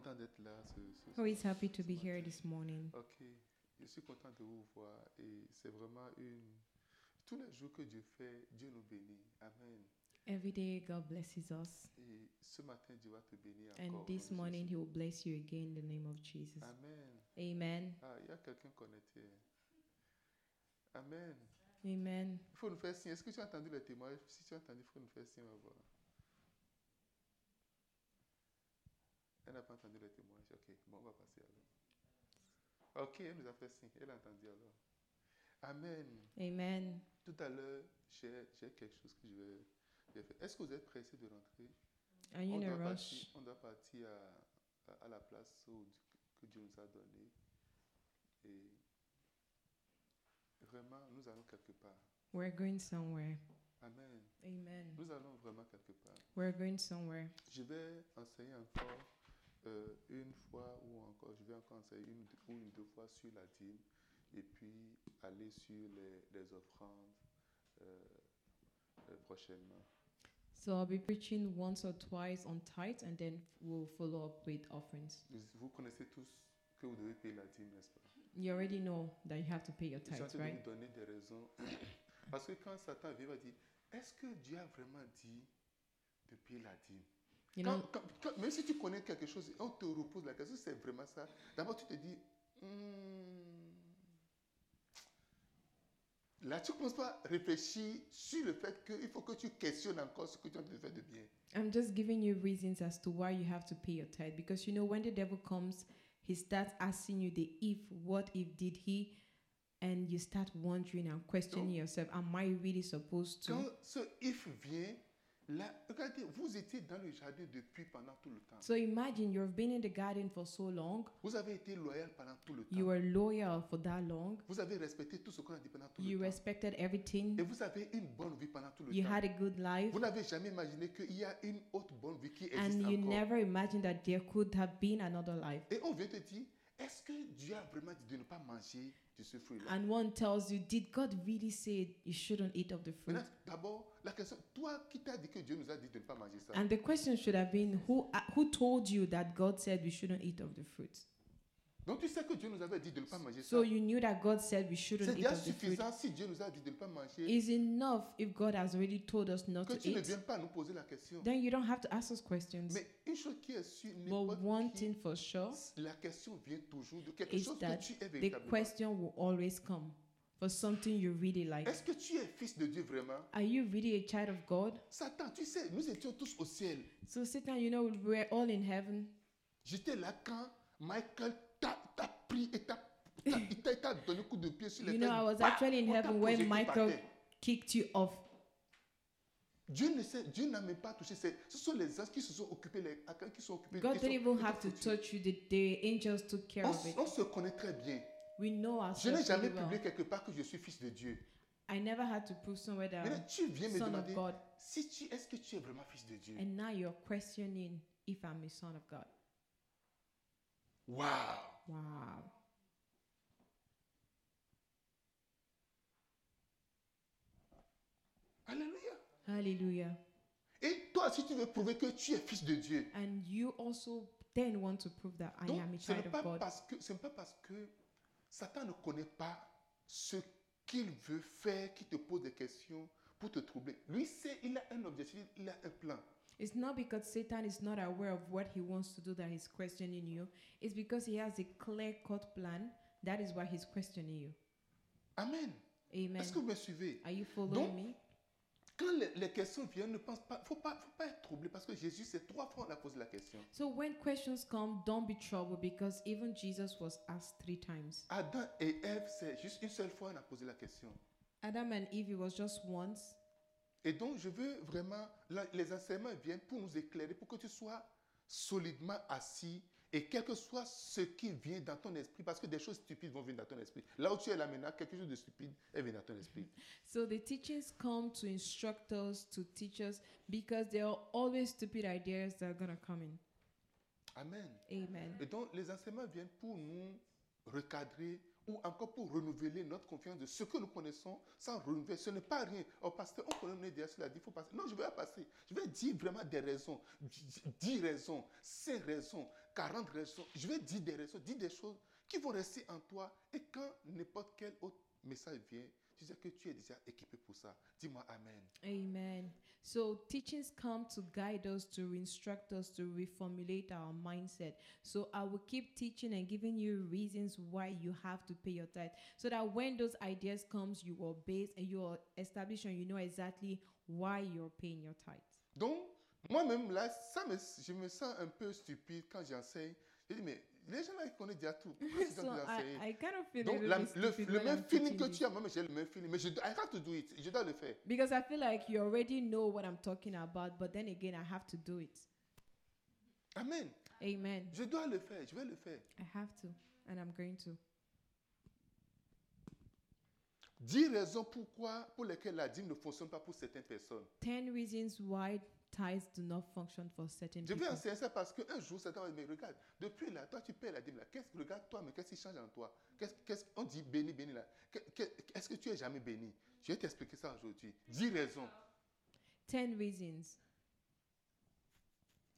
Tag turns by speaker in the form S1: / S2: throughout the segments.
S1: d'être là. Ce, ce- ce-
S2: Oh, he's happy
S1: ce
S2: to be here
S1: matin.
S2: this morning.
S1: Ok, je suis content de vous voir et c'est vraiment une. Tous les jours que Dieu fait, Dieu nous bénit. Amen.
S2: Every day, God blesses us.
S1: Et ce matin, Dieu va te bénir
S2: And
S1: encore. au nom
S2: this
S1: de
S2: morning,
S1: Jésus.
S2: He will bless you again in the name of Jesus.
S1: Amen.
S2: Amen.
S1: Ah, il y a quelqu'un connecté. Amen.
S2: Amen.
S1: Il faut nous faire signe. Est-ce que tu as entendu le témoignage Si tu as entendu, il faut nous faire signe. On va voir. Elle n'a pas entendu le témoignage. Ok, bon, on va passer alors. Ok, elle nous a fait signe. Elle a entendu alors. Amen.
S2: Amen.
S1: Tout à l'heure, j'ai j'ai quelque chose que je vais, je vais faire. Est-ce que vous êtes pressé de rentrer
S2: Are you
S1: on,
S2: in a
S1: doit
S2: rush?
S1: partir, on doit partir à, à- à la place où- que Dieu nous a donnée. Et vraiment, nous allons quelque part.
S2: We're going somewhere.
S1: Amen.
S2: Amen.
S1: Nous allons vraiment quelque part.
S2: We're going somewhere.
S1: Je vais enseigner encore euh, une fois ou encore, je vais encore enseigner une ou une deux fois sur la dîme et puis aller sur les, les offrandes euh, euh, prochainement.
S2: So I'll be preaching once or twice on tithe and then we'll follow up with offerings.
S1: Vous, vous connaissez tous que vous devez payer la dîme, n'est-ce pas
S2: You already know that you have to pay your
S1: Je suis en
S2: tithe,
S1: train de
S2: right?
S1: vous donner des raisons. Parce que quand Satan vient, il va dire, est-ce que Dieu a vraiment dit de payer la dîme
S2: You
S1: Quand-
S2: know,
S1: quand- quand- même si tu connais quelque chose, on te repose la question, c'est vraiment ça. D'abord, tu te dis, Hmm. là, tu ne commences pas à réfléchir sur le fait qu'il faut que tu questionnes encore ce que tu as de faire de bien.
S2: I'm just giving you reasons as to why you have to pay your tithe because you know when the devil comes, he starts asking you the if, what if, did he, and you start wondering and questioning yourself, am I really supposed to?
S1: Quand ce if vient, là, regardez, vous étiez dans le jardin depuis pendant tout le temps.
S2: So imagine you've been in the garden for so long,
S1: Vous avez été loyal pendant tout le temps.
S2: you were loyal for that long,
S1: Vous avez respecté tout ce qu'on a dit pendant tout
S2: you
S1: le temps.
S2: respected
S1: Et
S2: everything,
S1: vous avez une bonne vie pendant tout le
S2: you
S1: temps.
S2: had a good life,
S1: Vous n'avez jamais imaginé qu'il y a une autre bonne vie qui existe
S2: and you
S1: encore.
S2: never imagined that there could have been another life.
S1: Et on vient te dire, est-ce que Dieu a vraiment dit de ne pas manger de ce fruit-là
S2: And one tells you, did God really say you shouldn't eat of the fruit?
S1: Maintenant, d'abord, la question, toi qui t'as dit que Dieu nous a dit de ne pas manger ça,
S2: And the question should have been who uh, who told you that God said we shouldn't eat of the fruit?
S1: donc tu sais que Dieu nous avait dit de ne pas manger ça.
S2: So you knew that God said we
S1: C'est
S2: shouldn't eat
S1: déjà
S2: of the fruit.
S1: suffisant si Dieu nous a dit de ne pas manger,
S2: Is enough if God has already told us not
S1: que
S2: to
S1: tu ne
S2: eat.
S1: viens pas nous poser la question.
S2: Then you don't have to ask us questions.
S1: Mais une chose qui est sûre,
S2: But one
S1: n'importe qui,
S2: thing for sure,
S1: la question vient toujours de quelque
S2: is
S1: chose
S2: that
S1: que tu es
S2: the
S1: véritablement.
S2: question will always come for something you really like.
S1: Est-ce que tu es fils de Dieu vraiment
S2: Are you really a child of God?
S1: Satan, tu sais, nous étions tous au ciel.
S2: So Satan, you know we're all in heaven.
S1: J'étais là quand Michael t'a t'a pris et t'a t'a- il t'a- il t'a donné coup de pied sur les Bah,
S2: You know I was actually in heaven when Michael kicked you off.
S1: Dieu ne sait, Dieu n'a même pas touché. c'est- Ce sont les anges qui se sont occupés, les archanges qui sont occupés.
S2: God
S1: qui
S2: didn't
S1: sont-
S2: even
S1: qui
S2: have to
S1: sont foutus.
S2: touch you. The, the angels took care
S1: On,
S2: of
S1: s-
S2: it.
S1: on se connaît très bien.
S2: We know
S1: Je n'ai
S2: ourselves
S1: jamais
S2: really well.
S1: publié quelque part que je suis fils de Dieu.
S2: I never had to prove somewhere that
S1: Mais là,
S2: I'm
S1: tu viens me
S2: son of
S1: demander
S2: God,
S1: si tu est-ce que tu es vraiment fils de Dieu.
S2: and now you're questioning if I'm a son of God.
S1: Waouh,
S2: Wow.
S1: alléluia.
S2: Hallelujah.
S1: Et toi, si tu veux prouver que tu es fils de Dieu,
S2: And you also then want to prove that I
S1: Donc,
S2: am a
S1: ce n'est
S2: child of
S1: pas
S2: God.
S1: parce que ce n'est pas parce que Satan ne connaît pas ce qu'il veut faire, qu'il te pose des questions pour te troubler. Lui sait, il a un objectif, il a un plan.
S2: It's not because Satan is not aware of what he wants to do that he's questioning you. It's because he has a clear cut plan. That is why he's questioning you.
S1: Amen.
S2: Amen.
S1: Est-ce que vous me suivez
S2: Are you following
S1: Donc,
S2: me?
S1: Quand les, les questions viennent, ne pense pas, faut pas, faut pas être troublé parce que Jésus, c'est trois fois on a posé la question.
S2: So when questions come, don't be troubled because even Jesus was asked three times.
S1: Adam et Ève, c'est juste une seule fois on a posé la question.
S2: Adam and Eve, it was just once.
S1: Et donc, je veux vraiment, là, les enseignements viennent pour nous éclairer, pour que tu sois solidement assis et quel que soit ce qui vient dans ton esprit, parce que des choses stupides vont venir dans ton esprit. Là où tu es là maintenant, quelque chose de stupide, elle vient dans ton esprit.
S2: So the teachings come to instruct us, to teach us, because there are always stupid ideas that are gonna come in.
S1: Amen.
S2: Amen.
S1: Et donc, les enseignements viennent pour nous recadrer ou encore pour renouveler notre confiance de ce que nous connaissons sans renouveler. Ce n'est pas rien. Oh, pasteur, on connaît on est déjà cela, il faut passer. Non, je ne vais pas passer. Je vais dire vraiment des raisons. D- d- Dix raisons, cinq raisons, 40 raisons, je vais dire des raisons, dire des choses qui vont rester en toi. Et quand n'importe quel autre message vient, tu sais que tu es déjà équipé pour ça. Dis-moi Amen.
S2: Amen. So, teachings come to guide us, to instruct us, to reformulate our mindset. So, I will keep teaching and giving you reasons why you have to pay your tithe, so that when those ideas comes, you are based and you are established and you know exactly why you're paying your tithe.
S1: Donc, moi-même, là, ça me, je me sens un peu stupide quand j'enseigne. Je dis, mais les gens là, ils connaissent déjà tout. Pourquoi c'est toi
S2: so
S1: qui enseignes?
S2: I, I kind of feel a
S1: Donc,
S2: little
S1: la-
S2: bit
S1: le,
S2: stupid
S1: le
S2: when
S1: même
S2: I'm
S1: feeling
S2: teaching
S1: que
S2: you.
S1: tu as, moi-même, j'ai le même feeling. Mais je, dois- I have to do it. Je dois le faire.
S2: Because I feel like you already know what I'm talking about, but then again, I have to do it.
S1: Amen.
S2: Amen.
S1: Je dois le faire. Je vais le faire.
S2: I have to, and I'm going to.
S1: 10 raisons pourquoi, pour lesquelles la dîme ne fonctionne pas pour certaines personnes.
S2: 10 reasons why tithes do not function for certain
S1: Je vais
S2: people.
S1: enseigner ça parce qu'un jour, Satan va dire, mais regarde, depuis là, toi tu paies la dîme là, qu'est-ce que regarde toi, mais qu'est-ce qui change en toi Qu'est-ce qu'est-ce- On dit béni, béni là. Que- que- Est-ce que tu es jamais béni Je vais t'expliquer ça aujourd'hui. 10 raisons.
S2: 10 reasons.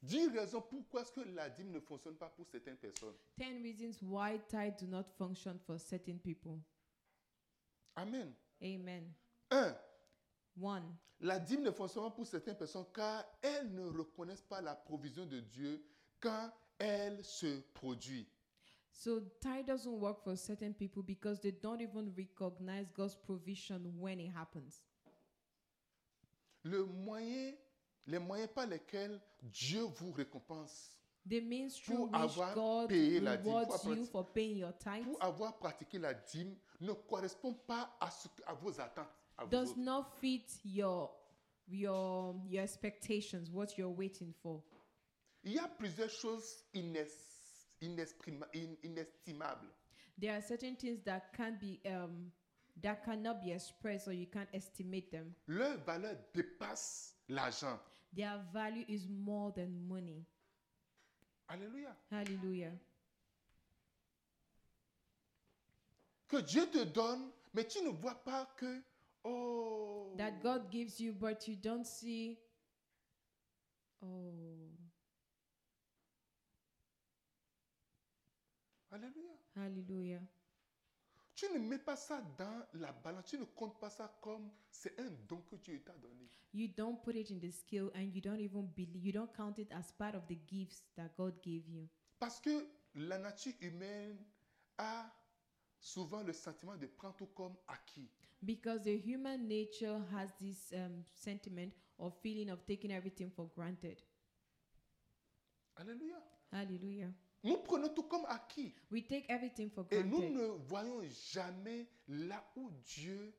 S1: 10 raisons pourquoi est-ce que la dîme ne fonctionne pas pour certaines personnes.
S2: 10 reasons why tithes do not function for certain people.
S1: Amen.
S2: Amen.
S1: 1.
S2: 1.
S1: La dîme ne fonctionne pas pour certaines personnes car elles ne reconnaissent pas la provision de Dieu quand elle se produit.
S2: So tithe doesn't work for certain people because they don't even recognize God's provision when it happens.
S1: Le moyen, les moyens par lesquels Dieu vous récompense
S2: The means through
S1: Pour
S2: which
S1: avoir
S2: God
S1: payé la dîme, pour
S2: rewards
S1: avoir-
S2: you for paying your tithes
S1: pour avoir pratiqué la dîme ne correspond pas à, ce, que- à vos attentes. à vous
S2: does
S1: autres.
S2: not fit your your your expectations, what you're waiting for.
S1: Il y a plusieurs choses ines- inesprima- in- inestimables.
S2: There are certain things that can be um, that cannot be expressed or you can't estimate them.
S1: Leur valeur dépasse l'argent.
S2: Their value is more than money.
S1: Alléluia.
S2: Hallelujah.
S1: Que Dieu te donne, mais tu ne vois pas que, oh,
S2: That God gives you, but you don't see. Oh,
S1: Alléluia.
S2: hallelujah.
S1: Tu ne mets pas ça dans la balance, tu ne comptes pas ça comme c'est un don que Dieu t'a donné.
S2: You don't put it in the scale and you don't even believe, you don't count it as part of the gifts that God gave you.
S1: Parce que la nature humaine a souvent le sentiment de prendre tout comme acquis.
S2: Because the human nature has this um, sentiment or feeling of taking everything for granted.
S1: Alléluia.
S2: Hallelujah.
S1: Nous prenons tout comme acquis
S2: We take everything for
S1: et nous
S2: granted.
S1: ne voyons jamais là où Dieu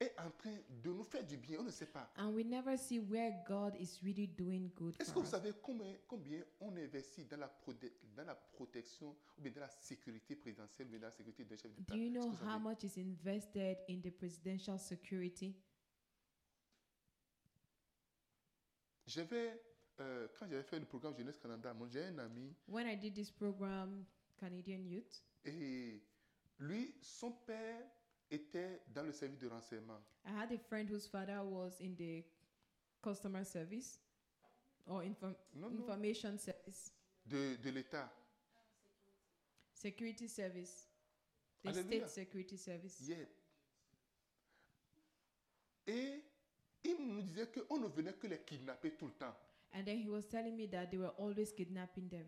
S1: est en train de nous faire du bien. On ne sait pas.
S2: And we never see where God is really doing good
S1: Est-ce que
S2: for
S1: vous
S2: us.
S1: savez combien, combien on investit dans la, prode- dans la protection ou bien dans la sécurité présidentielle ou bien dans la sécurité d'un chef d'État
S2: Do you
S1: Est-ce que
S2: know
S1: vous
S2: how
S1: savez?
S2: much is invested in the presidential security?
S1: J'avais, euh, quand j'avais fait le programme Jeunesse Canada, moi, j'ai un ami
S2: When I did this program, Canadian Youth,
S1: et lui, son père était dans le service de renseignement.
S2: I had a friend whose father was in the customer service or inform-
S1: Non, non,
S2: information service,
S1: de, de l'État.
S2: security service, the
S1: Hallelujah.
S2: state security service.
S1: Yeah. Et il nous disait qu'on ne venait que les kidnapper tout le temps.
S2: And then he was telling me that they were always kidnapping them.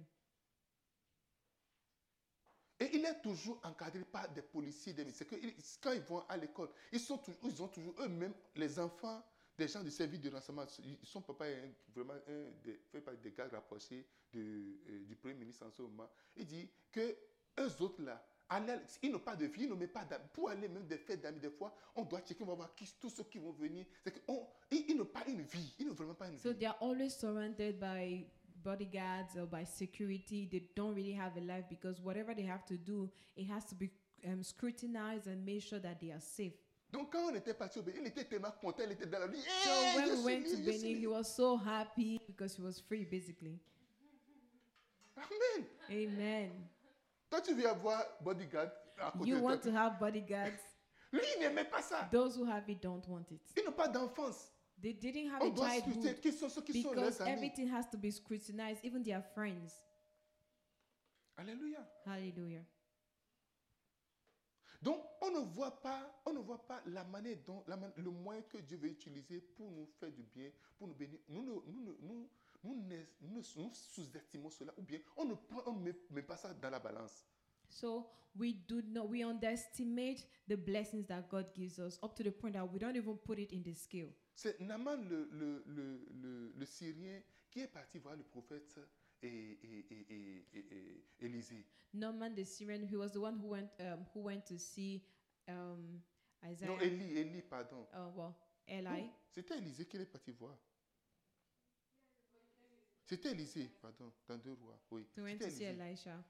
S1: Et il est toujours encadré par des policiers, des ministres. C'est que ils- quand ils vont à l'école, ils, sont tou- ils ont toujours eux-mêmes, les enfants des gens du service de renseignement. Ils- Son papa est un- vraiment un des, fait partie des gars rapprochés de, euh, du Premier ministre en ce moment. Il dit que eux autres là, allaient- ils n'ont pas de vie, ils n'ont même pas d'amis. Pour aller même des fêtes d'amis, des fois, on doit checker, on va voir qui, tous ceux qui vont venir. C'est que on- ils, ils n'ont pas une vie, ils n'ont vraiment pas une
S2: So
S1: vie.
S2: they are always surrounded by bodyguards or by security. They don't really have a life because whatever they have to do, it has to be um, scrutinized and made sure that they are safe.
S1: Donc quand on était parti au Bénin, il était tellement content, il était dans la vie. Eh,
S2: So
S1: Hey, je
S2: when we
S1: suis
S2: went to
S1: libre, je suis
S2: Benin, he
S1: libre.
S2: was so happy because he was free, basically.
S1: Amen.
S2: Amen.
S1: Toi, tu veux avoir bodyguard à côté
S2: You
S1: de toi.
S2: want to have bodyguards.
S1: Lui, il n'aimait pas ça.
S2: Those who have it don't want it.
S1: Ils n'ont pas d'enfance.
S2: They didn't have
S1: On
S2: a
S1: doit scruter
S2: childhood
S1: qui sont ceux qui sont
S2: because
S1: leurs amis.
S2: everything has to be scrutinized, even their friends.
S1: Alléluia.
S2: Hallelujah.
S1: Donc, on ne voit pas, on ne voit pas la manière dont, la man- le moyen que Dieu veut utiliser pour nous faire du bien, pour nous bénir. Nous, ne- nous, ne- nous, nous, ne- nous, nous sous-estimons cela, ou bien on ne prend, on ne met, met pas ça dans la balance.
S2: So we do not we underestimate the blessings that God gives us up to the point that we don't even put it in the scale.
S1: C'est Naaman le, le, le, le, le Syrien qui est parti voir le prophète et, et, et, et, et- et- Élisée.
S2: Norman the Syrian, he was the one who went um, who went to see um, Isaiah.
S1: Non, Élie, Élie, pardon.
S2: uh, well, Eli.
S1: Non, C'était Élisée qu'il est parti voir. C'était Élisée, pardon, dans deux rois. Oui.
S2: They went
S1: C'était
S2: to see
S1: Élisée.
S2: Elisha.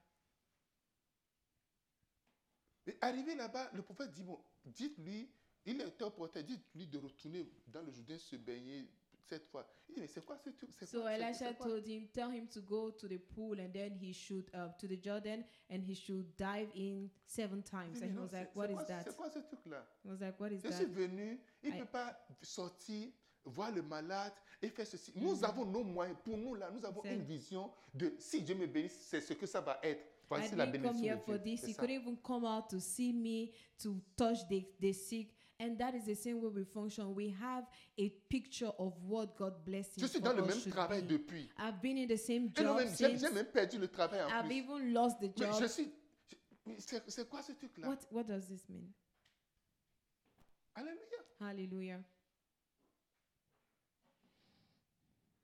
S1: Et arrivé là-bas, le prophète dit, bon, dites-lui, il est un prophète, dites-lui de retourner dans le Jourdain se baigner cette fois. Il dit, mais c'est quoi ce truc C'est
S2: So
S1: quoi, c'est- c'est
S2: Elisha
S1: quoi
S2: told him, tell him to go to the pool and then he should uh, to the Jordan and he should dive in seven
S1: Il
S2: times.
S1: dit,
S2: And he
S1: mais non,
S2: was
S1: c'est-
S2: like,
S1: c'est
S2: what is
S1: quoi-
S2: that?
S1: C'est quoi ce truc-là
S2: He was like, what is
S1: Je
S2: that?
S1: suis venu, il ne
S2: I-
S1: peut pas sortir, voir le malade et faire ceci. Nous avons nos moyens. Pour nous, là, nous avons
S2: Mm-hmm. C'est-
S1: une vision de si Dieu me bénit, c'est ce que ça va être.
S2: I
S1: Voici la
S2: didn't come
S1: bénédiction
S2: here
S1: de
S2: for
S1: Dieu.
S2: this.
S1: C'est
S2: He
S1: ça.
S2: couldn't even come out to see me, to touch the, the sick. And that is the same way we function. We have a picture of what God blesses
S1: Je suis dans le même travail
S2: be.
S1: depuis.
S2: I've been in the same
S1: Et
S2: job
S1: non, même- j'ai
S2: since.
S1: j'ai même perdu le travail en
S2: I've
S1: plus.
S2: even lost the
S1: Mais
S2: job.
S1: je suis. je- mais C'est c'est quoi ce truc-là
S2: What, what does this mean?
S1: Alléluia.
S2: Hallelujah.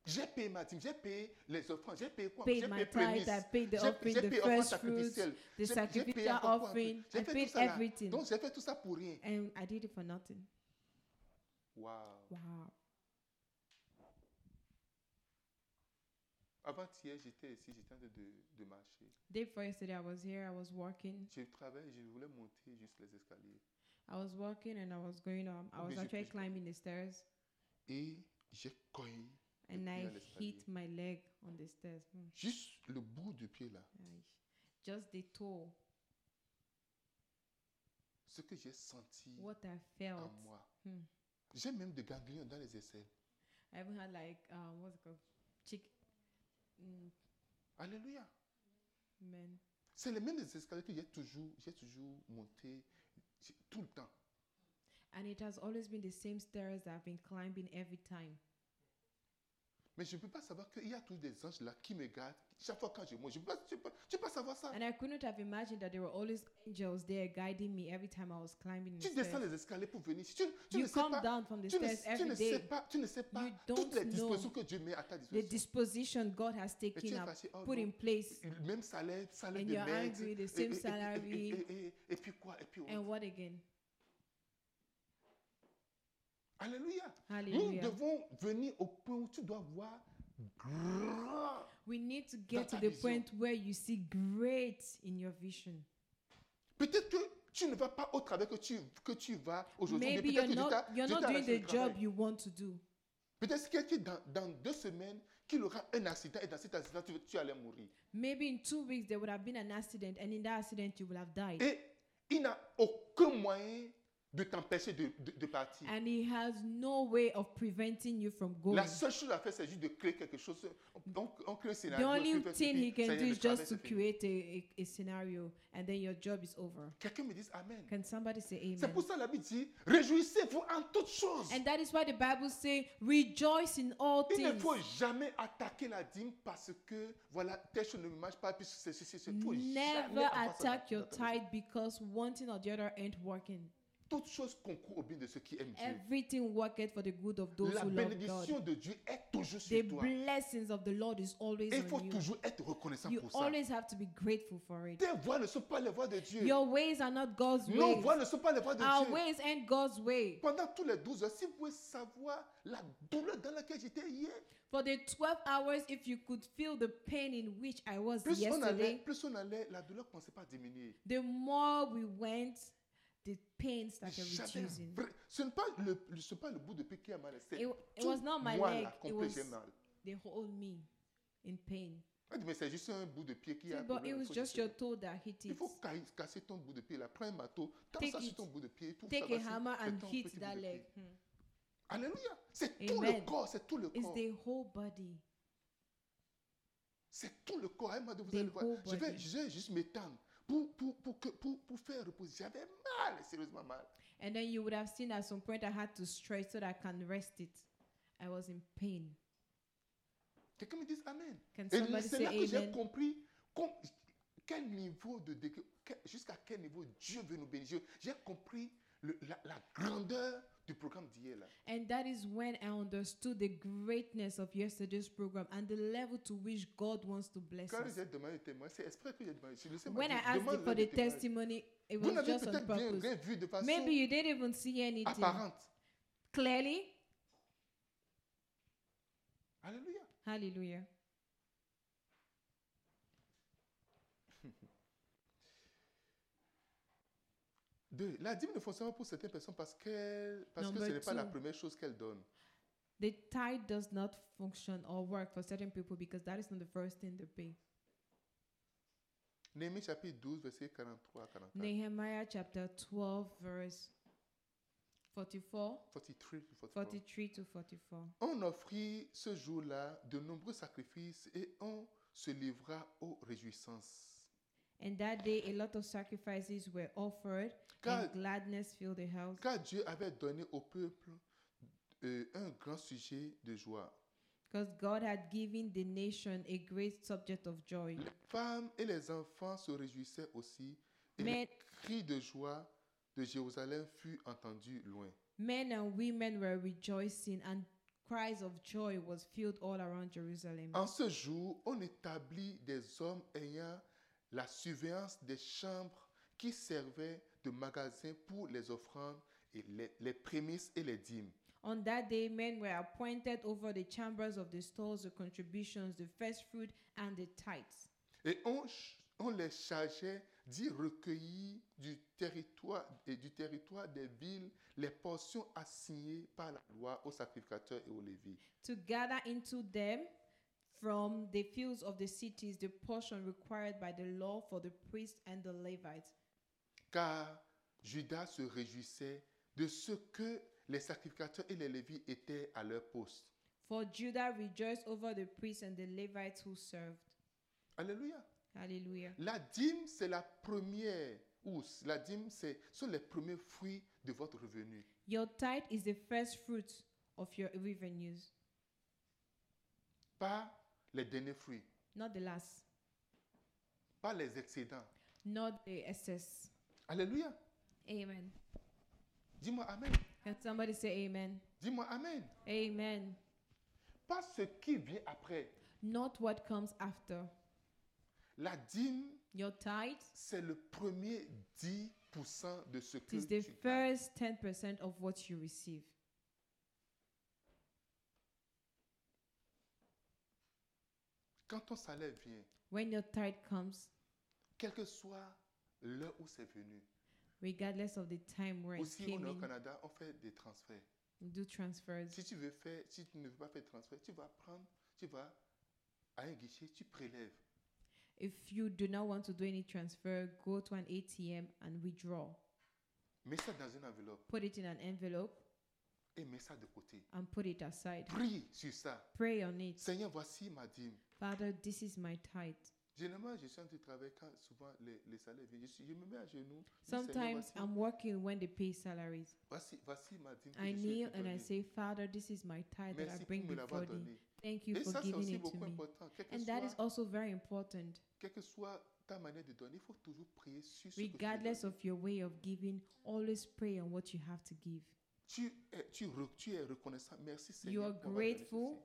S1: J'ai payé ma dîme, j'ai payé les offrandes, j'ai payé quoi Oh, J'ai
S2: Paid my
S1: payé
S2: tithe,
S1: prémisse.
S2: I paid the
S1: J'ai-
S2: offering,
S1: j'ai
S2: the
S1: payé offrande
S2: first fruits,
S1: sacrificielle.
S2: the
S1: J'ai- j'ai payé
S2: sacrificial
S1: encore quoi, un peu.
S2: offering.
S1: J'ai
S2: I
S1: fait tout
S2: paid
S1: ça là.
S2: everything.
S1: Donc j'ai fait tout ça pour rien.
S2: And I did it for nothing.
S1: Waouh.
S2: Wow.
S1: Avant-hier, j'étais ici, j'étais en train de, de marcher.
S2: Day before yesterday, I was here. I was working.
S1: Je travaillais, je voulais monter juste les escaliers.
S2: I was working and I was going up. I was
S1: Obligé
S2: actually
S1: plus-
S2: climbing the stairs.
S1: Et j'ai cogné
S2: and
S1: pied
S2: I
S1: à l'escalier.
S2: hit my leg on the stairs. Mm,
S1: juste le bout du pied là.
S2: aïe. Just the toe,
S1: Ce que j'ai senti
S2: what I
S1: en
S2: felt.
S1: moi.
S2: Hmm.
S1: J'ai même des ganglions dans les aisselles.
S2: I even had like um, what's it called, chick, mm,
S1: Alléluia.
S2: man.
S1: C'est les mêmes escaliers que j'ai toujours, j'ai toujours monté j'ai- tout le temps.
S2: And it has always been the same stairs that I've been climbing every time.
S1: Mais je ne peux pas savoir qu'il y a tous des anges là qui me gardent chaque fois quand je monte. Je ne peux, pas- je peux, je peux pas savoir ça.
S2: And I couldn't have imagined that there were always angels there guiding me every time I was climbing the
S1: Tu descends
S2: stairs.
S1: les escaliers pour venir. Tu, tu
S2: You
S1: ne sais
S2: come
S1: pas.
S2: down from the
S1: Tu ne,
S2: stairs
S1: tu ne
S2: every
S1: sais
S2: day.
S1: pas, tu ne sais pas
S2: You don't
S1: toutes les dispositions
S2: know
S1: que Dieu met à ta
S2: The
S1: disposition.
S2: disposition God
S1: Et
S2: has
S1: tu
S2: taken
S1: es
S2: up,
S1: fâché. Oh
S2: put
S1: non,
S2: in place,
S1: le même salaire, salaire
S2: And
S1: de
S2: you're
S1: maître.
S2: angry, the
S1: et-
S2: same
S1: et- et- et-
S2: salary.
S1: Et, et- et- et puis quoi Et puis
S2: and
S1: autre.
S2: what again?
S1: Alléluia. Nous
S2: Hallelujah.
S1: devons venir au point où tu dois voir grand.
S2: We need to get to
S1: ta
S2: the
S1: vision.
S2: point where you see great in your vision.
S1: Peut-être que tu ne vas pas au travail que tu, que tu vas aujourd'hui. mais Peut-être
S2: Maybe you're
S1: que tu
S2: not
S1: t'as-
S2: you're
S1: tu
S2: not
S1: t'as
S2: doing
S1: arraché
S2: the
S1: le travail.
S2: job you want to do.
S1: Peut-être que quelqu'un dans, dans deux semaines qu'il aura un accident et dans cet accident tu, tu allais mourir.
S2: Maybe in two weeks there would have been an accident, and in that accident you will have died.
S1: Et il n'a aucun moyen de t'empêcher de, de- de partir.
S2: And he has no way of preventing you from going.
S1: La seule chose à faire, c'est juste de créer quelque chose. Donc, on crée un
S2: The
S1: scénario.
S2: only
S1: tu fais ceci,
S2: thing he
S1: ça
S2: can
S1: y
S2: do
S1: est, le
S2: is just
S1: travail,
S2: to
S1: c'est fini.
S2: create a, a, a scenario, and then your job is over.
S1: Quelqu'un me dit Amen.
S2: Can somebody say
S1: C'est
S2: amen?
S1: pour ça la Bible dit Réjouissez-vous en toutes choses.
S2: And that is why the Bible says, rejoice in all
S1: Il ne
S2: things.
S1: faut jamais attaquer la dîme parce que, voilà, telle chose ne me marche pas, puisque c'est ceci, c'est tout.
S2: Never attack your tithe because one thing or the other ain't working.
S1: Toutes choses concourent au bien de ceux qui aiment Dieu.
S2: Everything worketh for the good of those
S1: la
S2: who love God.
S1: bénédiction de Dieu est toujours
S2: The
S1: sur toi. Et
S2: blessings of the Lord is always
S1: il faut
S2: on you.
S1: toujours être reconnaissant
S2: You
S1: pour ça.
S2: always have to be grateful for it.
S1: Tes voies ne sont pas les voies de Dieu.
S2: Your ways are not God's
S1: Nos
S2: ways.
S1: voies ne sont pas les voies de
S2: Our
S1: Dieu.
S2: ways ain't God's way.
S1: Pendant tous les 12 heures, si vous pouvez savoir la douleur dans laquelle j'étais hier,
S2: For the 12 hours, if you could feel the pain in which I was
S1: plus on allait,
S2: yesterday,
S1: plus on allait, la douleur ne commençait pas à diminuer.
S2: the more we went, the pain started
S1: J'avais
S2: reducing.
S1: vra- Ce n'est pas le, le- ce n'est pas le bout de pied qui a mal, c'est
S2: It, it
S1: tout
S2: was not my
S1: moi
S2: leg,
S1: là,
S2: it
S1: complet,
S2: was
S1: j'ai mal.
S2: the whole me in pain.
S1: Elle dit, mais c'est juste un bout de pied qui a
S2: But
S1: problème,
S2: it
S1: il
S2: was
S1: faut que
S2: just
S1: tu-
S2: your toe that hit
S1: Il
S2: it.
S1: faut ca- casser ton bout de pied là, prends un marteau, tape
S2: Take
S1: ça sur
S2: it.
S1: ton bout de pied, tout
S2: Take a hammer and
S1: petit
S2: hit
S1: bout
S2: that
S1: de pied.
S2: leg. Hmm.
S1: Alléluia, c'est tout le
S2: Amen.
S1: corps, c'est tout le
S2: It's
S1: corps.
S2: the whole body.
S1: C'est tout le corps. Elle m'a dit, vous
S2: The
S1: allez voir.
S2: whole
S1: Je vais,
S2: body.
S1: je vais juste m'étendre pour, pour, pour, que- pour, pour faire reposer. J'avais mal, sérieusement mal.
S2: And then you would have seen at some point I had to stretch so that I can rest it. I was in pain.
S1: Quelqu'un me dit Amen.
S2: Can
S1: Et
S2: somebody
S1: c'est
S2: say
S1: là que j'ai
S2: amen?
S1: compris com- quel niveau de décl- que- jusqu'à quel niveau Dieu veut nous bénir. J'ai compris le- la, la grandeur du programme d'hier là.
S2: And that is when I understood the greatness of yesterday's program and the level to which God wants to bless
S1: Quand
S2: us.
S1: j'ai demandé le témoin, c'est exprès que j'ai demandé. Je le sais,
S2: When
S1: moi, je
S2: I asked
S1: demande
S2: you for
S1: le
S2: the
S1: témoin.
S2: testimony, it
S1: Vous
S2: was
S1: n'avez
S2: just on
S1: peut-être bien,
S2: purpose.
S1: rien vu de façon
S2: Maybe you didn't even see anything
S1: apparente.
S2: clearly.
S1: Alléluia.
S2: Hallelujah.
S1: Deux, la dîme ne fonctionne pas pour certaines personnes parce, qu'elle- parce que
S2: Number
S1: ce n'est pas la
S2: two.
S1: première chose qu'elle donne.
S2: The tithe does not function or work for certain people because that is not the first thing they pay.
S1: Néhémie chapitre 12, verset 43 à 44.
S2: Nehemiah chapter 12, verse 44,
S1: 43, 44.
S2: 43 to 44.
S1: On offrit ce jour-là de nombreux sacrifices et on se livra aux réjouissances.
S2: And that day, a lot of sacrifices were offered,
S1: God-
S2: and gladness filled the house
S1: Car Dieu avait donné au peuple euh, un grand sujet de joie.
S2: because God had given the nation a great subject of joy.
S1: Les femmes et les enfants se réjouissaient aussi et
S2: Mais-
S1: le cri de joie de Jérusalem fut entendu loin.
S2: Men and women were rejoicing, and cries of joy was filled all around Jerusalem.
S1: En ce jour, on établit des hommes ayant la surveillance des chambres qui servaient de magasins pour les offrandes et les, les prémices et les dîmes.
S2: On that day, men were appointed over the chambers of the stores, the contributions, the first fruit, and the tithes.
S1: Et on, ch- on les chargeait d'y recueillir du territoire, et du territoire des villes les portions assignées par la loi aux sacrificateurs et aux lévites.
S2: to gather into them from the fields of the cities the portion required by the law for the priests and the Levites.
S1: Car Judas se réjouissait de ce que les sacrificateurs et les lévites étaient à leur poste.
S2: For Judah rejoiced over the priests and the Levites who served.
S1: Alléluia.
S2: Hallelujah.
S1: La dîme, c'est la première, ou s- la dîme, c'est sont les premiers fruits de votre revenu.
S2: Your tithe is the first fruit of your revenues,
S1: Pas les derniers fruits,
S2: not the last,
S1: pas les excédents.
S2: not the excess.
S1: Alléluia.
S2: Amen.
S1: Dis-moi Amen.
S2: Can somebody say amen?
S1: Dis-moi Amen.
S2: Amen.
S1: Pas ce qui vient après.
S2: Not what comes after.
S1: La dîme,
S2: Your tithe
S1: c'est le premier 10% de ce que
S2: is the
S1: tu gagnes.
S2: first 10% of what you receive.
S1: Quand ton salaire vient,
S2: When your tithe comes,
S1: quelle que soit l'heure où c'est venu.
S2: regardless of the time where it
S1: Aussi,
S2: came
S1: on est au
S2: in,
S1: Canada, on fait des transferts.
S2: do transfers.
S1: Si tu veux faire, si tu ne veux pas faire de transfert, tu vas prendre, tu vas à un guichet, tu prélèves.
S2: If you do not want to do any transfer, go to an ATM and withdraw.
S1: Mets ça dans une enveloppe
S2: Put it in an envelope
S1: et mets ça de côté.
S2: and put it aside.
S1: Prie sur ça.
S2: Pray on it.
S1: Seigneur, voici ma dîme.
S2: Father, this is my tithe.
S1: Généralement, je suis en train de travailler quand souvent les, les salaires viennent. Je, suis- je me mets à genoux. Je dis, Seigneur,
S2: Sometimes
S1: voici-
S2: I'm working when they pay salaries.
S1: voici, voici ma dîme. que
S2: I
S1: je suis en
S2: kneel
S1: train de
S2: and I
S1: donner.
S2: say, Father, this is my tithe that I
S1: Merci
S2: bring
S1: pour me l'avoir
S2: before thee.
S1: donné.
S2: Thank you
S1: Et
S2: for
S1: ça, c'est
S2: giving
S1: aussi
S2: it to
S1: beaucoup
S2: me.
S1: important. Quelle que,
S2: And that is
S1: soit,
S2: also very important.
S1: quelle que soit ta manière de donner, il faut toujours prier sur ce que tu veux
S2: Regardless
S1: donner.
S2: of your way of giving, always pray on what you have to give.
S1: tu es, tu, re- tu es reconnaissant. Merci
S2: You
S1: Seigneur.
S2: are
S1: pour m'avoir donné
S2: grateful.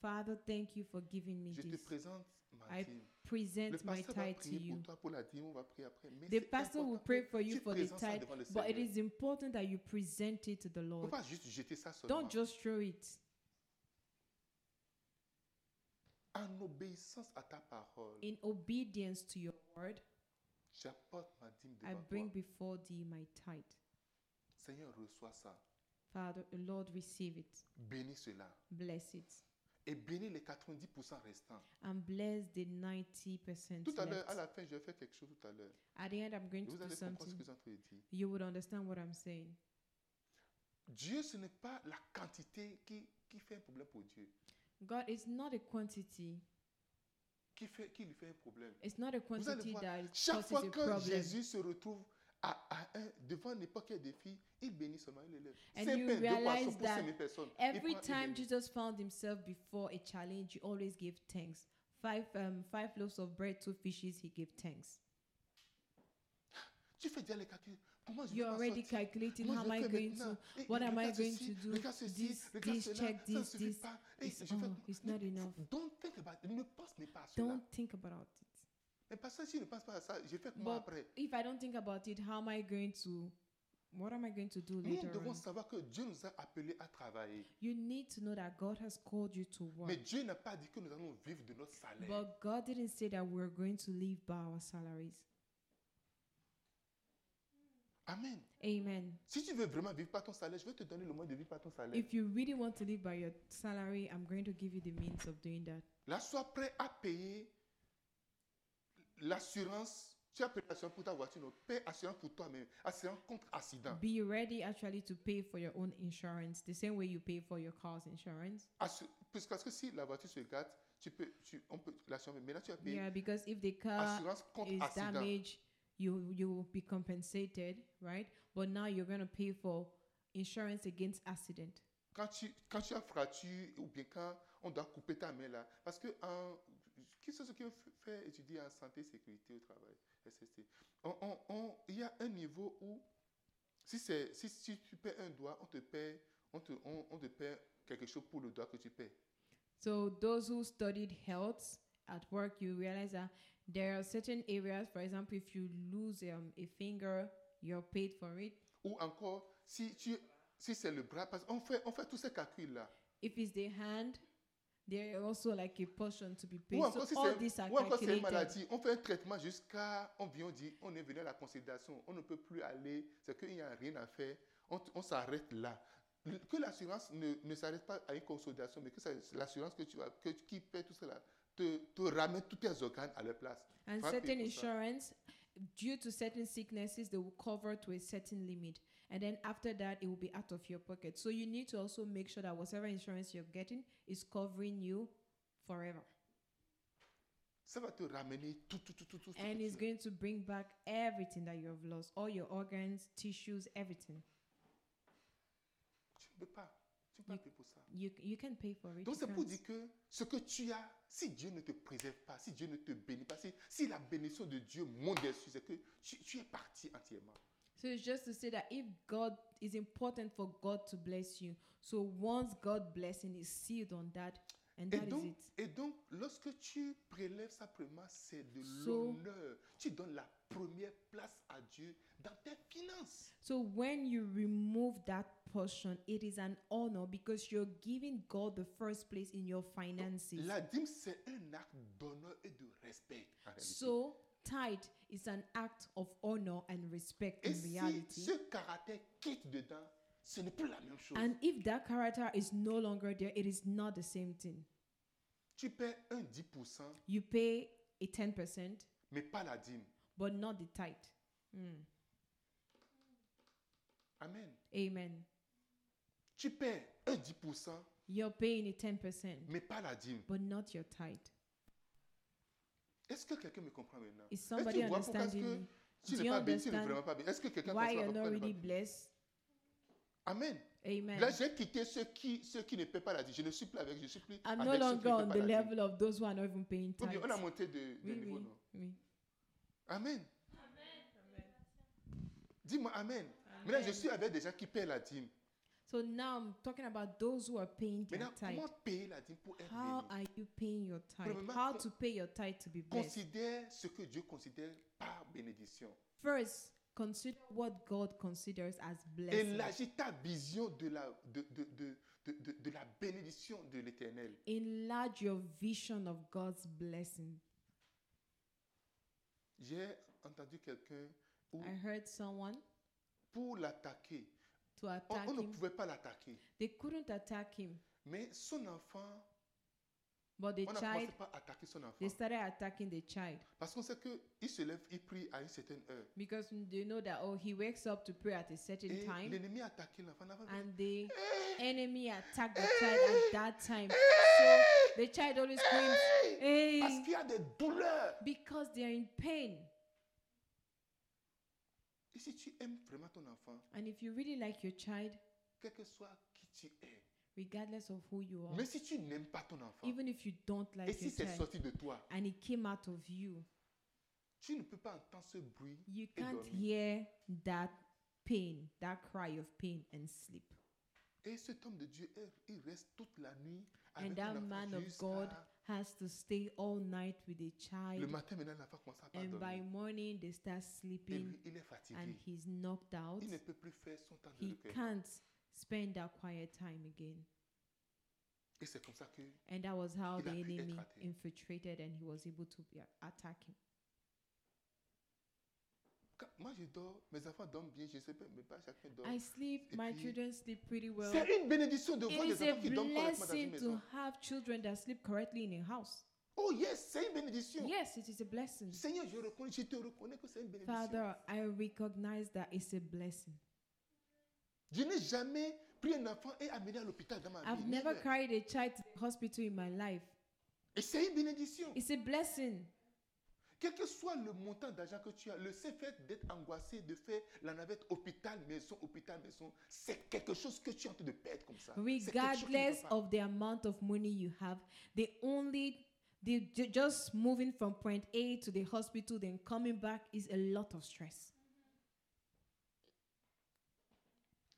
S2: Father, thank you for giving me
S1: ceci. Je te
S2: this.
S1: présente ma
S2: I
S1: dîme. Le
S2: Present my
S1: pasteur va
S2: tithe to
S1: prier
S2: you.
S1: pour toi pour la dîme. On va prier après. Mais
S2: The
S1: c'est
S2: pastor will
S1: important
S2: pray
S1: que
S2: for you
S1: tu
S2: for the
S1: présentes ça
S2: tithe,
S1: devant le
S2: but it
S1: Seigneur.
S2: is important that you present it to the
S1: ne faut
S2: Lord.
S1: pas juste jeter ça seulement.
S2: Don't just throw it.
S1: En obéissance à ta parole,
S2: In obedience to your word,
S1: j'apporte ma dîme
S2: I
S1: devant
S2: bring
S1: toi.
S2: before thee my tithe.
S1: Seigneur, reçois ça.
S2: Father, Lord, receive it.
S1: Bénis cela.
S2: Bless it.
S1: Et bénis les 90% restants.
S2: And bless the 90%
S1: Tout à l'heure,
S2: left.
S1: à la fin, je vais faire quelque chose tout à l'heure.
S2: At the end, I'm
S1: Et
S2: going to
S1: Vous
S2: do
S1: allez comprendre ce
S2: something.
S1: que j'ai en train de dire.
S2: You would understand what I'm saying.
S1: Dieu, ce n'est pas la quantité qui, qui fait un problème pour Dieu.
S2: God is not a quantity.
S1: qui, fait, qui lui fait un problème.
S2: It's not a
S1: Vous allez
S2: quantity
S1: voir,
S2: that
S1: chaque
S2: causes
S1: fois
S2: a
S1: que
S2: problem.
S1: Jésus se retrouve à, à un, devant n'importe quel défi, il bénit seulement il élève.
S2: And
S1: Cinq
S2: you
S1: pains, deux
S2: realize
S1: poissons pour
S2: that
S1: 5000 personnes. Il
S2: Every
S1: prend, il
S2: time
S1: bénit.
S2: Jesus found himself before a challenge, he always gave thanks. Five, um, five loaves of bread, two fishes, he gave thanks.
S1: tu fais déjà les calculs. Comment je
S2: You're
S1: vais m'en
S2: already
S1: sortir?
S2: calculating
S1: Comment
S2: how
S1: je
S2: am I
S1: vais faire
S2: going
S1: maintenant?
S2: to,
S1: Eh,
S2: what am I
S1: regarde
S2: going
S1: ceci,
S2: to do,
S1: regarde ceci,
S2: this,
S1: regarde
S2: this,
S1: cela,
S2: check
S1: ça ne
S2: this,
S1: suffit
S2: this.
S1: pas. Eh,
S2: It's,
S1: je fais-
S2: oh, it's not enough.
S1: Don't think about it. Ne pense même pas à cela.
S2: Don't think about it.
S1: Mais parce que si je ne pense pas à ça, je fais comment
S2: But
S1: après
S2: If I don't think about it, how am I going to, what am I going to do
S1: Nous
S2: later
S1: devons
S2: on?
S1: savoir que Dieu nous a appelés à travailler.
S2: You need to know that God has called you to work.
S1: Mais Dieu n'a pas dit que nous allons vivre de notre salaire.
S2: But God didn't say that we're going to live by our salaries.
S1: Amen.
S2: Amen.
S1: Si tu veux vraiment vivre par ton salaire, je vais te donner le moyen de vivre par ton salaire.
S2: If you really want to live by your salary, I'm going to give you the means of doing that.
S1: Là, sois prêt à payer l'assurance. Tu as payé l'assurance pour ta voiture, non paie assurance pour toi-même. Assurance contre accident.
S2: Be ready actually to pay for your own insurance, the same way you pay for your car's insurance.
S1: Assu- parce, Ah, parce que si la voiture se gâte, tu peux, tu, on peut l'assurance. Mais là, tu as payé
S2: Yeah, because if the car
S1: assurance contre
S2: is
S1: accident.
S2: damaged, you you will be compensated, right? But now you're going to pay for insurance against accident.
S1: Quand tu, quand tu as fracture ou bien quand on doit couper ta main là, parce que en, qui sont ceux qui ont f- fait étudier en santé et sécurité au travail, SST On- on- on- Il y a un niveau où si, c'est- si, si tu perds un doigt, on te paie, on te, on, on te paie quelque chose pour le doigt que tu perds.
S2: So those who studied health at work, you realize that there are certain areas. For example, if you lose um, a finger, you're paid for it.
S1: Ou encore, si, tu, si c'est le bras, parce qu'on fait, on fait tous ces calculs là.
S2: If it's the hand, there are also like a portion to be paid.
S1: Ou encore,
S2: So
S1: si
S2: all
S1: c'est
S2: these are
S1: ou encore c'est une
S2: calculated.
S1: maladie, on fait un traitement jusqu'à, on vient, on dit, on est venu à la considération, on ne peut plus aller, c'est qu'il n'y a rien à faire, on, t- on s'arrête là. Le- Que l'assurance ne, ne s'arrête pas à une consolidation, mais que ça- l'assurance que tu as, que, qui paie tout cela, te, te ramène tous tes organes à leur place.
S2: And
S1: Frappe
S2: certain
S1: et tout ça.
S2: insurance, due to certain sicknesses, they will cover to a certain limit. And then after that, it will be out of your pocket. So you need to also make sure that whatever insurance you're getting is covering you forever.
S1: Ça va te ramener tout, tout, tout, tout, tout. tout,
S2: And
S1: tout
S2: it's
S1: cela.
S2: going to bring back everything that you have lost all your organs, tissues, everything.
S1: Tu ne peux pas. Tu ne peux pas payer pour ça.
S2: You, you can pay for it.
S1: Donc
S2: you
S1: c'est pour
S2: can't.
S1: dire que ce que tu as, si Dieu ne te préserve pas, si Dieu ne te bénit pas, si, si la bénédiction de Dieu monte dessus, c'est que tu, tu es parti entièrement.
S2: So it's just to say that if God is important for God to bless you, so once God blessing is sealed on that, and
S1: Et
S2: that is
S1: donc,
S2: it.
S1: et donc, lorsque tu prélèves simplement, c'est de
S2: So-
S1: l'honneur. Tu donnes la première place à Dieu dans tes finances.
S2: So when you remove that portion, it is an honor because you're giving God the first place in your finances.
S1: La dîme, c'est un acte d'honneur et de respect. en réalité.
S2: So tithe is an act of honor and respect
S1: et
S2: in
S1: si
S2: reality.
S1: ce caractère quitte dedans, ce n'est plus la même chose.
S2: And if that character is no longer there, it is not the same thing.
S1: tu paies un 10%,
S2: You pay a 10%,
S1: mais pas la dîme.
S2: but not the tithe. Mm.
S1: Amen.
S2: Amen.
S1: Tu paies un 10%,
S2: You're paying a 10%,
S1: mais pas la dîme.
S2: but not your tithe.
S1: Est-ce que quelqu'un me comprend maintenant
S2: Is
S1: Est-ce que
S2: somebody
S1: tu vois pourquoi est-ce que
S2: understanding
S1: tu
S2: me?
S1: n'es
S2: Do
S1: pas
S2: you
S1: béni, tu n'es
S2: understand
S1: vraiment pas béni Est-ce que quelqu'un
S2: Why
S1: comprend
S2: you're
S1: pourquoi
S2: not
S1: tu n'es pas
S2: really
S1: béni?
S2: blessed?
S1: Amen.
S2: Amen.
S1: Là, j'ai quitté ceux qui ceux qui ne paient pas la dîme. Je ne suis plus avec, je suis plus
S2: I'm no
S1: avec ceux qui
S2: longer
S1: ne paient
S2: on
S1: pas
S2: the
S1: la dîme.
S2: level of those who are not even paying
S1: Ou
S2: tithe.
S1: bien, on a monté de, de
S2: Oui,
S1: niveau,
S2: oui,
S1: non
S2: oui.
S1: Amen. Dis-moi Amen. Maintenant, je suis avec des gens qui paient la dîme.
S2: So now I'm talking about those who are paying their
S1: Maintenant,
S2: tithe.
S1: comment payer la dîme pour être
S2: How
S1: béni
S2: are you paying your tithe?
S1: Premièrement,
S2: How
S1: con-
S2: to pay your tithe to be blessed?
S1: Considère ce que Dieu considère par bénédiction.
S2: First, consider what God considers as blessing.
S1: Élargis ta vision de la, de, de, de, de, de, de la bénédiction de l'éternel.
S2: Enlarge your vision of God's blessing.
S1: J'ai entendu quelqu'un où,
S2: I heard someone
S1: pour l'attaquer,
S2: to
S1: on,
S2: attack
S1: on ne
S2: him.
S1: pouvait pas l'attaquer.
S2: They couldn't attack him,
S1: Mais son enfant,
S2: but the
S1: on a
S2: child,
S1: commencé par attaquer son enfant.
S2: they started attacking the child
S1: Parce qu'on sait qu'il se lève, il prie à une certaine heure.
S2: because they know that oh, he wakes up to pray at a certain
S1: Et
S2: time,
S1: l'ennemi a attaqué l'enfant. l'enfant fait,
S2: and the
S1: Eh,
S2: enemy attacked the child at that time. So
S1: eh,
S2: The child always screams,
S1: Hey! Parce
S2: hey,
S1: qu'il y a des douleurs.
S2: because they are in pain.
S1: Et si tu aimes vraiment ton enfant,
S2: And if you really like your child,
S1: quel que soit qui tu es,
S2: regardless of who you are,
S1: mais si tu n'aimes pas ton enfant,
S2: even if you don't
S1: et
S2: like
S1: si
S2: your
S1: c'est
S2: child,
S1: sorti de toi,
S2: and it came out of you,
S1: tu ne peux pas entendre ce bruit
S2: you
S1: et
S2: can't
S1: dormir.
S2: hear that pain, that cry of pain, and sleep.
S1: Et cet homme de Dieu, il- il reste toute la nuit
S2: And
S1: avec
S2: that
S1: ton
S2: man
S1: enfant
S2: of God
S1: jusqu'à-
S2: has to stay all night with a
S1: Le
S2: child,
S1: matin, maintenant, l'enfant commence à pas
S2: and by
S1: dormir.
S2: morning they start
S1: Et
S2: sleeping,
S1: lui, il est
S2: and
S1: fatigué.
S2: he's knocked out.
S1: Il ne peut plus faire son temps de
S2: He
S1: recueillement.
S2: can't spend that quiet time again.
S1: Et c'est comme ça que
S2: And that was how
S1: Il
S2: the
S1: a pu
S2: enemy
S1: être atteint.
S2: infiltrated and he was able to be a- attack him.
S1: Quand moi je dors, mes enfants dorment bien, je ne sais pas, mais pas chacun dort.
S2: I sleep,
S1: Et
S2: my
S1: puis,
S2: children sleep pretty well.
S1: C'est une bénédiction de voir
S2: It
S1: des
S2: is a
S1: enfants qui dorment correctement dans une
S2: blessing to
S1: maison.
S2: have children that sleep correctly in a house.
S1: Oh yes, c'est une bénédiction.
S2: Yes, it is a blessing.
S1: Seigneur, je reconnais, je te reconnais que c'est une bénédiction.
S2: Father, I recognize that it's a blessing.
S1: Je n'ai jamais pris un enfant et amené à l'hôpital dans ma
S2: I've
S1: vie.
S2: never
S1: never.
S2: carried a child to the hospital in my life.
S1: Et c'est une bénédiction.
S2: It's a blessing.
S1: Quel que soit le montant d'argent que tu as, le simple fait d'être angoissé, de faire la navette hôpital, maison, hôpital, maison, c'est quelque chose que tu es en train de perdre comme ça. C'est quelque chose qui ne va
S2: Regardless
S1: pas.
S2: of the amount of money you have, the only the ju- just moving from point A to the hospital then coming back is a lot of stress.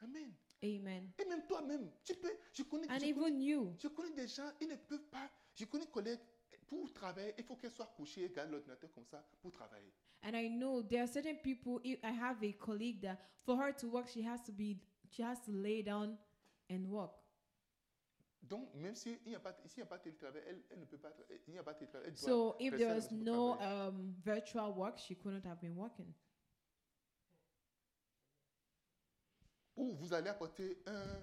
S1: Amen.
S2: Amen.
S1: Et même toi-même, tu peux. Je connais,
S2: And
S1: je connais-
S2: even you,
S1: je connais des gens, ils ne peuvent pas. Je connais collègues, pour travailler, il faut qu'elles soient couchées et gardent l'ordinateur comme ça pour travailler.
S2: And I know there are certain people. If I have a colleague that for her to work, she has to be she has to lay down and work.
S1: Donc, même s'il n'y a pas, s'il n'y a pas de télétravail, elle, elle ne peut pas. tra- Il n'y a pas de télétravail. Elle doit
S2: So if
S1: faire
S2: there
S1: ça
S2: was
S1: pour
S2: no
S1: travailler.
S2: um, virtual work, she couldn't have been working.
S1: Ou vous allez apporter un,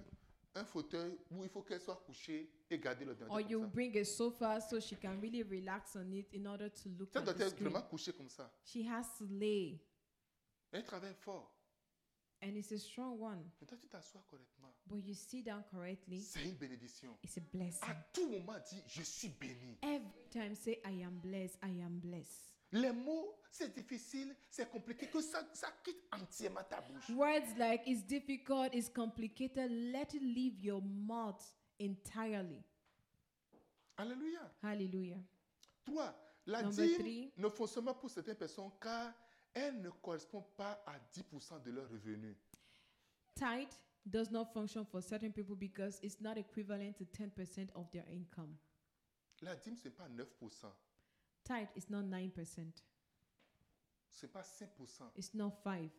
S1: un fauteuil où il faut qu'elle soit couchée et garder l'ordinateur
S2: Or
S1: comme
S2: you
S1: ça.
S2: bring a sofa so she can really relax on it in order to look
S1: Ça
S2: at
S1: doit
S2: the
S1: être
S2: screen.
S1: vraiment couché comme ça.
S2: She has to lay,
S1: Elle travaille fort.
S2: and it's a strong one.
S1: Mais toi, tu t'assois correctement.
S2: But you sit down correctly,
S1: C'est une bénédiction.
S2: it's a blessing.
S1: À tout moment, dis Je suis béni.
S2: Every time say, "I am blessed. I am blessed."
S1: Les mots, c'est difficile, c'est compliqué, que ça, ça quitte entièrement ta bouche.
S2: Words like it's difficult, it's complicated, let it leave your mouth entirely.
S1: Alléluia.
S2: Hallelujah.
S1: 3. La
S2: Number
S1: dîme
S2: three.
S1: ne fonctionne pas pour certaines personnes car elle ne correspond pas à 10% de leurs revenus.
S2: Tithe does not function for certain people because it's not equivalent to 10% of their income.
S1: La dîme, ce n'est pas 9%,
S2: Tithe is not 9%,
S1: ce n'est pas 5%,
S2: it's not 5,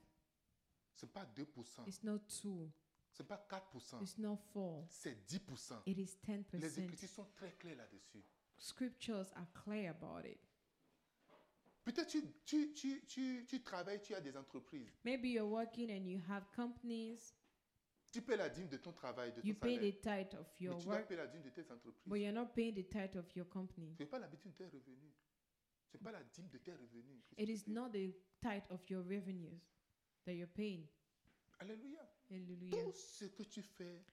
S1: ce n'est pas 2%,
S2: it's not 2,
S1: ce n'est pas 4%,
S2: it's not 4.
S1: c'est 10%.
S2: It is 10%.
S1: Les écritures sont très claires là-dessus.
S2: Scriptures are clear about it.
S1: Peut-être tu, tu, tu, tu, tu travailles, tu as des entreprises.
S2: Maybe you're working and you have companies,
S1: Tu paies la dîme de ton travail, de ton
S2: you pay
S1: salaire.
S2: the tithe of your
S1: mais tu dois
S2: work,
S1: payer la dîme de tes
S2: but
S1: entreprises.
S2: you're not paying the tithe of your company.
S1: Ce n'est pas la dîme de tes revenus. Ce n'est pas la dîme de tes revenus. que
S2: It
S1: tu
S2: is
S1: payes.
S2: not the tithe of your revenues that you're paying.
S1: Alléluia.
S2: Hallelujah.
S1: Tout ce que tu fais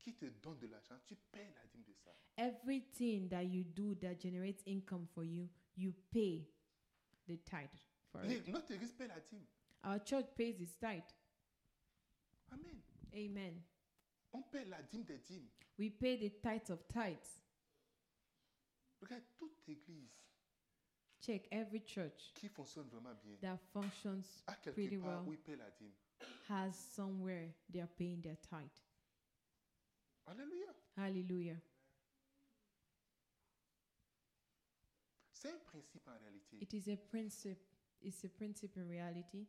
S1: qui te donne de l'argent, tu payes la dîme de ça.
S2: Everything that you do that generates income for you, you pay the tithe for
S1: Les-
S2: it.
S1: Notre église paie la dîme.
S2: Our church pays its tithe.
S1: Amen.
S2: Amen.
S1: On paie la dîme des dîmes.
S2: We pay the tithe of tithes.
S1: Regarde toute église
S2: Check every church
S1: qui fonctionne vraiment bien.
S2: that functions
S1: À quelque
S2: pretty
S1: part
S2: well.
S1: où il paie la dîme.
S2: has somewhere they are paying their tithe.
S1: Alléluia.
S2: Hallelujah.
S1: C'est un principe en réalité.
S2: It is a principle. It's a principle in reality.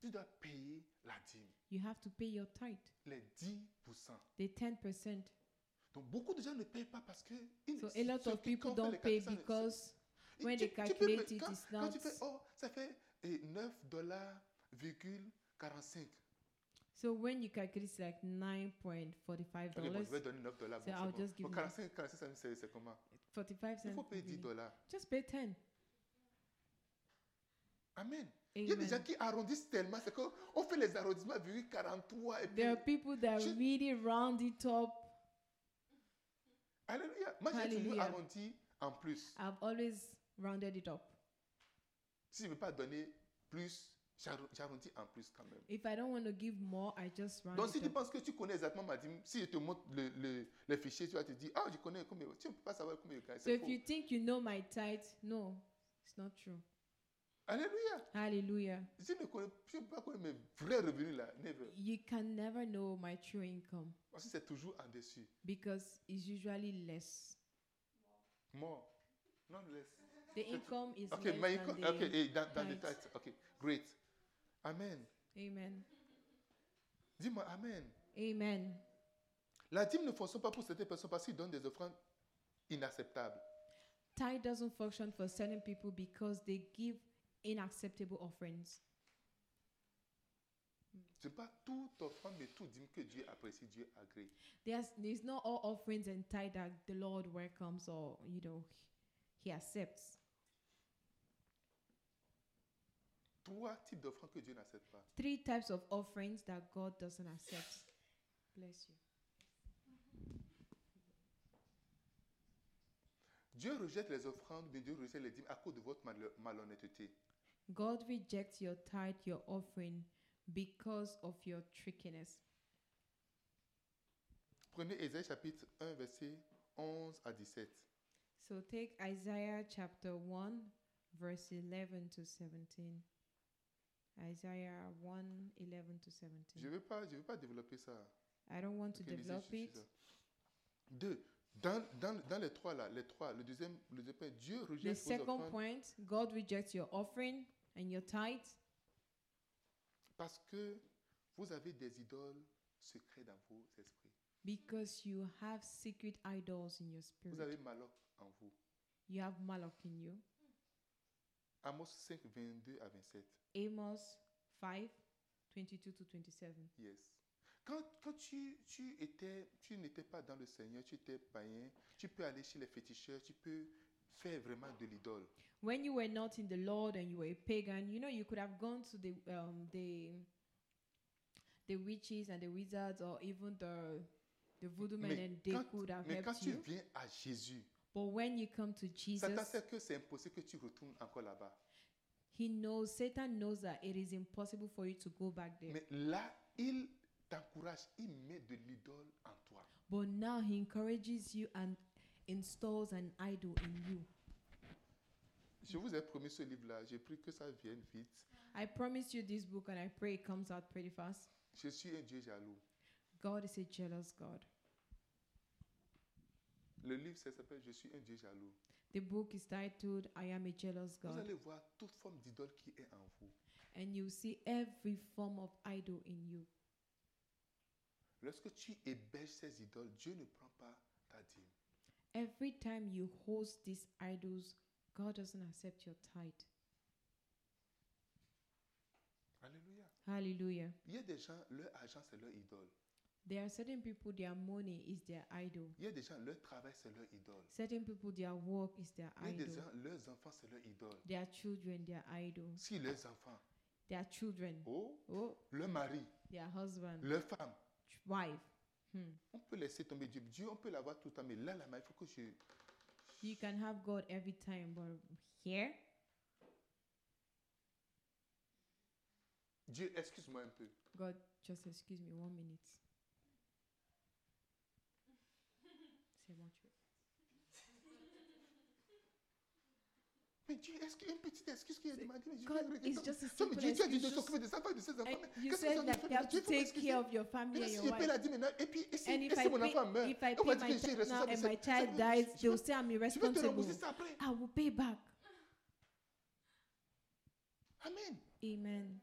S1: Tu dois payer la dîme.
S2: You have to pay your tithe,
S1: Les 10%.
S2: the 10%.
S1: Donc beaucoup de gens ne payent pas parce que... ils-
S2: So a lot
S1: ceux
S2: of
S1: qui-
S2: people
S1: quand on
S2: don't
S1: fait
S2: pay
S1: les calculs, ça ne-
S2: because
S1: Et
S2: when
S1: tu-
S2: they
S1: tu peux
S2: calculate
S1: me-
S2: it,
S1: quand,
S2: it's
S1: quand tu
S2: not-
S1: fais, oh, ça fait eh, 9 dollars, 45.
S2: so when you calculate it's like nine point forty five
S1: Allez, bon,
S2: dollars,
S1: je vais donner 9 dollars.
S2: So I'll just give you-
S1: 45, 45 ça, c'est c'est comment
S2: forty five
S1: Il
S2: cents.
S1: faut payer
S2: really.
S1: 10 dollars.
S2: Just pay ten.
S1: Amen. Il y a des gens
S2: Amen.
S1: qui arrondissent tellement, c'est qu'on fait les arrondissements, virgule 43, et puis
S2: There are people that
S1: Je-
S2: really round it up.
S1: Alléluia. Moi, j'ai toujours
S2: Alléluia.
S1: arrondi en plus.
S2: I've always rounded it up.
S1: Si je ne veux pas donner plus, j'arro- j'arrondis en plus quand même.
S2: If I don't want to give more, I just round
S1: Donc, si
S2: it
S1: tu
S2: up.
S1: penses que tu connais exactement ma dîme, si je te montre le, le, le fichier, tu vas te dire Ah, je connais combien. Tu ne peux pas savoir combien je gagne.
S2: So
S1: C'est
S2: if
S1: faux.
S2: you think you know my tithe, no, it's not true.
S1: Alléluia.
S2: Hallelujah.
S1: Je ne connais, je peux pas connaître mes vrais revenus là. Never.
S2: You can never know my true income
S1: Parce que c'est toujours en dessus.
S2: because it's usually less.
S1: More. Non less.
S2: The income is
S1: Ok,
S2: less
S1: mais
S2: than the
S1: ok, et dans, dans le
S2: tithe.
S1: texte. Ok, great. Amen.
S2: Amen.
S1: Dis-moi, Amen.
S2: Amen.
S1: La dîme ne fonctionne pas pour certaines personnes parce qu'ils donnent des offrandes inacceptables.
S2: Tithe doesn't function for certain people because they give unacceptable offerings.
S1: Ce n'est pas toute offrande, mais toute dîme que Dieu apprécie, Dieu agrée.
S2: There's, there's not all offerings and tithe that the Lord welcomes or, you know, he accepts.
S1: Trois types d'offrandes que Dieu n'accepte pas.
S2: Three types of offerings that God doesn't accept. Bless you.
S1: Dieu rejette les offrandes, mais Dieu rejette les dîmes à cause de votre mal- malhonnêteté.
S2: God rejects your tithe, your offering, because of your trickiness.
S1: Prenez Ésaïe chapitre 1, verset 11 à 17.
S2: So take Isaiah chapter 1, verse 11 to 17. Isaiah 1, 11 to 17.
S1: Je ne veux, pas- je veux pas développer ça.
S2: I don't want to
S1: Ok, lisez
S2: develop
S1: juste
S2: it.
S1: ça. Deux. Dans, dans, dans les trois là, les trois, le deuxième, le deuxième point, Dieu
S2: The
S1: rejette vos
S2: second
S1: offrandes
S2: point, God rejects your offering and your tithe
S1: parce que vous avez des idoles secrets dans vos esprits.
S2: because you have secret idols in your
S1: Vous
S2: spirit.
S1: avez malheur en vous.
S2: You have Malach in you.
S1: Amos 5, 22 à 27.
S2: Amos 5, 22 to 27.
S1: Yes. Quand, quand tu, tu étais, tu n'étais pas dans le Seigneur, tu étais païen, tu peux aller chez les féticheurs, tu peux faire vraiment de l'idole.
S2: When you were not in the Lord and you were a pagan, you know, you could have gone to the, um, the, the witches and the wizards or even the, the voodoo men and they
S1: quand,
S2: could have
S1: mais quand
S2: helped
S1: tu
S2: you.
S1: viens à Jésus,
S2: But when you come to
S1: Satan
S2: Jesus,
S1: sait que c'est impossible que tu retournes encore là-bas.
S2: he knows, Satan knows that it is impossible for you to go back there.
S1: Mais là, il t'encourage, il met de l'idole en toi.
S2: But now he encourages you and installs an idol in you.
S1: Je vous ai promis ce livre-là, j'ai pris que ça vienne vite.
S2: I promise you this book and I pray it comes out pretty fast.
S1: Je suis un Dieu jaloux.
S2: God is a jealous God.
S1: Le livre ça s'appelle Je suis un Dieu jaloux.
S2: The book is titled I Am a Jealous
S1: Vous
S2: God
S1: allez voir toute forme d'idole qui est en vous.
S2: and you see every form of idol in you.
S1: Lorsque tu héberges ces idoles, Dieu ne prend pas ta dîme.
S2: Every time you host these idols, God doesn't accept your tithe.
S1: Alléluia.
S2: Hallelujah.
S1: Il y a des gens, leur argent, c'est leur idole.
S2: There are certain people their money is their idol.
S1: Il y a des gens, leur travail, c'est leur idole.
S2: Certain people their work is their
S1: Il y a
S2: idol.
S1: des gens, leurs enfants, c'est leur idole.
S2: Their children their idol.
S1: Si leurs enfants,
S2: Their children.
S1: oh,
S2: Oh,
S1: leur mari,
S2: their husband.
S1: leur femme,
S2: wife. Hmm.
S1: on peut laisser tomber Dieu. Dieu, on peut l'avoir tout le temps, mais là, là, il faut que je...
S2: You can have God every time, but here,
S1: Dieu, excuse-moi un peu.
S2: God, just excuse me one minute. C'est bon, tu-
S1: Mais Dieu, est-ce qu'une petite excuse qu'il a
S2: C'est-
S1: demandé, mais Dieu,
S2: God,
S1: regarde,
S2: it's
S1: comme-
S2: just
S1: Non,
S2: a
S1: mais
S2: simple
S1: Dieu, tu as dit de
S2: excuse, just-
S1: s'occuper des enfants et de ses enfants.
S2: And
S1: mais qu'est-ce
S2: you
S1: que ça
S2: said
S1: nous
S2: that
S1: fait
S2: you have
S1: Dieu,
S2: to
S1: faut m'excuser.
S2: take care of your
S1: Mais
S2: family and
S1: si
S2: your
S1: je paie
S2: wife.
S1: la dîme maintenant, et puis, et si,
S2: And
S1: et
S2: if I
S1: si mon enfant
S2: pay,
S1: meurt,
S2: if I
S1: on va dire
S2: pay
S1: que
S2: my
S1: je suis
S2: child
S1: responsable. de ça.
S2: now and my
S1: Ça veut-
S2: child dies,
S1: je
S2: they
S1: veux-
S2: will say I'm
S1: Je vais te
S2: irresponsible.
S1: rembourser ça après.
S2: I will pay back.
S1: Amen.
S2: Amen.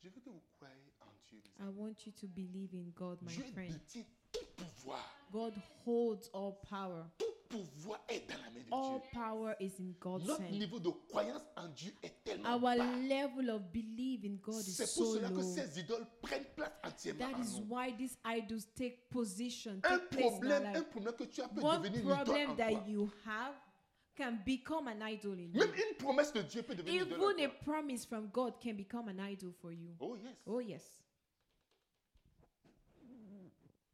S1: Je veux que vous croyez en Dieu. mes
S2: I
S1: amis.
S2: want you to believe in God, Oh, my
S1: Dieu
S2: friend.
S1: détient tout pouvoir.
S2: God holds all power.
S1: Tout pouvoir est dans la main de
S2: All
S1: Dieu.
S2: power is in God's
S1: Notre
S2: hand.
S1: niveau de croyance en Dieu est tellement
S2: Our
S1: bas.
S2: level of belief in God is
S1: C'est
S2: so
S1: pour cela que
S2: low.
S1: ces idoles prennent place entièrement
S2: That
S1: en
S2: is
S1: nous.
S2: why these idols take position,
S1: Un
S2: take place in our
S1: problème, un
S2: life.
S1: problème que tu as peut
S2: One
S1: devenir une idole en
S2: problem
S1: toi.
S2: that you have can become an idol in you.
S1: Même une promesse de Dieu peut devenir une idole en Oh,
S2: Even a
S1: toi.
S2: promise from God can Oh. become an idol for you.
S1: Oh yes.
S2: Oh yes.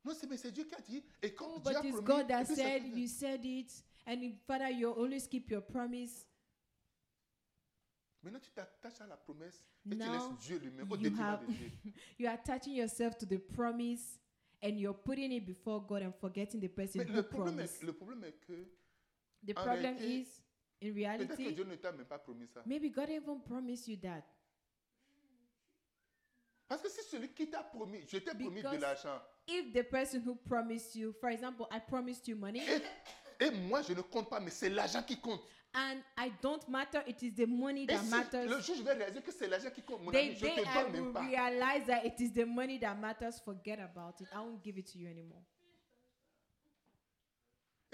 S1: Non, c'est, mais c'est Dieu qui a dit. Et quand
S2: Oh,
S1: Dieu a
S2: but it's
S1: promis,
S2: God
S1: et
S2: that
S1: puis ça
S2: said,
S1: fait-
S2: you said it. And if- Father, you always keep your promise.
S1: Maintenant, tu t'attaches à la promesse et tu
S2: Now,
S1: laisses Dieu lui-même au
S2: you
S1: détriment
S2: have-
S1: de Dieu.
S2: You are attaching yourself to the promise and you're putting it before God and forgetting the person
S1: Mais
S2: who
S1: le problème,
S2: promised.
S1: est, le problème est que
S2: The
S1: en
S2: problem
S1: réalité,
S2: is,
S1: peut-être
S2: in
S1: que
S2: reality,
S1: Dieu ne t'a même pas promis ça.
S2: maybe God even promised you that.
S1: Parce que si celui qui t'a promis, je t'ai promis de
S2: Because-
S1: l'argent,
S2: If the person who promised you, for example, I promised you money
S1: et, et moi je ne compte pas, mais c'est l'argent qui compte.
S2: and I don't matter, it is the money
S1: Et
S2: that
S1: si le
S2: matters.
S1: jour je vais réaliser que c'est l'argent qui compte, mon
S2: They,
S1: ami, je ne
S2: they
S1: te
S2: I
S1: donne
S2: will
S1: même pas.
S2: realize that it is the money that matters. Forget about it. I won't give it to you anymore.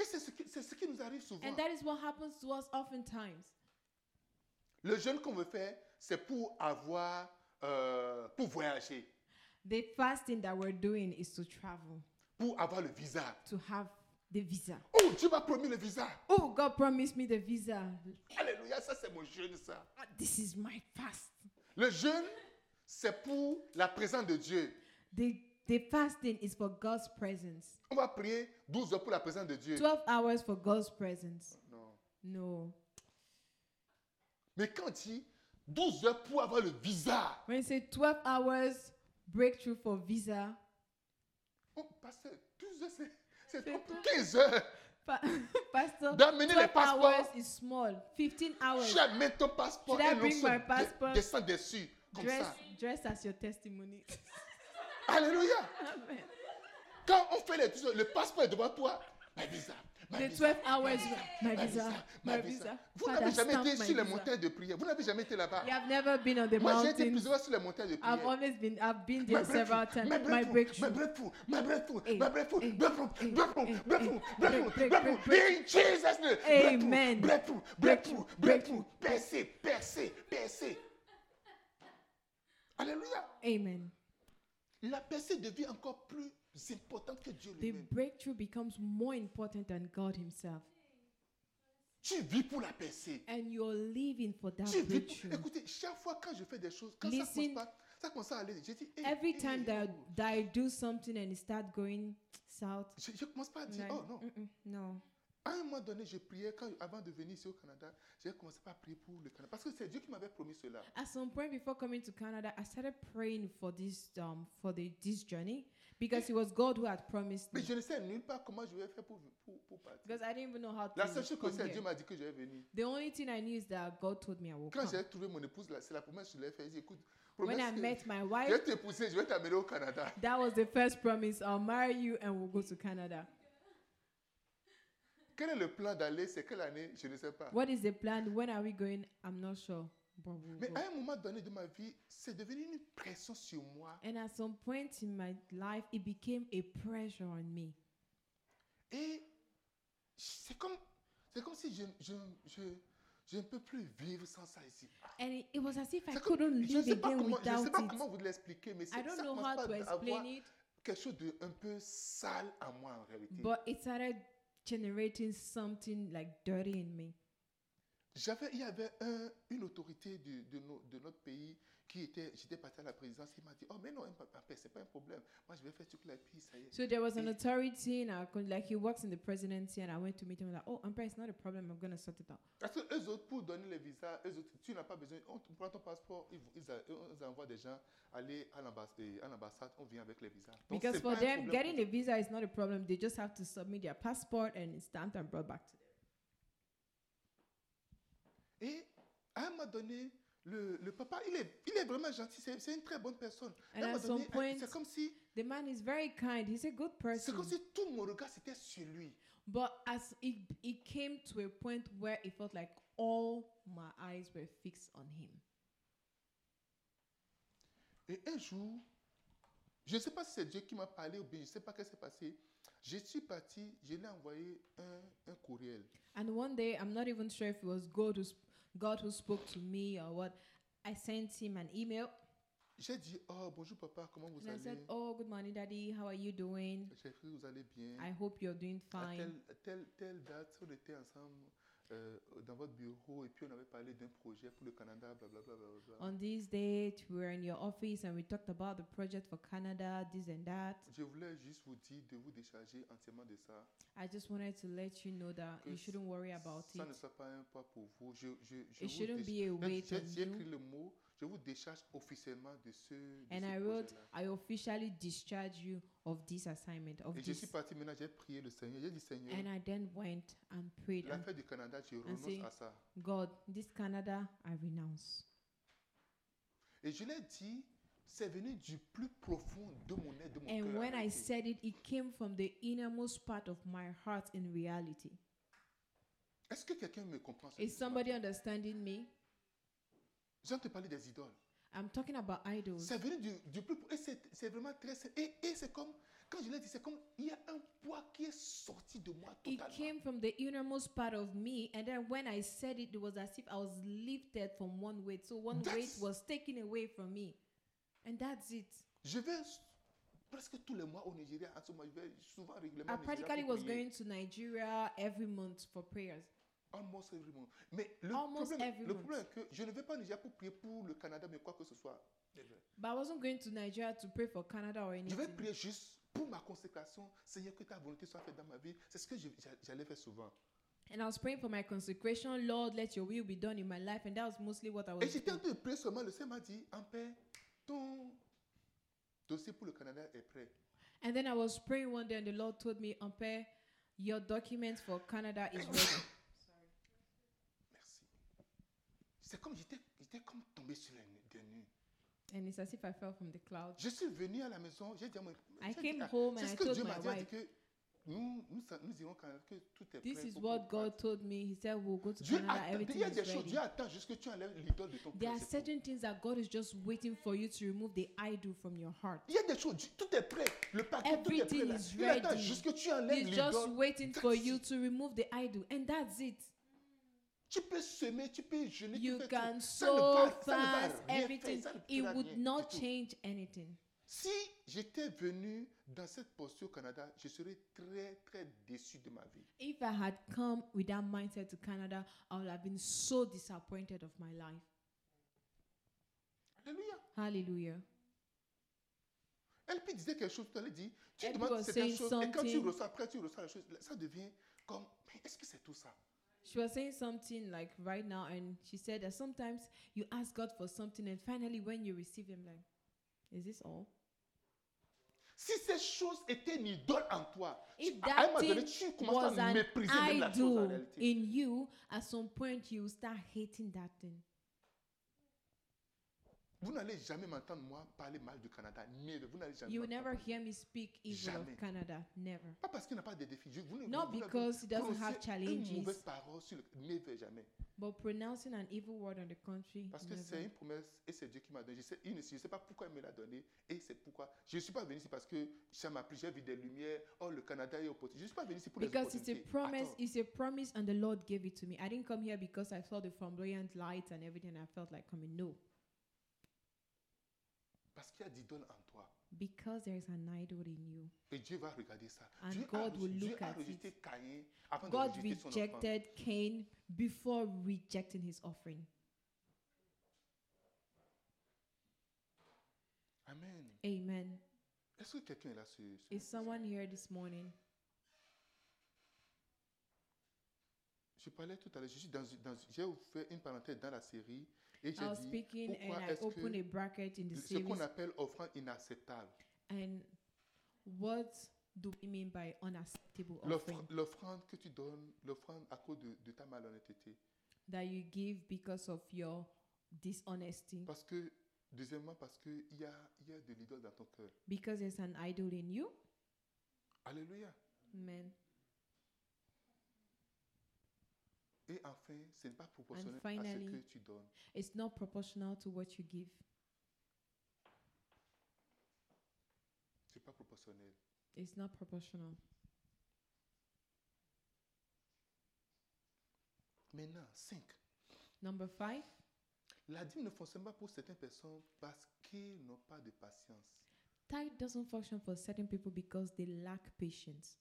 S1: Et c'est ce, qui- c'est ce qui nous arrive souvent.
S2: And that is what happens to us oftentimes.
S1: Le jeûne qu'on veut faire, c'est pour avoir, euh, pour voyager,
S2: The fasting that we're doing is to travel,
S1: pour avoir le visa.
S2: to have the visa.
S1: Oh, Dieu m'a promis le visa.
S2: Oh, God promised me the visa.
S1: Alléluia, ça c'est mon jeûne, ça.
S2: Ah, This is my fast.
S1: Le jeûne, c'est pour la présence de Dieu.
S2: The, the fasting is for God's presence.
S1: On va prier 12 heures pour la présence de Dieu.
S2: 12 hours for God's presence.
S1: Non.
S2: No.
S1: Mais quand dit 12 heures pour avoir le visa,
S2: When you say 12 hours breakthrough for visa,
S1: oh, pasteur, 12 heures, c'est- c'est trop
S2: C'est
S1: pour
S2: pas-
S1: 15 heures.
S2: pa- Pastor,
S1: D'amener les
S2: 12
S1: passeports.
S2: hours is small. 15 hours.
S1: Jamais ton passeport
S2: Should I
S1: et l'on
S2: bring
S1: se
S2: my
S1: de-
S2: passport?
S1: descend dessus. Comme
S2: Dress,
S1: ça.
S2: dress as your testimony.
S1: Alléluia.
S2: Amen.
S1: Quand on fait les 12 heures, le passeport est devant toi. My visa. My
S2: The
S1: visa.
S2: 12 hours, my
S1: my
S2: visa, my visa.
S1: Vous
S2: Father,
S1: n'avez jamais
S2: stamp
S1: été
S2: my
S1: sur les
S2: visa.
S1: montagnes de prière. Vous n'avez jamais été là-bas.
S2: You have never been on the
S1: Moi, j'ai été
S2: mountain.
S1: plusieurs fois sur les montagnes de prière.
S2: I've always been, I've been
S1: My
S2: there several times. My
S1: breakthrough,
S2: breakthrough.
S1: my breakthrough, my breakthrough,
S2: Hey,
S1: my breakthrough,
S2: hey,
S1: breakthrough,
S2: hey,
S1: breakthrough,
S2: hey,
S1: breakthrough,
S2: hey,
S1: breakthrough,
S2: break, break,
S1: breakthrough.
S2: break.
S1: In Jesus' name.
S2: Amen.
S1: Breakthrough, breakthrough, breakthrough,
S2: Breakthrough,
S1: breakthrough. Percé, percé, percé. Alléluia.
S2: Amen.
S1: La percée devient encore plus importante que Dieu
S2: The
S1: lui-même.
S2: breakthrough becomes more important than God Himself.
S1: Tu vis pour la percée.
S2: And you're living for
S1: Tu
S2: that
S1: vis pour...
S2: breakthrough.
S1: Écoutez, chaque fois quand je fais des choses, quand ça
S2: Listen.
S1: commence pas, ça commence à aller. Je dis, hey,
S2: Every
S1: hey,
S2: time that,
S1: oh.
S2: that I do something and it start going south,
S1: je, je commence pas à
S2: and
S1: dire,
S2: I-
S1: oh non.
S2: mm-mm, no.
S1: À un moment donné, je priais quand, avant de venir ici au Canada. J'ai commencé par prier pour le Canada. Parce que c'est Dieu qui m'avait promis cela.
S2: At some point before coming to Canada, I started praying for this um for the this journey because it was God who had promised
S1: Mais
S2: me.
S1: je ne sais nulle part comment je vais faire pour, pour, pour partir.
S2: Because I didn't even know how to.
S1: La seule chose que
S2: come
S1: c'est,
S2: here.
S1: Dieu m'a dit que j'allais venir.
S2: The only thing I knew is that God told me I will
S1: Quand
S2: come.
S1: j'ai trouvé mon épouse, là, c'est la promesse que je lui ai faite. J'ai dit, écoute, promesse
S2: Ah. When I
S1: que
S2: met my
S1: je
S2: wife,
S1: vais t'épouser, je vais t'amener au Canada.
S2: that was the first promise. I'll marry you and we'll go to Canada.
S1: Quel est le plan d'aller C'est quelle année Je ne sais pas.
S2: What is the plan? When are we going? I'm not sure. But we'll
S1: Mais
S2: go.
S1: à un moment donné de ma vie, c'est devenu une pression sur moi.
S2: And at some point in my life, it became a pressure on me.
S1: Et c'est comme, c'est comme si je, je, je, je ne peux plus vivre sans ça ici.
S2: And it, it was as if I
S1: C'est comme-
S2: couldn't
S1: je ne
S2: live
S1: sais pas
S2: again
S1: comment, je
S2: without
S1: sais pas
S2: it.
S1: comment vous l'expliquer, mais c'est ça
S2: I don't know
S1: commence pas
S2: how to
S1: à avoir
S2: explain it,
S1: quelque chose d'un peu sale à moi en réalité.
S2: but it started generating something like dirty in me.
S1: J'avais, il y avait un- une autorité de, de, nos- de notre pays qui était, j'étais parti à la présidence, il m'a dit, oh mais non, ce c'est pas un problème, moi je vais faire tout la puis ça y est.
S2: So there was an authority in our country, like he works in the presidency, and I went to meet him. Like, oh, Umpire, it's not a problem. I'm gonna sort it out.
S1: Parce que eux autres, pour donner les visas, eux autres, tu n'as pas besoin, on te prend ton passeport, ils, vous- ils a- eux, ils envoient des gens aller à l'ambassade, à l'ambassade, on vient avec les visas. Donc,
S2: Because
S1: c'est
S2: for
S1: pas un
S2: them,
S1: problème
S2: getting
S1: pour
S2: a visa is not a problem. They just have to submit their passport and it's stamped and brought back to them.
S1: Et à un moment donné, le, le papa, il est, il est vraiment gentil, c'est c'est une très bonne personne. À un
S2: And
S1: moment
S2: at some
S1: donné,
S2: point,
S1: c'est comme si,
S2: the man is very kind. He's a good
S1: c'est
S2: person.
S1: comme si tout mon regard c'était sur lui.
S2: But as it, it came to a point where it felt like all my eyes were fixed on him.
S1: Et un jour, je ne sais pas si c'est Dieu qui m'a parlé ou bien je ne sais pas ce qui s'est passé. Je suis parti, je lui ai envoyé un, un courriel.
S2: And one day, I'm not even sure if it was God who, sp- God who spoke to me or what. I sent him an email
S1: J'ai dit, oh bonjour papa, comment vous
S2: and I said,
S1: allez
S2: Oh, good morning, Daddy. How are you doing?
S1: J'ai cru que vous allez bien.
S2: I hope you're doing
S1: À
S2: fine.
S1: telle, telle- telle date, on était ensemble. euh, dans votre bureau et puis on avait parlé d'un projet pour le Canada, blablabla. Bla, bla, bla.
S2: On this date, we were in your office and we talked about the project for Canada, this and that.
S1: Je voulais juste vous dire de vous décharger entièrement de ça.
S2: I just wanted to let you know that
S1: Que
S2: you
S1: c-
S2: shouldn't worry about
S1: ça
S2: it.
S1: ne soit pas un poids pour vous. Je, je, je
S2: It
S1: vous
S2: shouldn't
S1: déch-
S2: be
S1: J'ai-
S2: a weight
S1: J'ai
S2: on
S1: j'ai écrit
S2: you.
S1: le mot. Je vous décharge officiellement de ce, de
S2: And
S1: ce
S2: I wrote,
S1: projet-là.
S2: I officially discharge you of this assignment, of
S1: Et je
S2: this.
S1: suis parti maintenant, j'ai prié le Seigneur. J'ai dit Seigneur,
S2: And I then went and prayed, and
S1: l'affaire du Canada, je
S2: say-
S1: renonce à ça.
S2: God, this Canada, I renounce.
S1: Et je l'ai dit, c'est venu du plus profond de mon être, de mon cœur.
S2: And when I
S1: arrêtez.
S2: said it, it came from the innermost part of my heart in reality.
S1: Est-ce que quelqu'un me comprend ce
S2: Is
S1: soir?
S2: somebody understanding me?
S1: Jean te parlait des idoles.
S2: I'm talking about idols.
S1: C'est venu du, du plus et c'est c'est vraiment très et, et c'est comme quand je l'ai dit, c'est comme il y a un poids qui est sorti de moi
S2: It
S1: totalement.
S2: came from the innermost part of me, and then when I said it, it was as if I was lifted from one weight. So one weight
S1: That's-
S2: was taken away from me. And that's it.
S1: Je vais s- presque tous les mois au Nigeria. En ce moment, je vais souvent régulièrement.
S2: I
S1: au Nigeria
S2: practically
S1: pour
S2: was
S1: prier.
S2: going to Nigeria every month for prayers.
S1: Almost every month. Mais le
S2: Almost
S1: problème,
S2: every
S1: le
S2: month.
S1: problème est que je ne vais pas au Nigeria pour prier pour le Canada, mais quoi que ce soit.
S2: But I wasn't going to Nigeria to pray for Canada or
S1: Je vais
S2: anything.
S1: prier juste pour ma consécration. Seigneur, que ta volonté soit faite dans ma vie. C'est ce que je- j'a- j'allais faire souvent.
S2: And I was praying for my consecration. Lord, let your will be done in my life. And that was mostly what I
S1: Et
S2: was
S1: j'étais en
S2: doing.
S1: train de prier seulement. Le Seigneur m'a dit, en paix, ton dossier pour le Canada est prêt.
S2: And then I was praying one day, and the Lord told me, Ampere, your document for Canada is ready.
S1: Merci. C'est comme j'étais j'étais comme tombé sur les nu- des nues.
S2: and it's as if I fell from the clouds.
S1: Je suis venu à la maison, j'ai dit à mon
S2: I
S1: j'ai dit,
S2: came
S1: ah,
S2: home
S1: c'est
S2: and
S1: ce
S2: I
S1: que
S2: told
S1: Dieu
S2: my
S1: m'a dit, il a dit
S2: wife,
S1: que nous, nous, sa- nous irons quand que tout est
S2: This
S1: prêt.
S2: is
S1: pour-
S2: what
S1: pour-
S2: God told me. He said, We'll go to
S1: Dieu
S2: Canada,
S1: attend, il
S2: everything
S1: y a des
S2: is
S1: choses,
S2: ready.
S1: Dieu attend jusque que tu enlèves l'idole de ton
S2: There
S1: cœur.
S2: are
S1: c'est tout.
S2: certain things that God is just waiting for you to remove the idol from your heart.
S1: Il y a des choses, Dieu- tout est prêt. Le paquet, tout est prêt.
S2: Everything
S1: Là.
S2: is
S1: Il attend
S2: ready.
S1: juste que tu enlèves
S2: He's just
S1: l'idole.
S2: waiting for
S1: that's
S2: you
S1: it.
S2: to remove the idol, and that's it.
S1: Tu peux semer, tu peux jeûner,
S2: You
S1: tu peux
S2: can
S1: Ça ne va-
S2: sow
S1: ça ne va rien
S2: fast
S1: faire,
S2: everything.
S1: ça ne
S2: It
S1: fera rien
S2: would
S1: du
S2: not
S1: tout.
S2: change anything.
S1: Si j'étais venu dans cette posture au Canada, je serais très, très déçu de ma vie.
S2: If I had come with that mindset to Canada, I would have been so disappointed of my life.
S1: Alléluia.
S2: Hallelujah.
S1: LP disait quelque chose, tu allais dire, tu
S2: LP
S1: demandes
S2: was
S1: certaines
S2: saying
S1: choses, et quand tu
S2: something.
S1: reçois, après tu reçois la chose, ça devient comme, mais est-ce que c'est tout ça
S2: She was saying something like right now, and she said that sometimes you ask God for something, and finally, when you receive Him, like, is this all?
S1: Si ces choses étaient une idole en toi, tu-
S2: If
S1: à un
S2: that
S1: moment donné,
S2: thing
S1: tu
S2: was
S1: commences à
S2: an
S1: mépriser même la chose en
S2: idol
S1: réalité.
S2: in you, at some point you start hating that thing.
S1: Vous n'allez jamais m'entendre, moi, parler mal du Canada. Never. Vous n'allez jamais
S2: You will
S1: m'entendre
S2: never
S1: parler.
S2: hear me speak evil
S1: Jamais.
S2: of Canada, never.
S1: Pas parce qu'il n'a pas de défis. Je- Vous ne
S2: Not
S1: vous n'avez
S2: because he doesn't have
S1: prononcé Une
S2: challenges.
S1: mauvaise parole sur le Never, jamais.
S2: But pronouncing an evil word on the country,
S1: Parce que c'est
S2: never.
S1: une promesse et c'est Dieu qui m'a donné. Je sais, il ne- je sais pas pourquoi il me l'a donné et c'est pourquoi. Je ne suis pas venu ici parce que ça m'a pris, j'ai vu des lumières. Oh, le Canada est opportunité. Je ne suis pas venu ici pour
S2: Because
S1: les
S2: it's a
S1: opportunités.
S2: promise,
S1: Attends,
S2: it's a promise, and the Lord gave it to me. I didn't come here because I saw the flamboyant lights and everything. I felt like coming. No,
S1: parce qu'il y a d'idoles en toi.
S2: because there is an idol in you.
S1: Et Dieu va regarder ça.
S2: And
S1: Dieu a,
S2: God
S1: rejeté-
S2: will
S1: Dieu
S2: look
S1: a
S2: at
S1: rejeté Caïn avant
S2: God
S1: de rejeter son enfant.
S2: rejected Cain before rejecting his offering.
S1: Amen.
S2: Amen.
S1: Est-ce que quelqu'un est là sur ce-
S2: Is someone here this morning?
S1: Je parlais tout à l'heure, je suis dans, dans- j'ai fait une parenthèse dans la série et j'ai
S2: I was
S1: dit
S2: speaking and
S1: pourquoi
S2: I
S1: est-ce
S2: opened
S1: que
S2: a bracket in the
S1: ce qu'on
S2: series.
S1: appelle offrande inacceptable,
S2: And what do we mean by unacceptable offering?
S1: l'offre- l'offrande que tu donnes, l'offrande à cause de, de ta malhonnêteté,
S2: that you give because of your dishonesty
S1: parce que deuxièmement parce que il y a, il y a de l'idole dans ton cœur.
S2: because there's an idol in you
S1: Alléluia.
S2: amen
S1: Et enfin, ce n'est pas proportionnel à ce
S2: finally-
S1: que tu donnes.
S2: it's not proportional to what you give
S1: C'est pas proportionnel.
S2: it's not proportional
S1: Maintenant, 5.
S2: number five
S1: La dîme ne fonctionne pas pour certaines personnes parce qu'ils n'ont pas de patience.
S2: tithe doesn't function for certain people because they lack patience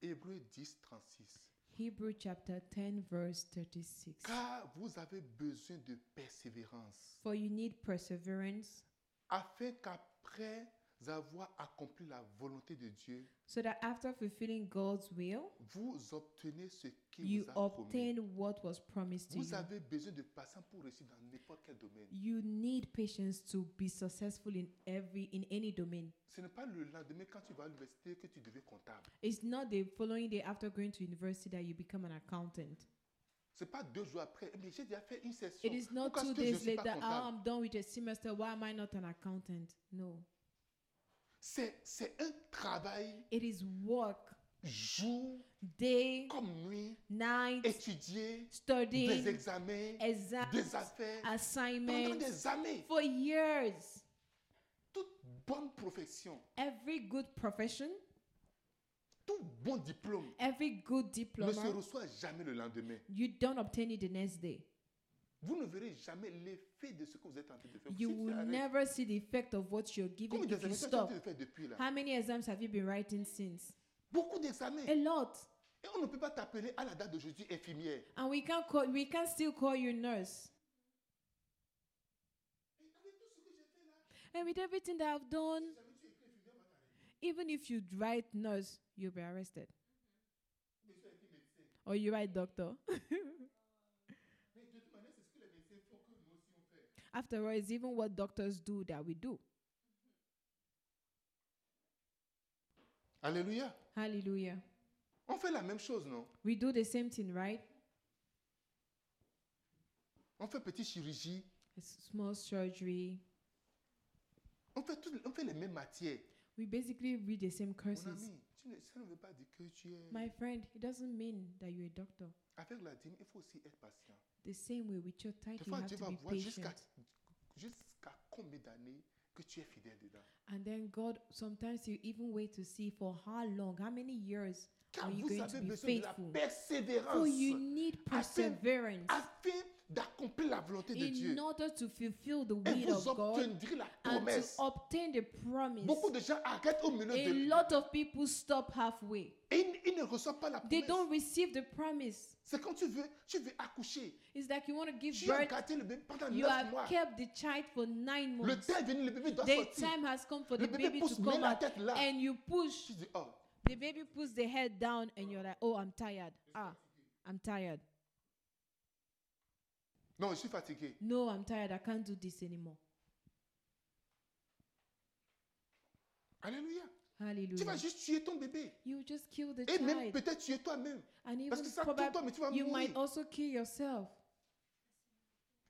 S1: Hébreu 10, 36.
S2: Hebrew chapter 10, verse 36.
S1: Car vous avez besoin de persévérance,
S2: For you need perseverance,
S1: afin qu'après avoir accompli la volonté de Dieu,
S2: so that after fulfilling God's will,
S1: vous obtenez ce qu'il
S2: you
S1: vous a promis.
S2: obtain what was promised to
S1: Vous
S2: you.
S1: avez besoin de patience pour réussir dans n'importe quel domaine.
S2: You need patience to be successful in every in any domain.
S1: Ce n'est pas le lendemain quand tu vas à l'université que tu deviens comptable.
S2: It's not the following day after going to university that you become an accountant.
S1: Ce n'est pas deux jours après. Mais j'ai déjà fait une session.
S2: It is not
S1: Pourquoi
S2: two
S1: est-ce que je ne
S2: days
S1: suis pas
S2: later,
S1: comptable?
S2: oh, I'm done with a semester. Why am I not an accountant? No. Ah.
S1: C'est c'est un travail
S2: It is work,
S1: jour
S2: day,
S1: comme nuit,
S2: night,
S1: étudier des
S2: studying,
S1: examens, des
S2: exams,
S1: affaires, pendant
S2: assignments
S1: des années.
S2: for years.
S1: Toute bonne profession,
S2: Every good profession,
S1: tout bon diplôme
S2: every good
S1: ne se
S2: diploma,
S1: reçoit jamais le lendemain.
S2: you don't obtain it the next day.
S1: Vous ne verrez jamais l'effet de ce que vous êtes en train de faire.
S2: You
S1: Si tu
S2: will
S1: arrêtes-
S2: never see the effect of what you're giving
S1: Combien
S2: if you
S1: d'examens tu es en
S2: stop.
S1: train de faire depuis là
S2: How many exams have you been writing since?
S1: Beaucoup d'examens.
S2: A lot.
S1: Et on ne peut pas t'appeler à la date d'aujourd'hui infirmière.
S2: And we can call we can still call you nurse. And with everything that I've done, even if you write nurse, you'll be arrested. Or you write doctor. After all, it's even what doctors do that we do.
S1: Alléluia.
S2: Hallelujah.
S1: On fait la même chose, non
S2: We do the same thing, right?
S1: On fait petite chirurgie,
S2: It's small surgery.
S1: on fait, tout- on fait les mêmes matières.
S2: We basically read the same
S1: Mon
S2: curses.
S1: ami, tu ne, ça ne veut pas dire que tu es...
S2: My friend, it doesn't mean that you're a doctor.
S1: Avec la dîme, il faut aussi être patient.
S2: The same way with your tithe,
S1: Des
S2: you
S1: fois,
S2: have
S1: Dieu
S2: to
S1: va
S2: be
S1: voir jusqu'à
S2: patient.
S1: jusqu'à combien d'années que tu es fidèle dedans.
S2: And then God, sometimes you even wait to see for how long, how many years
S1: Car
S2: are you
S1: vous
S2: going to
S1: avez
S2: be
S1: besoin de la
S2: faithful. So
S1: persévérance
S2: you need perseverance
S1: afin d'accomplir la volonté de Dieu.
S2: in order to fulfill the
S1: Et
S2: will
S1: vous
S2: of God
S1: obtiendrez la
S2: and to
S1: promesse.
S2: obtain the promise.
S1: Beaucoup de gens arrêtent au milieu
S2: A
S1: de...
S2: lot of people stop halfway.
S1: Et ils- ils ne reçoivent pas la
S2: They
S1: promesse.
S2: don't receive the promise.
S1: C'est quand tu veux, tu veux accoucher.
S2: It's like you want to give
S1: Tu as
S2: birth
S1: gardé le bébé pendant
S2: You
S1: 9
S2: have
S1: mois.
S2: kept the child for nine
S1: Le
S2: months.
S1: temps est venu, le bébé doit
S2: The
S1: sortir.
S2: time has come for
S1: Le
S2: the
S1: bébé
S2: baby
S1: pousse,
S2: to
S1: met
S2: come
S1: la
S2: out,
S1: tête là.
S2: and you push.
S1: Tu dis, oh,
S2: The baby puts the head down, and you're like, "Oh, I'm tired. Ah, I'm tired.
S1: non, je suis fatigué.
S2: No, I'm tired. I can't do this anymore."
S1: Alléluia. Tu vas
S2: Hallelujah.
S1: juste tuer ton bébé.
S2: You just kill the
S1: Et même
S2: child,
S1: peut-être tuer toi-même.
S2: and
S1: Parce que
S2: even
S1: ça touche toi,
S2: probably
S1: mais tu vas
S2: you
S1: mourir.
S2: might also kill yourself.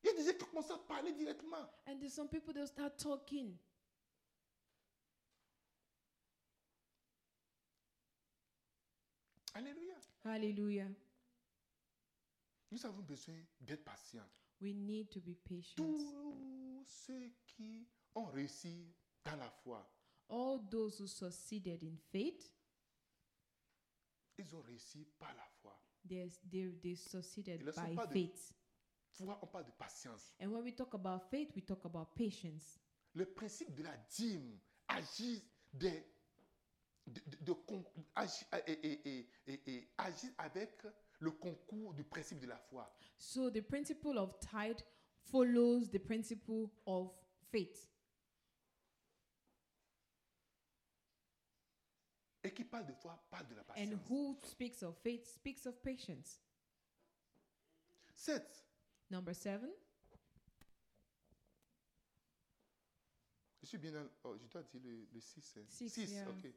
S1: Il y a des gens qui commencent à parler directement.
S2: And there's some people that start talking.
S1: Alléluia.
S2: Hallelujah.
S1: Nous avons besoin d'être patients.
S2: We need to be patient.
S1: Tous ceux qui ont réussi dans la foi,
S2: All those who succeeded in faith,
S1: ils ont réussi par la foi.
S2: they they, they
S1: Ils
S2: succeeded
S1: ne sont
S2: by
S1: pas des-
S2: faith.
S1: Foi, on parle de patience.
S2: And when we talk about faith, we talk about patience.
S1: Le principe de la dîme agit des- de, de- de con- agit- euh, et- et- et- et- et agit avec le concours du principe de la foi.
S2: So the principle of tithe follows the principle of faith
S1: Et qui parle de foi parle de la
S2: and
S1: patience.
S2: who speaks of faith speaks of patience
S1: Sept,
S2: number seven
S1: Je suis bien dans. oh, je dois dire le 6.
S2: Six, yeah.
S1: ok.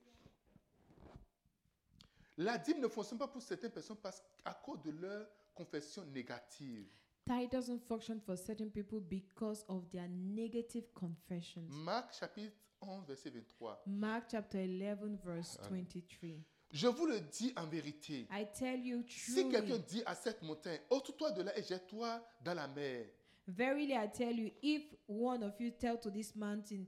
S1: La dîme ne fonctionne pas pour certaines personnes parce à cause de leur confession négative.
S2: tithe doesn't function for certain people because of their negative confessions
S1: Marc chapitre 11, verset 23.
S2: mark chapter 11 verse
S1: Amen.
S2: 23
S1: Je vous le dis en vérité.
S2: i tell you
S1: Si quelqu'un
S2: truly
S1: dit à cette montagne, ôte-toi de là et jette-toi dans la mer,
S2: verily i tell you if one of you tell to this mountain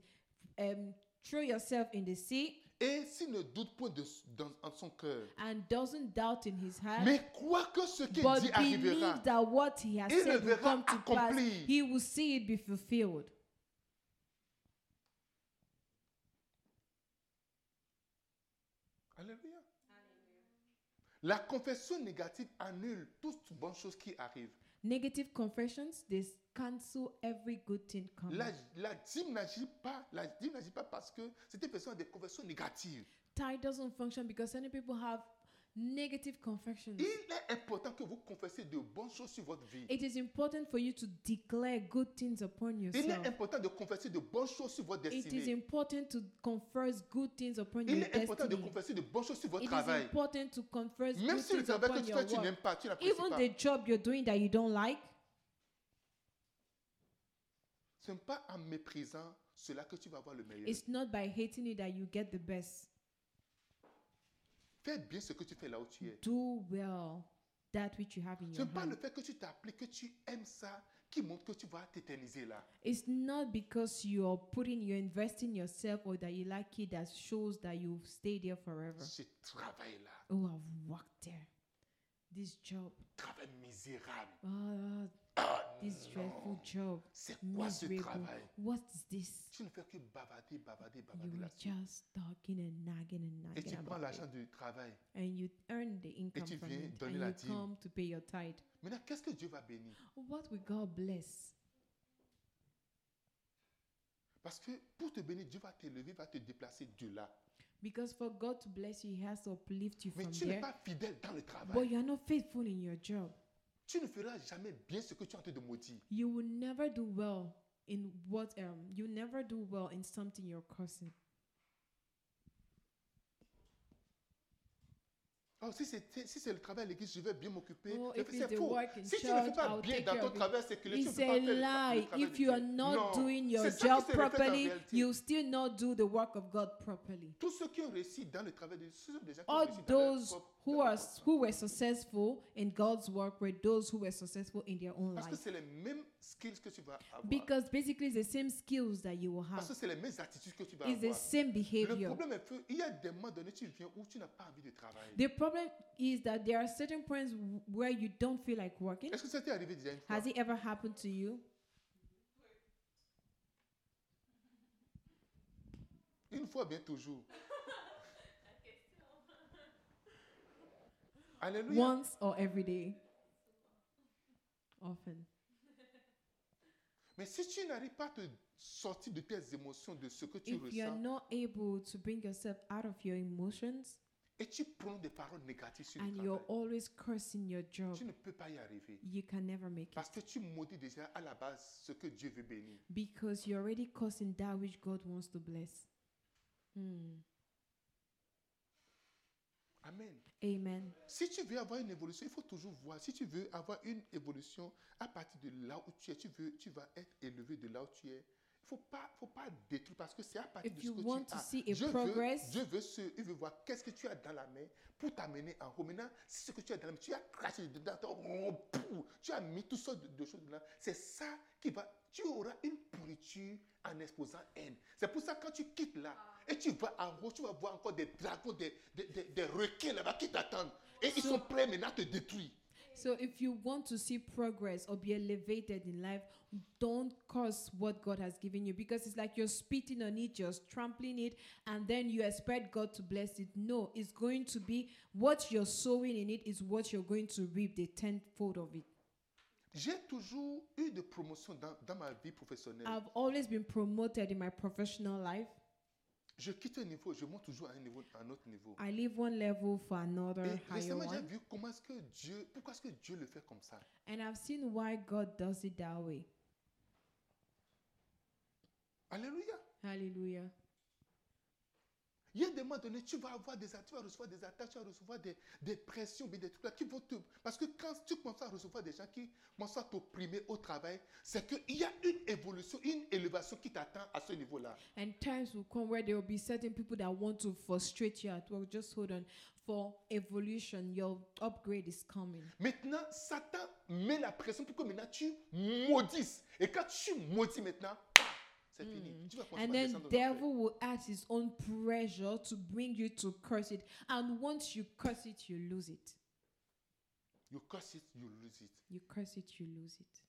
S2: um, throw yourself in the sea
S1: et s'il ne doute point de, dans, en son cœur,
S2: and doesn't doubt in his heart
S1: mais crois que ce qu'il
S2: But
S1: dit
S2: believe
S1: arrivera,
S2: that what he has
S1: Il le
S2: said will
S1: verra
S2: come to pass.
S1: accompli.
S2: He will see it be fulfilled.
S1: Alléluia. La confession négative annule toute bonne chose qui arrive.
S2: Negative confessions, they cancel every good thing coming.
S1: La, la dîme n'agit pas, la dîme n'agit pas parce que cette personne a des confessions négatives.
S2: Tithe doesn't function because many people have negative confessions.
S1: Il est important que vous confessiez de bonnes choses sur votre vie.
S2: It is important for you to declare good things upon
S1: Il
S2: yourself.
S1: est important de confesser de bonnes choses sur votre
S2: It is
S1: destinée.
S2: important to confess good things upon
S1: Il
S2: your
S1: est important de
S2: destiny.
S1: confesser de bonnes choses sur votre
S2: It is
S1: travail.
S2: important to confess
S1: Même
S2: good
S1: si le
S2: things
S1: travail
S2: upon
S1: que tu
S2: your
S1: fais, tu
S2: work.
S1: n'aimes pas, tu n'apprécies
S2: Even
S1: pas.
S2: the job you're doing that you don't like,
S1: Ce n'est pas en méprisant cela que tu vas avoir le meilleur.
S2: it's not by hating it that you get the best.
S1: Fais bien ce que tu fais là où tu es.
S2: Do well that which you have in
S1: Ce
S2: your
S1: n'est pas
S2: hand.
S1: le fait que tu t'appliques, que tu aimes ça, qui montre que tu vas t'éterniser là.
S2: It's not because you're putting, you're investing yourself or that you like it that shows that you've stayed there forever.
S1: J'ai travaillé là.
S2: Oh, I've worked there. This job.
S1: Travail misérable.
S2: Ah,
S1: Ah,
S2: this dreadful
S1: non.
S2: job.
S1: C'est quoi ce
S2: Miserable.
S1: travail
S2: What is this?
S1: Tu ne fais que bavarder, bavarder,
S2: You
S1: bavarder
S2: were
S1: là-dessus.
S2: just talking and nagging and
S1: Et
S2: nagging
S1: tu prends
S2: about
S1: l'argent
S2: it.
S1: du travail.
S2: And you earn the income
S1: tu
S2: from
S1: viens
S2: it.
S1: donner
S2: And
S1: la
S2: you
S1: dîme.
S2: come to pay your tithe.
S1: Maintenant, qu'est-ce que Dieu va bénir
S2: What will God bless?
S1: Parce que pour te bénir, Dieu va t'élever, va te déplacer de là.
S2: Because for God to bless you, He has to uplift you
S1: Mais
S2: from
S1: tu n'es
S2: there.
S1: pas fidèle dans le
S2: But
S1: travail.
S2: you are not faithful in your job.
S1: Tu ne feras jamais bien ce que tu es en train de maudire.
S2: You will never do well in what um you never do well in something you're cursing.
S1: Oh, si c'est si c'est le travail à l'église, je vais bien m'occuper.
S2: Oh,
S1: Le
S2: if
S1: fait,
S2: it's
S1: c'est
S2: the
S1: faux.
S2: work in
S1: Si tu ne fais
S2: church,
S1: pas
S2: I'll
S1: bien
S2: take
S1: dans
S2: care
S1: ton
S2: of it.
S1: travail, c'est que tu ne
S2: It's
S1: peux pas
S2: a
S1: faire le tra-
S2: lie.
S1: le travail
S2: If you
S1: de
S2: are
S1: Dieu.
S2: not
S1: Non.
S2: doing your
S1: C'est ça qui
S2: job
S1: se reflète en
S2: properly,
S1: réalité.
S2: you still not do the work of God properly.
S1: Tous ceux qui ont réussi dans le travail de Dieu, ce sont des gens qui ont
S2: All
S1: réussi dans leur
S2: those
S1: propre- dans
S2: who
S1: leur
S2: are
S1: propre
S2: who were successful in God's work were those who were successful in their own
S1: Parce que
S2: life.
S1: c'est les mêmes skills que tu vas avoir.
S2: Because basically it's the same skills that you will
S1: Parce
S2: have.
S1: que c'est les mêmes attitudes que tu vas
S2: It's the
S1: avoir.
S2: same
S1: Le
S2: behavior.
S1: problème est que il y a des moments donnés, tu viens où tu n'as pas envie de travailler.
S2: The problem is that there are certain points w- where you don't feel like working.
S1: Est-ce que ça t'est arrivé déjà une fois
S2: Has it ever happened to you?
S1: Une fois, bien toujours. Alléluia.
S2: Once or every day? Often.
S1: Mais si tu n'arrives pas à te sortir de tes émotions, de ce que tu
S2: If you're
S1: ressens,
S2: not able to bring yourself out of your emotions
S1: et tu prends des paroles négatives sur le
S2: and you're
S1: travail,
S2: always cursing your job,
S1: tu ne peux pas y arriver.
S2: you can never make it
S1: Parce que tu maudis déjà à la base ce que Dieu veut bénir.
S2: because you're already cursing that which God wants to bless. Hmm.
S1: Amen.
S2: Amen.
S1: Si tu veux avoir une évolution, il faut toujours voir. Si tu veux avoir une évolution à partir de là où tu es, tu, veux, tu vas être élevé de là où tu es. Il faut pas, faut pas détruire parce que c'est à partir
S2: If
S1: de ce
S2: you
S1: que
S2: want
S1: tu
S2: to
S1: as.
S2: see a
S1: Dieu veut-
S2: progress-
S1: Dieu veut, ce, il veut voir qu'est-ce que tu as dans la main pour t'amener en haut. Maintenant, c'est ce que tu as dans la main. Tu as craché dedans, t'as- oh, pou, tu as mis toutes sortes de, de choses dedans. C'est ça qui va. Tu auras une pourriture en exposant haine. C'est pour ça que quand tu quittes là
S2: Ah.
S1: et tu vas en haut, tu vas voir encore des dragons, des, des, des- des requins là-bas qui t'attendent. Et ils sont prêts maintenant à te détruire.
S2: So if you want to see progress or be elevated in life, don't curse what God has given you because it's like you're spitting on it, you're trampling it, and then you expect God to bless it. No, it's going to be what you're sowing in it is what you're going to reap the tenfold of it.
S1: J'ai toujours eu de promotion dans, dans ma vie professionnelle.
S2: I've always been promoted in my professional life.
S1: Je quitte un niveau, je monte toujours à un, niveau, à un autre niveau.
S2: I leave one level for another
S1: Et
S2: higher
S1: récemment, j'ai
S2: one.
S1: vu comment est-ce que Dieu, pourquoi est-ce que Dieu le fait comme ça.
S2: And I've seen why God does it that way.
S1: Alléluia.
S2: Hallelujah.
S1: Il y a des moments donnés, tu vas avoir des attaques, tu vas recevoir des attaques, tu vas recevoir des, des pressions, mais des trucs là qui vont te. Parce que quand tu commences à recevoir des gens qui commencent à t'opprimer au travail, c'est qu'il y a une évolution, une élévation qui t'attend à ce niveau-là.
S2: And times will come where there will be certain people that want to frustrate you at work. Just hold on. For evolution, your upgrade is coming.
S1: Maintenant, Satan met la pression pour que maintenant tu maudisses. Et quand tu maudis maintenant, pam, c'est fini. Tu vas commencer
S2: Hmm. And
S1: par
S2: then
S1: descendre dans l'enfer.
S2: devil will add his own pressure to bring you to curse it. And once you curse it, you lose it.
S1: You curse it, you lose it.
S2: You curse it, you lose it.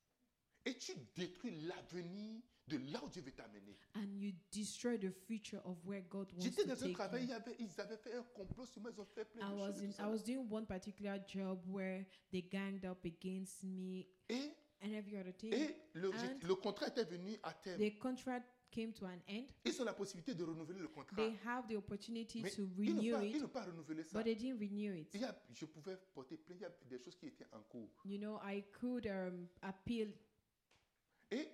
S1: Et tu détruis l'avenir de là où Dieu veut t'amener.
S2: and you destroy the future of where God wants
S1: J'étais
S2: to
S1: dans un
S2: take
S1: travail,
S2: you.
S1: il y avait- ils avaient fait un complot sur moi, ils ont fait plein
S2: I
S1: de
S2: was
S1: choses. et
S2: in,
S1: tout
S2: I
S1: ça.
S2: was doing one particular job where they ganged up against me
S1: Et,
S2: and every other thing.
S1: et le,
S2: And-
S1: le contrat était venu à terme.
S2: The contract came to an end.
S1: Ils ont la possibilité de renouveler le contrat.
S2: They have the opportunity
S1: Mais
S2: to
S1: ils n'ont
S2: renew
S1: pas, ils
S2: it,
S1: n'ont pas renouvelé ça.
S2: but they didn't renew it.
S1: Il y a- je pouvais porter plainte, il y a des choses qui étaient en cours.
S2: You know, I could um, appeal.
S1: Et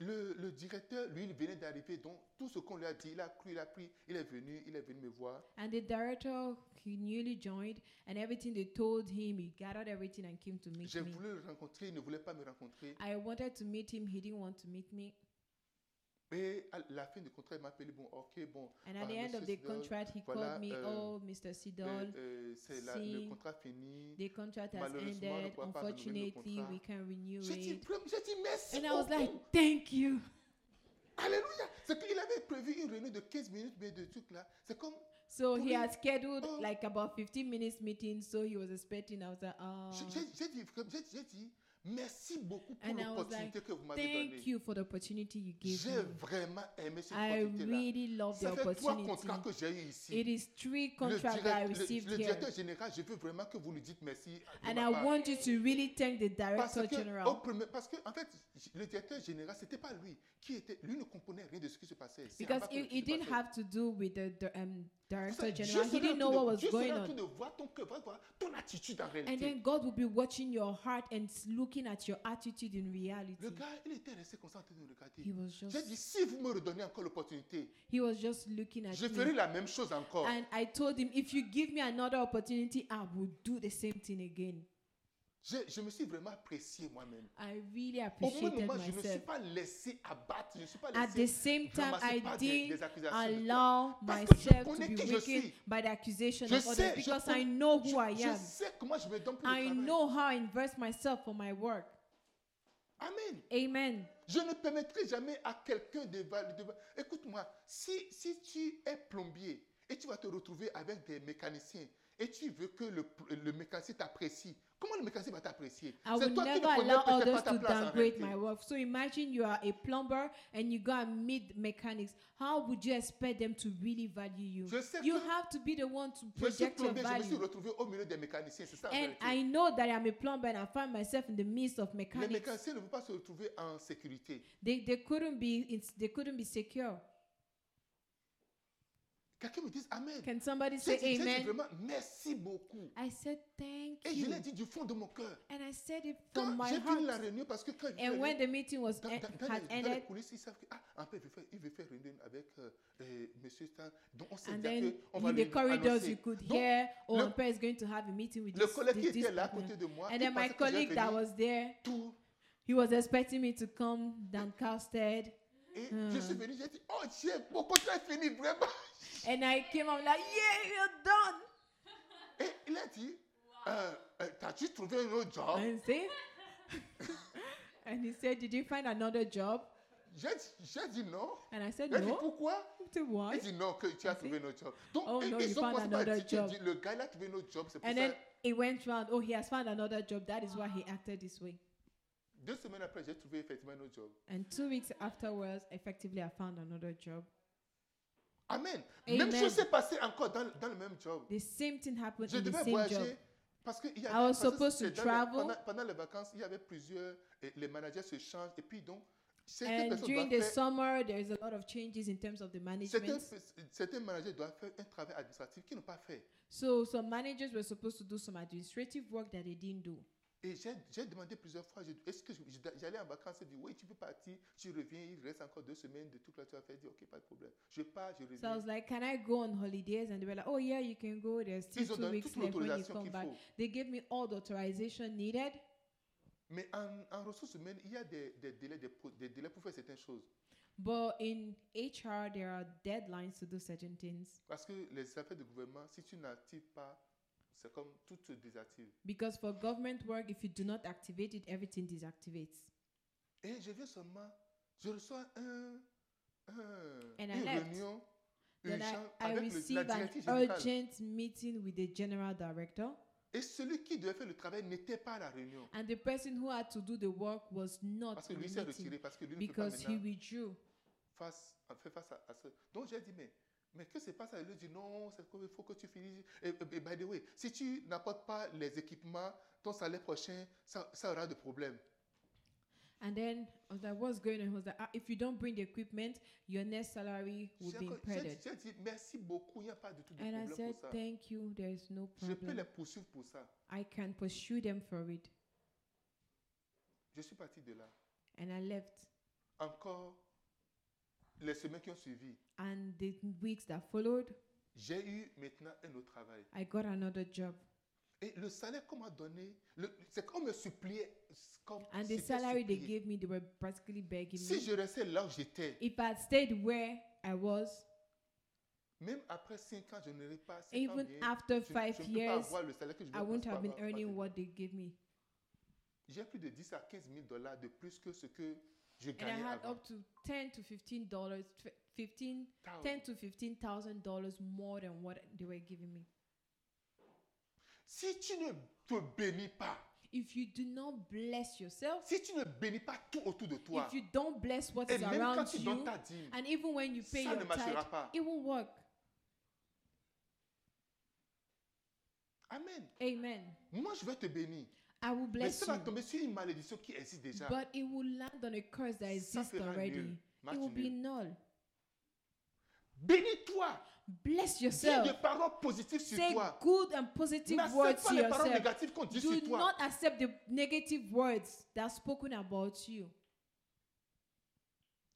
S1: le, le directeur, lui, il venait d'arriver, donc tout ce qu'on lui a dit, il a cru, il a pris, il est venu, il est venu me voir.
S2: And the director, he newly joined, and everything they told him, he gathered everything and came to meet
S1: J'ai
S2: me.
S1: voulu le rencontrer, il ne voulait pas me rencontrer.
S2: I wanted to meet him, he didn't want to meet me.
S1: Et à la fin du contrat, il m'a appelé, bon, ok, bon,
S2: And at
S1: Ah,
S2: the end
S1: Mr.
S2: of the
S1: Sidol,
S2: contract, he
S1: voilà,
S2: called me,
S1: euh,
S2: Oh, Mr. Sidol,
S1: euh, euh, c'est la- le
S2: si-
S1: contrat fini.
S2: the contract has
S1: malheureusement, on ne
S2: ended.
S1: pourra pas renouveler le
S2: Unfortunately,
S1: contrat.
S2: we can't renew
S1: J'ai dit,
S2: it.
S1: vraiment- j'ai dit merci.
S2: And I was
S1: beaucoup.
S2: like, Thank you.
S1: Alléluia. C'est qu'il avait prévu une réunion de 15 minutes, mais de trucs là. C'est comme,
S2: So he
S1: Pourri-
S2: had scheduled
S1: Oh.
S2: like about 15 minutes meeting, so he was expecting. I was like, Oh,
S1: j'ai- j'ai j'ai dit, vraiment- j'ai j'ai dit, merci beaucoup pour
S2: And I was
S1: l'opportunité que vous m'avez donnée.
S2: thank you for the opportunity you gave
S1: J'ai
S2: me.
S1: vraiment aimé cette
S2: I
S1: opportunité-là.
S2: really love the
S1: Ça fait trois contrats
S2: opportunity.
S1: que j'ai eu ici.
S2: It is three
S1: Le,
S2: contracts that I
S1: direct- le-
S2: received
S1: le
S2: here.
S1: directeur général, je veux vraiment que vous lui dites merci. de
S2: And
S1: ma
S2: I
S1: part.
S2: want you to really thank the
S1: parce
S2: Director
S1: que, oh, au
S2: General
S1: premier- parce que, en fait, j- le directeur général, c'était pas lui qui était. Lui ne comprenait rien de ce qui se passait. C'est
S2: because
S1: en bas que
S2: it,
S1: tout
S2: it
S1: se
S2: didn't
S1: passait.
S2: have to do with the, the, um,
S1: Pour
S2: Director
S1: ça,
S2: General.
S1: Dieu
S2: He
S1: serait en
S2: didn't know
S1: train de-
S2: what was
S1: Dieu serait
S2: going
S1: en train
S2: on.
S1: de voir ton cœur, va voir ton attitude en
S2: And
S1: réalité.
S2: then God will be watching your heart and s- looking at your attitude in reality.
S1: Le gars, il était resté comme ça en train de me
S2: He
S1: regarder.
S2: was just
S1: J'ai dit, si vous me redonnez encore l'opportunité,
S2: he was just looking at
S1: je ferai
S2: me.
S1: la même chose encore.
S2: And I told him, if you give me another opportunity, I will do the same thing again.
S1: Je, je me suis vraiment apprécié moi-même.
S2: I really
S1: Au même
S2: appreciated
S1: moment, je ne
S2: myself.
S1: suis pas laissé abattre. Je ne suis pas
S2: At the
S1: laissé
S2: same time,
S1: ramasser
S2: I
S1: par des-
S2: didn't
S1: des accusations de toi.
S2: allow
S1: Parce que je
S2: myself to
S1: connais
S2: be
S1: qui je
S2: wicked
S1: suis.
S2: by the accusation
S1: Je
S2: of others
S1: sais, je
S2: because
S1: connais-
S2: I know who
S1: Je-
S2: I
S1: je
S2: am.
S1: sais comment je me donne pour le
S2: I
S1: travail.
S2: know how I invest myself for my work.
S1: Amen.
S2: Amen.
S1: Je ne permettrai jamais à quelqu'un de... val- de- Écoute-moi, si, si tu es plombier et tu vas te retrouver avec des mécaniciens et tu veux que le, le mécanicien t'apprécie, comment le mécanicien va t'apprécier
S2: I will
S1: qui ne
S2: never
S1: connais
S2: allow
S1: peut-être pas
S2: others
S1: ta
S2: to
S1: place en
S2: downgrade
S1: réalité.
S2: my work. So imagine you are a plumber and you go and meet mechanics. How would you expect them to really value you?
S1: Je sais
S2: You
S1: que-
S2: have to be the one to
S1: Je suis
S2: project your
S1: plombier, je me suis
S2: value.
S1: retrouvé au milieu des mécaniciens, c'est ça en
S2: And
S1: réalité.
S2: I know that I'm a plumber and I find myself in the midst of
S1: Les
S2: mechanics.
S1: mécaniciens ne vont pas se retrouver en sécurité.
S2: They, they couldn't be it's, they couldn't be secure.
S1: Quelqu'un me dise Amen.
S2: Can somebody
S1: J'ai
S2: say
S1: dit- j'ai dit
S2: amen?
S1: vraiment merci beaucoup.
S2: I said thank
S1: Et je
S2: you.
S1: l'ai dit du fond de mon cœur.
S2: And I said it
S1: Quand
S2: from my
S1: j'ai fini la
S2: heart.
S1: réunion, parce que quand je
S2: And
S1: fais-
S2: when the meeting was
S1: dans,
S2: en-
S1: dans- dans
S2: had
S1: les, dans les
S2: ended,
S1: coulisses, ils savent que, ah, en fait, il veut faire, il veut faire une réunion avec euh, euh, Monsieur Stan. Donc, on sait
S2: and
S1: déjà
S2: then
S1: qu'on va
S2: in
S1: lui
S2: the corridors
S1: annoncer.
S2: you could
S1: Donc,
S2: hear, oh,
S1: le-
S2: Ampere is going to have a meeting with
S1: le
S2: this,
S1: collègue qui
S2: this, this
S1: était là à
S2: partner.
S1: côté de moi,
S2: And
S1: il
S2: then my
S1: pensait que j'allais
S2: colleague that
S1: venir
S2: was there,
S1: tout.
S2: he was expecting me to come downcasted.
S1: Et je
S2: Hmm.
S1: suis venu, j'ai dit, oh, Dieu, mon contrat est fini, vraiment.
S2: And I came out like, yeah, you're done.
S1: Et il a dit, Euh, euh, t'as-tu trouvé un autre job?
S2: And see? and he said, Did you find another job?
S1: J'ai dit- j'ai dit non.
S2: And I said,
S1: Il a dit,
S2: No.
S1: pourquoi?
S2: To
S1: Il
S2: what?
S1: dit non, que tu as
S2: You
S1: trouvé un autre job. Donc,
S2: Oh,
S1: et-
S2: no,
S1: ils
S2: you
S1: sont
S2: found
S1: passés par
S2: another
S1: le titre,
S2: job.
S1: dit, le gars, il a trouvé un autre job. C'est pour
S2: And
S1: ça,
S2: then it went round. Oh, he has found another job. That is why he acted this way.
S1: deux semaines après, j'ai trouvé effectivement un autre job.
S2: And two weeks afterwards, effectively, I found another job.
S1: Amen.
S2: Amen.
S1: Même chose s'est passée encore dans, dans le même job.
S2: The same thing happened
S1: Je
S2: in the
S1: devais
S2: same job.
S1: voyager parce que il y
S2: I
S1: avait,
S2: was
S1: parce que
S2: supposed to
S1: c'est dans
S2: travel.
S1: Les, pendant, pendant les vacances, il y avait plusieurs. et les managers se changent et puis donc certaines
S2: And
S1: personnes doivent
S2: during the
S1: faire.
S2: summer, there is a lot of changes in terms of the
S1: Certains,
S2: management.
S1: certains managers doivent faire un travail administratif qu'ils n'ont pas fait.
S2: So some managers were supposed to do some administrative work that they didn't do.
S1: Et j'ai j'ai demandé plusieurs fois, j'ai dit, est-ce que je- je- j'allais en vacances et dit oui, tu peux partir, tu reviens, il reste encore deux semaines de tout là, tu vas faire, Je dis, ok, pas de problème. Je pars, je
S2: So I
S1: reviens.
S2: was like, Can I go on holidays? And they were like, Oh, yeah, you can go. There's still
S1: Ils ont
S2: two
S1: donné
S2: weeks
S1: toute
S2: left when you
S1: l'autorisation
S2: come
S1: qu'il
S2: back.
S1: faut.
S2: They gave me all the authorization needed.
S1: Mais en, en ressources humaines, il y a des, des délais, des pro- des délais pour faire certaines choses.
S2: But in HR, there are deadlines to do certain things
S1: Parce que les affaires de gouvernement, si tu n'actives pas, c'est comme tout se désactive.
S2: because for government work, if you do not activate it, everything deactivates.
S1: Et Eh, je viens seulement, je reçois un, un-
S2: And I
S1: une
S2: left.
S1: réunion
S2: Then
S1: urgente
S2: Eh, I, I
S1: avec le-
S2: receive
S1: la
S2: an
S1: directrice générale.
S2: urgent meeting with the general director.
S1: Et celui qui devait faire le travail n'était pas à la réunion.
S2: And the person who had to do the work was not
S1: Parce que lui s'est
S2: meeting
S1: retiré, parce que lui ne peut pas
S2: because he
S1: maintenant
S2: withdrew.
S1: face, faire face à, à ce. Donc j'ai dit, mais, mais que se passe Il lui dit, non, c'est quoi, il faut que tu finisses. Et, et- et by the way, si tu n'apportes pas les équipements, ton salaire prochain, ça, ça aura de problèmes.
S2: And then I was like, what's going on? He was like, "Ah, if you don't bring the equipment, your next salary will
S1: J'ai
S2: be
S1: encore- J'ai
S2: impeded.
S1: j'ai dit, merci beaucoup, il n'y a pas du tout de
S2: And I
S1: problème
S2: said,
S1: pour ça.
S2: thank you. There is no
S1: Je peux les
S2: problem.
S1: poursuivre pour ça.
S2: I can pursue them for it.
S1: Je suis parti de là.
S2: And I left.
S1: Encore, les semaines qui ont suivi,
S2: And the weeks that followed,
S1: j'ai eu maintenant un autre travail.
S2: I got another job.
S1: Et le salaire qu'on m'a donné, le- c'est qu'on me suppliait. Comme
S2: And the
S1: c'était
S2: salary they
S1: supplié.
S2: gave me, they were practically begging
S1: Si
S2: me.
S1: je restais là où j'étais,
S2: If I had stayed where I was,
S1: même après 5 ans, je n'aurais pas. cinq ans
S2: even
S1: bien,
S2: after
S1: je-
S2: five
S1: je ne peux pas
S2: years,
S1: avoir le salaire que je veux
S2: I wouldn't
S1: parce
S2: have been
S1: que-
S2: earning
S1: parce
S2: what they gave me.
S1: que J'ai plus de 10 à 15 000 dollars de plus que ce que je
S2: And I
S1: gagnais
S2: had
S1: avant.
S2: up to ten to fifteen dollars, tw- fifteen,
S1: Thou-
S2: ten to fifteen thousand dollars more than what they were giving me.
S1: Si tu ne te bénis pas,
S2: If you do not bless yourself,
S1: si tu ne bénis pas tout autour de toi,
S2: if you don't bless what
S1: et
S2: is
S1: même quand
S2: around
S1: tu donnes
S2: you,
S1: ta dîme,
S2: and even when you pay
S1: ça
S2: your
S1: ne marchera
S2: tithe,
S1: pas.
S2: it won't work.
S1: Amen.
S2: Amen.
S1: Moi, je vais te bénir.
S2: I will
S1: Mais
S2: bless
S1: ça va
S2: you,
S1: tomber sur une malédiction qui existe déjà.
S2: but it will land on a curse that
S1: Ça
S2: exists
S1: sera
S2: already.
S1: nul. Match
S2: It will be
S1: nul.
S2: null.
S1: Bénis-toi.
S2: Bless
S1: Dis
S2: yourself.
S1: des paroles positives sur
S2: Say
S1: toi.
S2: good and positive words
S1: N'accepte pas
S2: to
S1: les paroles
S2: yourself.
S1: négatives qu'on dit
S2: Do
S1: sur toi.
S2: not accept the negative words that are spoken about you.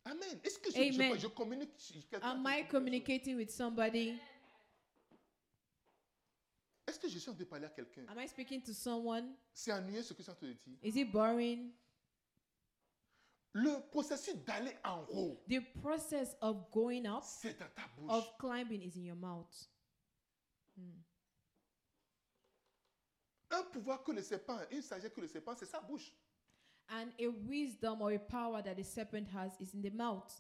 S1: Amen. Est-ce que je,
S2: Amen.
S1: je, je communique je- quelqu'un
S2: Am
S1: a
S2: I
S1: quelque chose?
S2: communicating with somebody?
S1: Est-ce que je suis en train de parler à quelqu'un
S2: Am I speaking to someone?
S1: C'est ennuyeux ce que je suis en train de dire.
S2: Is it boring?
S1: Le processus d'aller en haut,
S2: The process of going up,
S1: c'est dans ta bouche.
S2: of climbing, is in your mouth.
S1: Un pouvoir que le serpent, une sagesse que le serpent, c'est sa bouche.
S2: And a wisdom or a power that the serpent has is in the mouth.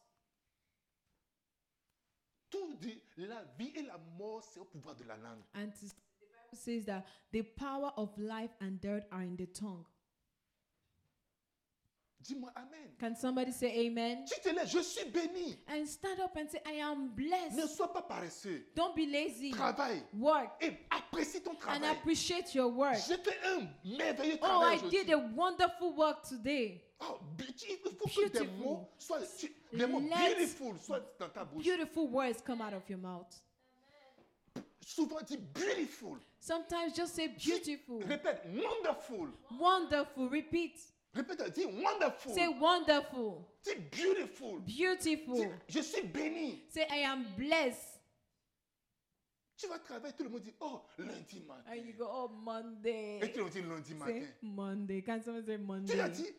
S1: Tout dit, la vie et la mort, c'est au pouvoir de la langue.
S2: And to, the Bible says that the power of life and death are in the tongue.
S1: Dis-moi Amen.
S2: Can somebody say amen?
S1: Tu te lèves, je suis béni.
S2: And stand up and say, I am
S1: Ne
S2: blessed.
S1: sois pas paresseux.
S2: Don't be lazy.
S1: Travaille
S2: Work
S1: et apprécie ton
S2: and
S1: travail.
S2: appreciate your work.
S1: J'ai fait un merveilleux
S2: Oh,
S1: travail
S2: I
S1: aujourd'hui.
S2: did a wonderful work today.
S1: Oh, beauty- il faut que des
S2: Beautiful.
S1: mots soient, tu- les mots
S2: Let-
S1: beautiful soient dans ta bouche.
S2: Beautiful words come out of your mouth.
S1: Souvent dit beautiful.
S2: Sometimes just say
S1: Dis-
S2: beautiful,
S1: Répète wonderful.
S2: wonderful. Repeat.
S1: Répète, dis wonderful.
S2: Say wonderful,
S1: Dis beautiful. Dis,
S2: beautiful.
S1: je suis béni.
S2: Say I am blessed.
S1: Tu vas travailler, tout le monde dit oh lundi matin.
S2: And you go, oh,
S1: Et
S2: Monday.
S1: tout le monde dit lundi
S2: Say
S1: matin.
S2: Monday. Can someone say
S1: Tu
S2: Monday?
S1: as dit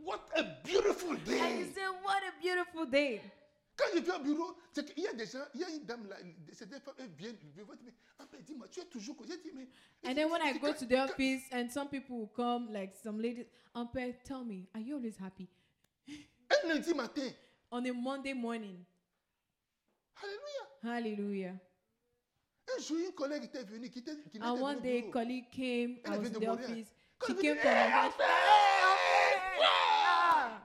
S1: what a beautiful
S2: And you
S1: day.
S2: say, what a beautiful day.
S1: Quand je vais au bureau, c'est qu'il y a des gens, il y a une dame là, c'est des femmes, elles viennent, elles me disent, mais ah ben dis-moi, tu es toujours. co- J'ai dit mais.
S2: And then when I
S1: Quand-
S2: go to the
S1: quand-
S2: office and some people will come, like some ladies, Ampe, tell me, are you always happy?
S1: Un lundi matin.
S2: On a Monday morning.
S1: Alléluia.
S2: Hallelujah.
S1: Un jour, une collègue était venue, qui était qui
S2: And one day,
S1: bureau.
S2: colleague came.
S1: Elle
S2: I was
S1: vient
S2: in
S1: de
S2: the
S1: Montréal.
S2: office.
S1: Quand
S2: She
S1: elle
S2: came
S1: dit,
S2: from
S1: Hey,
S2: my
S1: Alfred!
S2: Ah!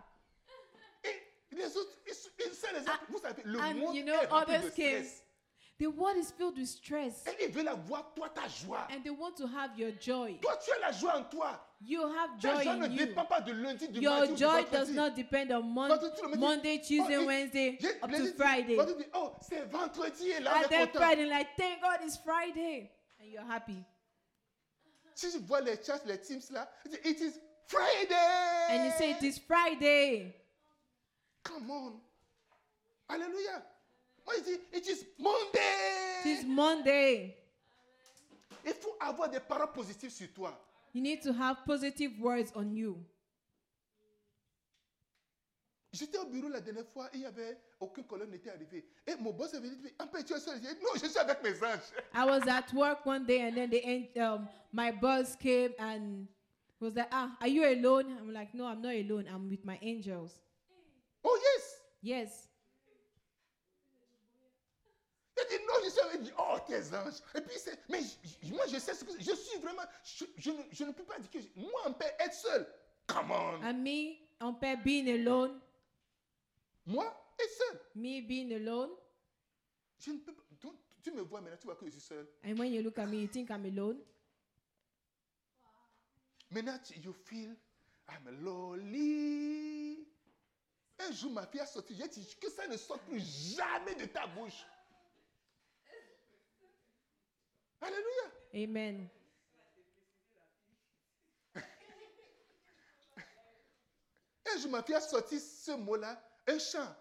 S1: Eh, Et les autres, ils, sont- ils sont les autres. Vous savez, le
S2: and
S1: monde
S2: Ah, you know,
S1: est rempli de
S2: others came.
S1: stress.
S2: The world is filled with stress,
S1: Et ils veulent avoir toi ta joie.
S2: and they want to have your joy.
S1: Toi, tu as la joie en toi.
S2: You have
S1: Ta
S2: joy
S1: joie ne
S2: in you.
S1: dépend pas de lundi, du mardi
S2: Your
S1: ou du
S2: joy does
S1: vendredi.
S2: not depend on Mon-
S1: Vendredi, tout le monde dit,
S2: Monday, Tuesday,
S1: oh, il-
S2: Wednesday,
S1: J'ai-
S2: up
S1: les
S2: to
S1: autres,
S2: Friday.
S1: vendredi, dit, oh, c'est vendredi et là,
S2: And
S1: on est
S2: then
S1: content.
S2: Friday, like, thank God it's Friday. And you're happy.
S1: Si je vois les chats, les teams là, ils disent, it is
S2: And
S1: Friday.
S2: you say, it is Friday.
S1: Come on. Alléluia. Moi, je dis, it is Monday.
S2: It is Monday.
S1: Il faut avoir des paroles positives sur toi.
S2: You need to have positive words on you.
S1: J'étais au bureau la dernière fois, il n'y avait aucun collègue n'était arrivé. Et mon boss avait dit, un peu, tu es seul. J'ai dit, non, je suis avec mes anges.
S2: I was at work one day and then the en- um, my boss came and was like, "Ah, are you alone?" I'm like, "No, I'm not alone. I'm with my angels."
S1: Oh yes.
S2: Yes.
S1: J'ai dit, non, je suis avec J'avais dit, oh, tes anges. Et puis, c'est, mais je- je- moi, je sais ce que je suis vraiment. Je, je ne, je ne peux pas dire que. je- moi, on peut être seul. Come on.
S2: And me, on pair being alone,
S1: Moi, être seul.
S2: me being alone.
S1: Je ne peux pas. Donc, tu me vois maintenant, tu vois que je suis seul.
S2: And when you look at me, you think I'm alone.
S1: Maintenant, tu- you feel I'm lonely. Un jour, ma fille a sorti. J'ai dit que ça ne sort plus jamais de ta bouche. Alléluia.
S2: Amen.
S1: Un jour, ma fille a sorti ce mot-là, un chant.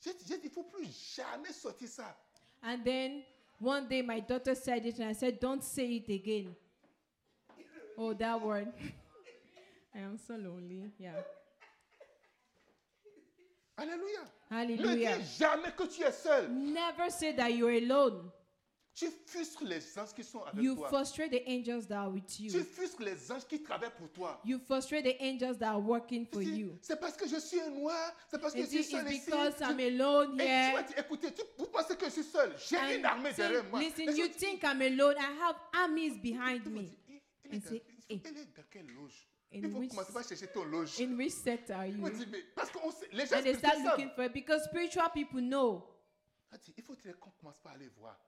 S1: J'ai dit, j'ai dit, il ne faut plus jamais sortir ça.
S2: And then one day my daughter said it, and I said, Don't say it again. Oh, that word. I am so lonely. Yeah.
S1: Alléluia. Ne
S2: Hallelujah.
S1: dis jamais que tu es seul.
S2: Never say that you're alone.
S1: Tu frustres les anges qui sont avec
S2: You
S1: toi.
S2: frustrate the angels that are with
S1: Tu
S2: you.
S1: frustres les anges qui travaillent pour toi.
S2: You frustrate the angels that are working for
S1: Tu dis,
S2: you.
S1: C'est parce que je suis un noir, c'est parce que
S2: You
S1: je
S2: see,
S1: suis
S2: It's
S1: seul ici.
S2: because
S1: Tu-
S2: I'm alone
S1: Et tu vas
S2: here.
S1: dire, écoutez, tu- vous pensez que je suis seul. J'ai une
S2: And
S1: armée
S2: see,
S1: derrière moi.
S2: listen,
S1: Les
S2: you
S1: autres-
S2: think I'm alone. I have armies behind
S1: Tout le monde
S2: me.
S1: dit, Eh, elle, est
S2: And
S1: dans,
S2: say, eh.
S1: elle est dans quelle loge
S2: In
S1: Il faut
S2: which-
S1: commencer par chercher ton loge.
S2: In which sector are
S1: Il me
S2: you?
S1: dit, mais parce que les gens
S2: And they
S1: spirituels
S2: start
S1: savent.
S2: looking for it because spiritual people know.
S1: Elle dit, il faut que qu'on commence par aller voir.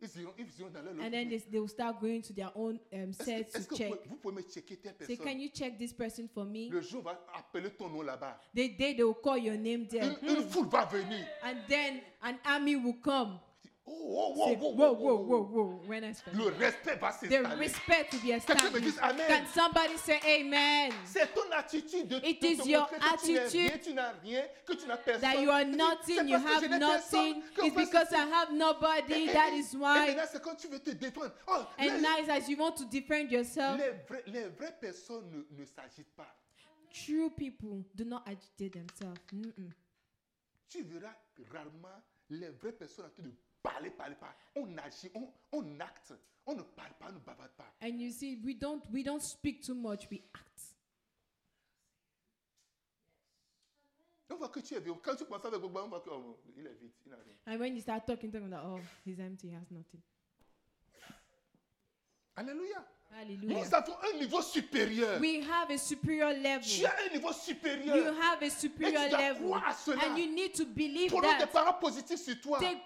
S1: Ils iront, ils iront dans leur loge.
S2: And then
S1: Mais
S2: they, they will start going to their own um,
S1: Est-ce que,
S2: set
S1: est-ce que
S2: to
S1: vous,
S2: check.
S1: pouvez, vous pouvez me checker telle
S2: Say,
S1: personne
S2: can you check this person for me?
S1: Le jour, on va appeler ton nom là-bas.
S2: The day they will call your name
S1: Une,
S2: there.
S1: une foule va venir.
S2: And then an army will come.
S1: Tu dis, Oh, oh, oh,
S2: Say,
S1: oh,
S2: whoa,
S1: oh,
S2: whoa,
S1: oh,
S2: whoa,
S1: oh.
S2: whoa, When I speak.
S1: Le respect va
S2: The
S1: s'installer.
S2: respect to be
S1: Quelqu'un me
S2: established.
S1: dise Amen.
S2: Can somebody say amen?
S1: C'est ton attitude de,
S2: It
S1: de
S2: is
S1: te
S2: your
S1: montrer que tu n'es
S2: attitude
S1: rien, tu n'as rien, que tu n'as personne.
S2: That you are
S1: Et puis,
S2: nothing,
S1: c'est
S2: you
S1: parce que je
S2: have
S1: n'ai personne
S2: nothing.
S1: que
S2: It's
S1: voici-
S2: because I have nobody.
S1: Et-
S2: That
S1: et-
S2: is
S1: Et
S2: why.
S1: maintenant, c'est quand tu veux te défendre. Oh, les,
S2: And now it's as you want to defend yourself.
S1: les vrais- les vraies personnes ne, ne s'agitent pas.
S2: True people do not agitate themselves. Mm-mm.
S1: Tu verras rarement les vraies personnes en train de parler, parler, parler. On agit, on, on acte. On ne parle pas, on ne bavarde pas.
S2: And you see, we don't we don't speak too much. We act.
S1: On voit que tu es vieux. Quand tu penses avec Bogba, on voit qu'il est vite, il n'a rien.
S2: And when you start talking, talking about, oh, he's empty, he has nothing.
S1: Alléluia.
S2: Hallelujah.
S1: Nous avons un niveau supérieur.
S2: We have a superior level.
S1: Tu as un niveau supérieur.
S2: You have a
S1: Et
S2: superior
S1: tu dois
S2: level.
S1: croire à cela.
S2: And you need to believe
S1: Prenons des
S2: that.
S1: paroles positives sur toi.
S2: Take,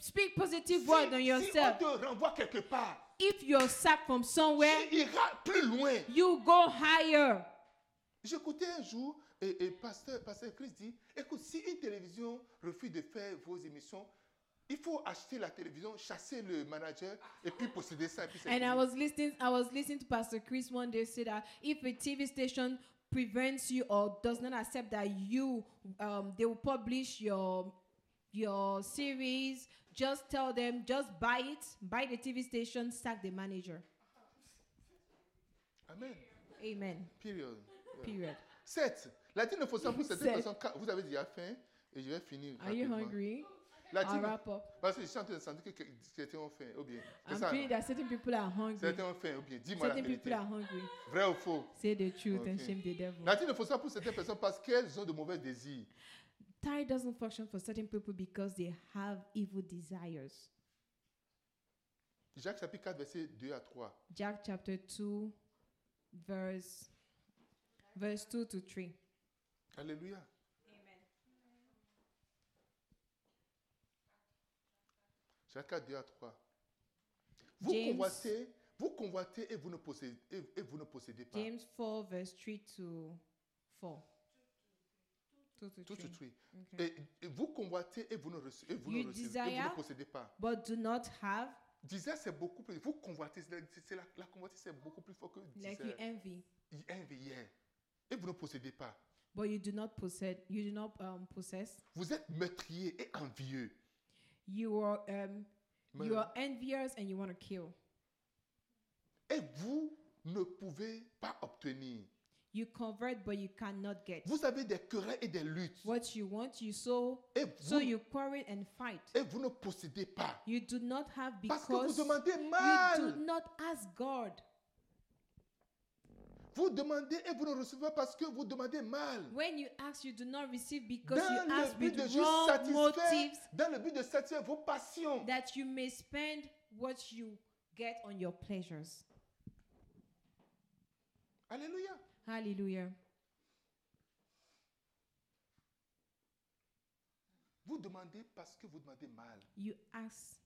S2: speak
S1: Si-
S2: positive word on
S1: si
S2: yourself.
S1: on te renvoie quelque part,
S2: If you're sacked from somewhere,
S1: tu iras plus loin.
S2: you go higher.
S1: J'écoutais un jour, et, et pasteur, pasteur Chris dit, écoute, si une télévision refuse de faire vos émissions, il faut acheter la télévision, chasser le manager, et puis posséder ça. Et puis c'est
S2: And I
S1: fini.
S2: was listening, I was listening to Pastor Chris one day say that if a TV station prevents you or does not accept that you, um, they will publish your your series. Just tell them, just buy it, buy the TV station, sack the manager.
S1: Amen.
S2: Amen.
S1: Period.
S2: Period.
S1: 7. La dîme ne faut pas pour certaines
S2: Sept.
S1: personnes, car vous avez déjà faim, et je vais finir.
S2: Are you
S1: rapidement.
S2: hungry?
S1: La
S2: I'll
S1: dîme-
S2: wrap up.
S1: Parce que je suis en train de sentir que que- que certains ont faim, ou bien. C'est
S2: I'm
S1: ça,
S2: feeling
S1: non?
S2: that certain people are hungry.
S1: Certains ont faim, ou bien. Dis-moi la
S2: Certain people
S1: vérité.
S2: are hungry.
S1: Vrai ou faux?
S2: Say the truth and
S1: Okay.
S2: shame the devil.
S1: La dîme ne faut pas pour certaines personnes parce qu'elles ont de mauvais désirs.
S2: Tithe doesn't function for certain people because they have evil desires.
S1: Jacques chapitre 4, verset 2 à 3.
S2: Jack chapter 2 verse verse 2 to 3.
S1: Alléluia. Jacques 4, 2 à 3. Vous
S2: James.
S1: convoitez, vous convoitez et vous ne possédez, et, et vous ne possédez pas.
S2: James 4 verse 3 to 4. 2 to
S1: Tout
S2: 3.
S1: de suite.
S2: Okay.
S1: Et, et vous convoitez et vous ne recevez, et vous
S2: You
S1: ne, recevez, et vous
S2: desire.
S1: ne possédez pas.
S2: But do not have
S1: Disait, c'est beaucoup plus. Vous convoitez, c'est la, c'est la- la convoitise, c'est beaucoup plus fort que
S2: like you
S1: disait.
S2: envy,
S1: Il enviait. Et vous ne possédez pas.
S2: but you do not possess you do not um, possess.
S1: Vous êtes meurtrier et envieux.
S2: You are um you
S1: Meurtre.
S2: are envious and you want to kill.
S1: Et vous ne pouvez pas obtenir.
S2: You convert but you cannot get.
S1: Vous avez des querelles et des luttes.
S2: What you want you sow,
S1: Et vous,
S2: so you quarrel and fight.
S1: et vous ne possédez pas.
S2: You do not have
S1: Parce que vous
S2: because
S1: demandez
S2: you do
S1: mal.
S2: not ask God.
S1: Vous demandez et vous ne recevez pas parce que vous demandez mal.
S2: When you ask, you do not receive because
S1: Dans
S2: you ask
S1: le but
S2: with
S1: de juste
S2: wrong
S1: satisfaire,
S2: motives
S1: dans le but de satisfaire vos passions.
S2: that you may spend what you get on your pleasures.
S1: Alléluia.
S2: Hallelujah.
S1: Vous demandez parce que vous demandez mal,
S2: You ask,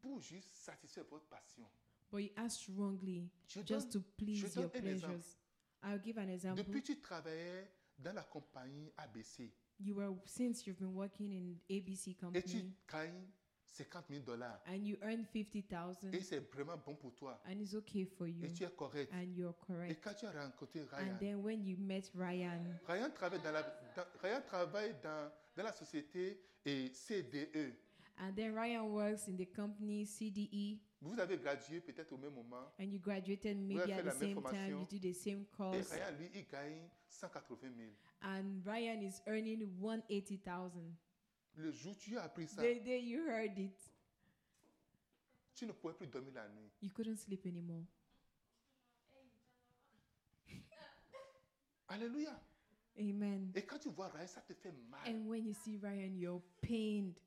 S1: pour juste satisfaire votre passion.
S2: but you ask wrongly
S1: Je donne-
S2: just to please
S1: donne
S2: your
S1: un exemple.
S2: pleasures. I'll give an example.
S1: depuis que tu travaillais dans la compagnie ABC
S2: you were since you've been working in ABC
S1: et
S2: company
S1: tu gagnes 50 000 dollars
S2: and you earn fifty thousand
S1: et c'est vraiment bon pour toi
S2: and it's okay for you
S1: et tu es correct.
S2: and you're
S1: Et
S2: correct.
S1: quand tu as rencontré Ryan,
S2: And then when you met Ryan,
S1: Ryan travaille dans la, dans- Ryan travaille dans, dans la société et E. CDE.
S2: and then Ryan works in the company E, CDE,
S1: Vous avez gradué peut-être au même moment
S2: and you graduated
S1: avez
S2: maybe
S1: fait
S2: at
S1: la
S2: the
S1: même
S2: same time,
S1: formation.
S2: you do the same
S1: et
S2: course,
S1: Ryan, lui, il gagne 180 000.
S2: and Ryan is earning one eighty thousand.
S1: Le jour où tu as appris ça,
S2: The day you heard it,
S1: tu ne pouvais plus dormir la nuit.
S2: you couldn't sleep anymore.
S1: Alléluia.
S2: Amen.
S1: Et quand tu vois Ryan, ça te fait mal.
S2: And when you see Ryan, you're pained,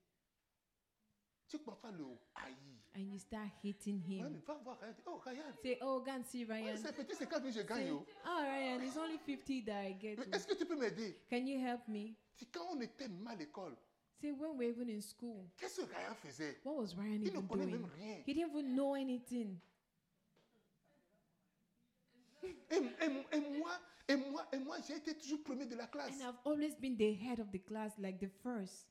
S1: Tu commences à le haïr.
S2: and you start hating
S1: Ryan,
S2: him.
S1: va voir Ryan. Oh, Ryan,
S2: Say, "Oh, go and see Ryan."
S1: ouais, c'est petit, c'est quand je gagne.
S2: Say,
S1: oh.
S2: "Ah, Ryan, it's only 50 that I get.
S1: Mais
S2: oh.
S1: Est-ce que tu peux m'aider?
S2: Can you help me?
S1: Si Quand on était mal à l'école,
S2: Say, when we're even in school,
S1: qu'est-ce que Ryan faisait?
S2: what was Ryan
S1: Il ne
S2: even
S1: connaît même
S2: doing?
S1: rien.
S2: He didn't even know anything.
S1: Et, et- et moi, et moi, et moi, j'ai été toujours premier de la classe.
S2: And I've always been the head of the class, like the first.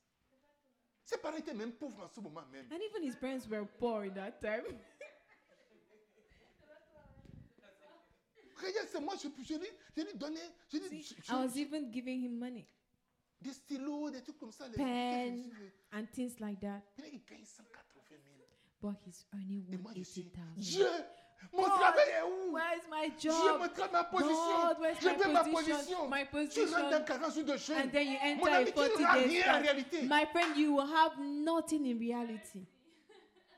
S1: Ses parents étaient même pauvres en ce moment même.
S2: And even his parents were poor in that time.
S1: Regarde, c'est moi, je, je, lui, je lui donnais je lui,
S2: See,
S1: je- je-
S2: I was even giving him money,
S1: des stylos, des trucs comme ça. Les,
S2: pen, and things like that.
S1: Mais là, il gagne 180 000.
S2: But he's earning
S1: Et moi, je suis
S2: 180,000.
S1: Dieu, mon
S2: God,
S1: travail est où?
S2: Where's my
S1: Dieu
S2: job?
S1: me traite ma
S2: God,
S1: position.
S2: where's
S1: Je veux ma
S2: my position?
S1: position.
S2: My
S1: Tu rentres dans
S2: position.
S1: 40 jours de jeûne.
S2: And then you
S1: Mon
S2: enter a
S1: ami, tu
S2: 40
S1: n'auras
S2: days
S1: rien en
S2: fast.
S1: réalité.
S2: My friend, you will have nothing in reality.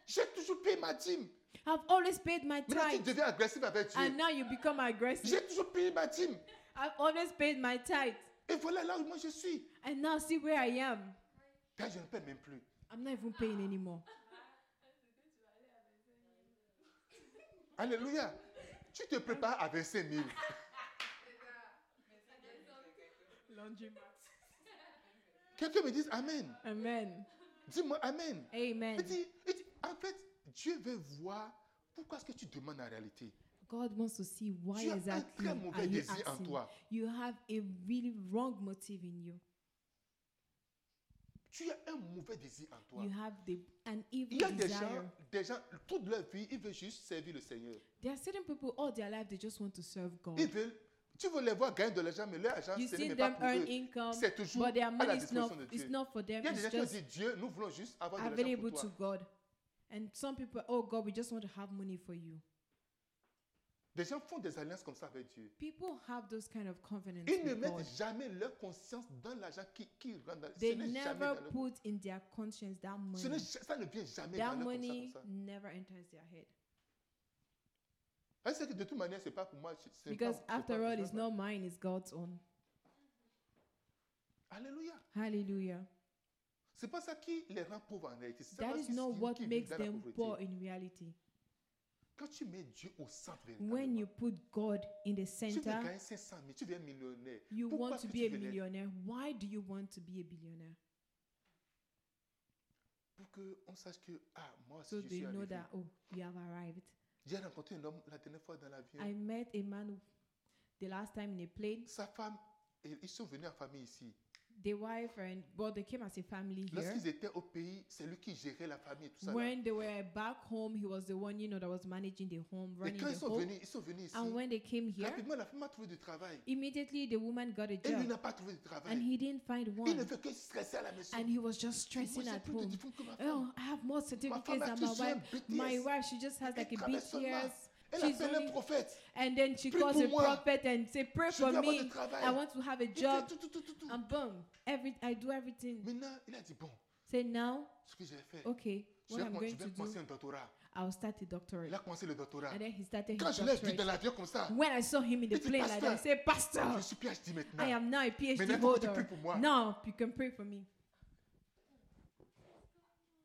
S1: J'ai toujours payé ma dîme.
S2: I've always paid my
S1: Maintenant, tu
S2: tithe,
S1: deviens agressif avec
S2: and
S1: Dieu.
S2: now you become aggressive.
S1: J'ai toujours payé ma dîme.
S2: I've always paid my tithe,
S1: Et voilà là où moi je suis.
S2: and now see where I am.
S1: Car je ne paie même plus.
S2: I'm not even paying anymore.
S1: Alléluia. Tu te prépares à 25 000. Quelqu'un me dise Amen.
S2: Amen.
S1: Dis-moi Amen. Il
S2: Amen.
S1: dit, il dit, en fait, Dieu veut voir pourquoi est-ce que tu demandes en réalité.
S2: God wants to see why
S1: tu as un
S2: exactly
S1: très
S2: are
S1: mauvais
S2: you
S1: désir en
S2: asking.
S1: toi.
S2: You have a really wrong motive in you.
S1: Tu as un mauvais désir en toi.
S2: You have the an
S1: Il y
S2: evil
S1: a des gens,
S2: desire.
S1: des gens, toute leur vie, ils veulent juste servir le Seigneur.
S2: There are certain people all their life they just want to serve God.
S1: Ils veulent, tu veux les voir gagner de l'argent, mais leur argent,
S2: You
S1: ce n'est
S2: see
S1: pas
S2: them
S1: pour
S2: earn
S1: eux.
S2: income,
S1: C'est toujours
S2: but their
S1: à la
S2: money is not
S1: disposition de Dieu.
S2: it's not for them.
S1: Il y a des gens
S2: It's
S1: qui ont
S2: just
S1: dit Dieu, nous voulons juste avoir de l'argent
S2: available
S1: pour
S2: to
S1: toi.
S2: God. And some people, oh God, we just want to have money for you.
S1: Des gens font des alliances comme ça avec Dieu.
S2: People have those kind of confidence
S1: Ils ne
S2: with God.
S1: mettent jamais leur conscience dans l'argent qui, qui rentre dans
S2: They
S1: ce n'est jamais dans
S2: never
S1: leur-
S2: put in their conscience that
S1: ce n'est-
S2: money.
S1: ça ne vient jamais dans
S2: That
S1: leur conscience comme
S2: money
S1: ça.
S2: never enters their head.
S1: Elle sait que de toute manière, ce n'est pas pour moi. c'est- c'est
S2: Because
S1: pas- c'est
S2: after
S1: pas-
S2: all,
S1: c'est
S2: it's
S1: pas-
S2: not mine, it's God's own.
S1: Alléluia.
S2: Hallelujah.
S1: C'est pas ça qui les rend pauvres en réalité. C'est
S2: That
S1: pas
S2: is
S1: ce
S2: not
S1: qui-
S2: what
S1: qui vit
S2: makes
S1: dans la
S2: them
S1: pauvreté.
S2: poor in reality.
S1: Quand tu mets Dieu au centre,
S2: When
S1: véritablement,
S2: you put God in the
S1: tu veux
S2: center,
S1: gagner 500 000, tu viens millionnaire.
S2: you
S1: Pourquoi
S2: want
S1: que
S2: to be a
S1: tu veux l'être?
S2: millionaire. Why do you want to be a billionaire?
S1: Pour qu'on sache que, ah, moi,
S2: So
S1: si je
S2: they
S1: suis
S2: know
S1: arrivé.
S2: that, oh, you have arrived.
S1: J'ai rencontré un homme la dernière fois dans l'avion.
S2: I met a man who- the last time in a plane.
S1: Sa femme, et ils sont venus en famille ici.
S2: The wife and well, they came as a family here.
S1: Lorsqu'ils étaient au pays, c'est lui qui gérait la famille et tout ça. là.
S2: When they were back home, he was the one you know that was managing the home,
S1: Et
S2: running
S1: quand ils
S2: the
S1: sont
S2: home.
S1: venus, ils sont venus
S2: And
S1: ici.
S2: when they came here,
S1: Rapidement, la femme a trouvé du travail.
S2: immediately the woman got a
S1: Et lui
S2: job,
S1: n'a pas trouvé de
S2: and
S1: travail.
S2: he didn't find
S1: Il ne
S2: one,
S1: fait que stresser à la maison.
S2: and he was just
S1: Moi,
S2: stressing
S1: j'ai
S2: at
S1: plus de
S2: home.
S1: diplôme que ma femme.
S2: Oh, I have more certificates
S1: a
S2: than my
S1: tous
S2: wife.
S1: un BTS.
S2: My wife, she just has
S1: Elle
S2: like a
S1: travaille seulement.
S2: BTS.
S1: Elle
S2: She's
S1: appelle un
S2: only,
S1: prophète.
S2: and then she
S1: Prie
S2: calls
S1: pour
S2: a
S1: moi.
S2: prophet and say, "Pray
S1: Je
S2: for
S1: veux avoir du
S2: me.
S1: travail.
S2: I want to have a
S1: Il fait
S2: job."
S1: tout, tout, tout, tout, tout.
S2: And boom, every I do everything.
S1: Maintenant, il a dit, bon,
S2: Say now,
S1: ce que j'ai fait,
S2: okay,
S1: je
S2: Oh, what
S1: vais,
S2: I'm
S1: con- je
S2: going
S1: vais
S2: to do.
S1: commencer un doctorat.
S2: I'll start a doctorate.
S1: Il a commencé le doctorat.
S2: And then he started
S1: Quand
S2: his
S1: je l'ai vu
S2: doctorate.
S1: dans l'avion comme ça,
S2: When I saw him in the
S1: Il dit,
S2: plane like that, I
S1: "Pastor,
S2: said, Pastor,
S1: je suis PhD
S2: I
S1: maintenant.
S2: am now a
S1: Maintenant,
S2: PhD
S1: il faut que tu
S2: holder.
S1: pries pour moi."
S2: Now you can pray for me.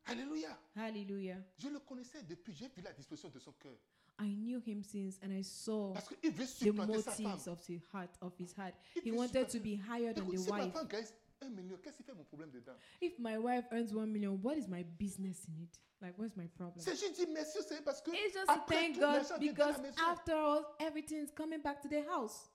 S1: Alléluia.
S2: Hallelujah.
S1: Je le connaissais depuis, j'ai vu la disposition de son cœur.
S2: I knew him since and I saw
S1: Parce qu'il veut
S2: Oh, the
S1: supplanter sa femme.
S2: motives of his heart of his heart.
S1: Il
S2: He
S1: veut
S2: wanted to
S1: supplanter-
S2: be higher than
S1: Écoute,
S2: the
S1: si ma
S2: wife.
S1: femme gagne un million, qu'est-ce qui fait mon problème dedans
S2: If my wife earns one million, what is my business in it? Like what's my problem?
S1: C'est juste dire merci au Seigneur parce que
S2: Mm. It's just to
S1: après
S2: thank
S1: tout,
S2: God
S1: l'argent vient de la
S2: because
S1: maison.
S2: after all, everything's coming back to the house.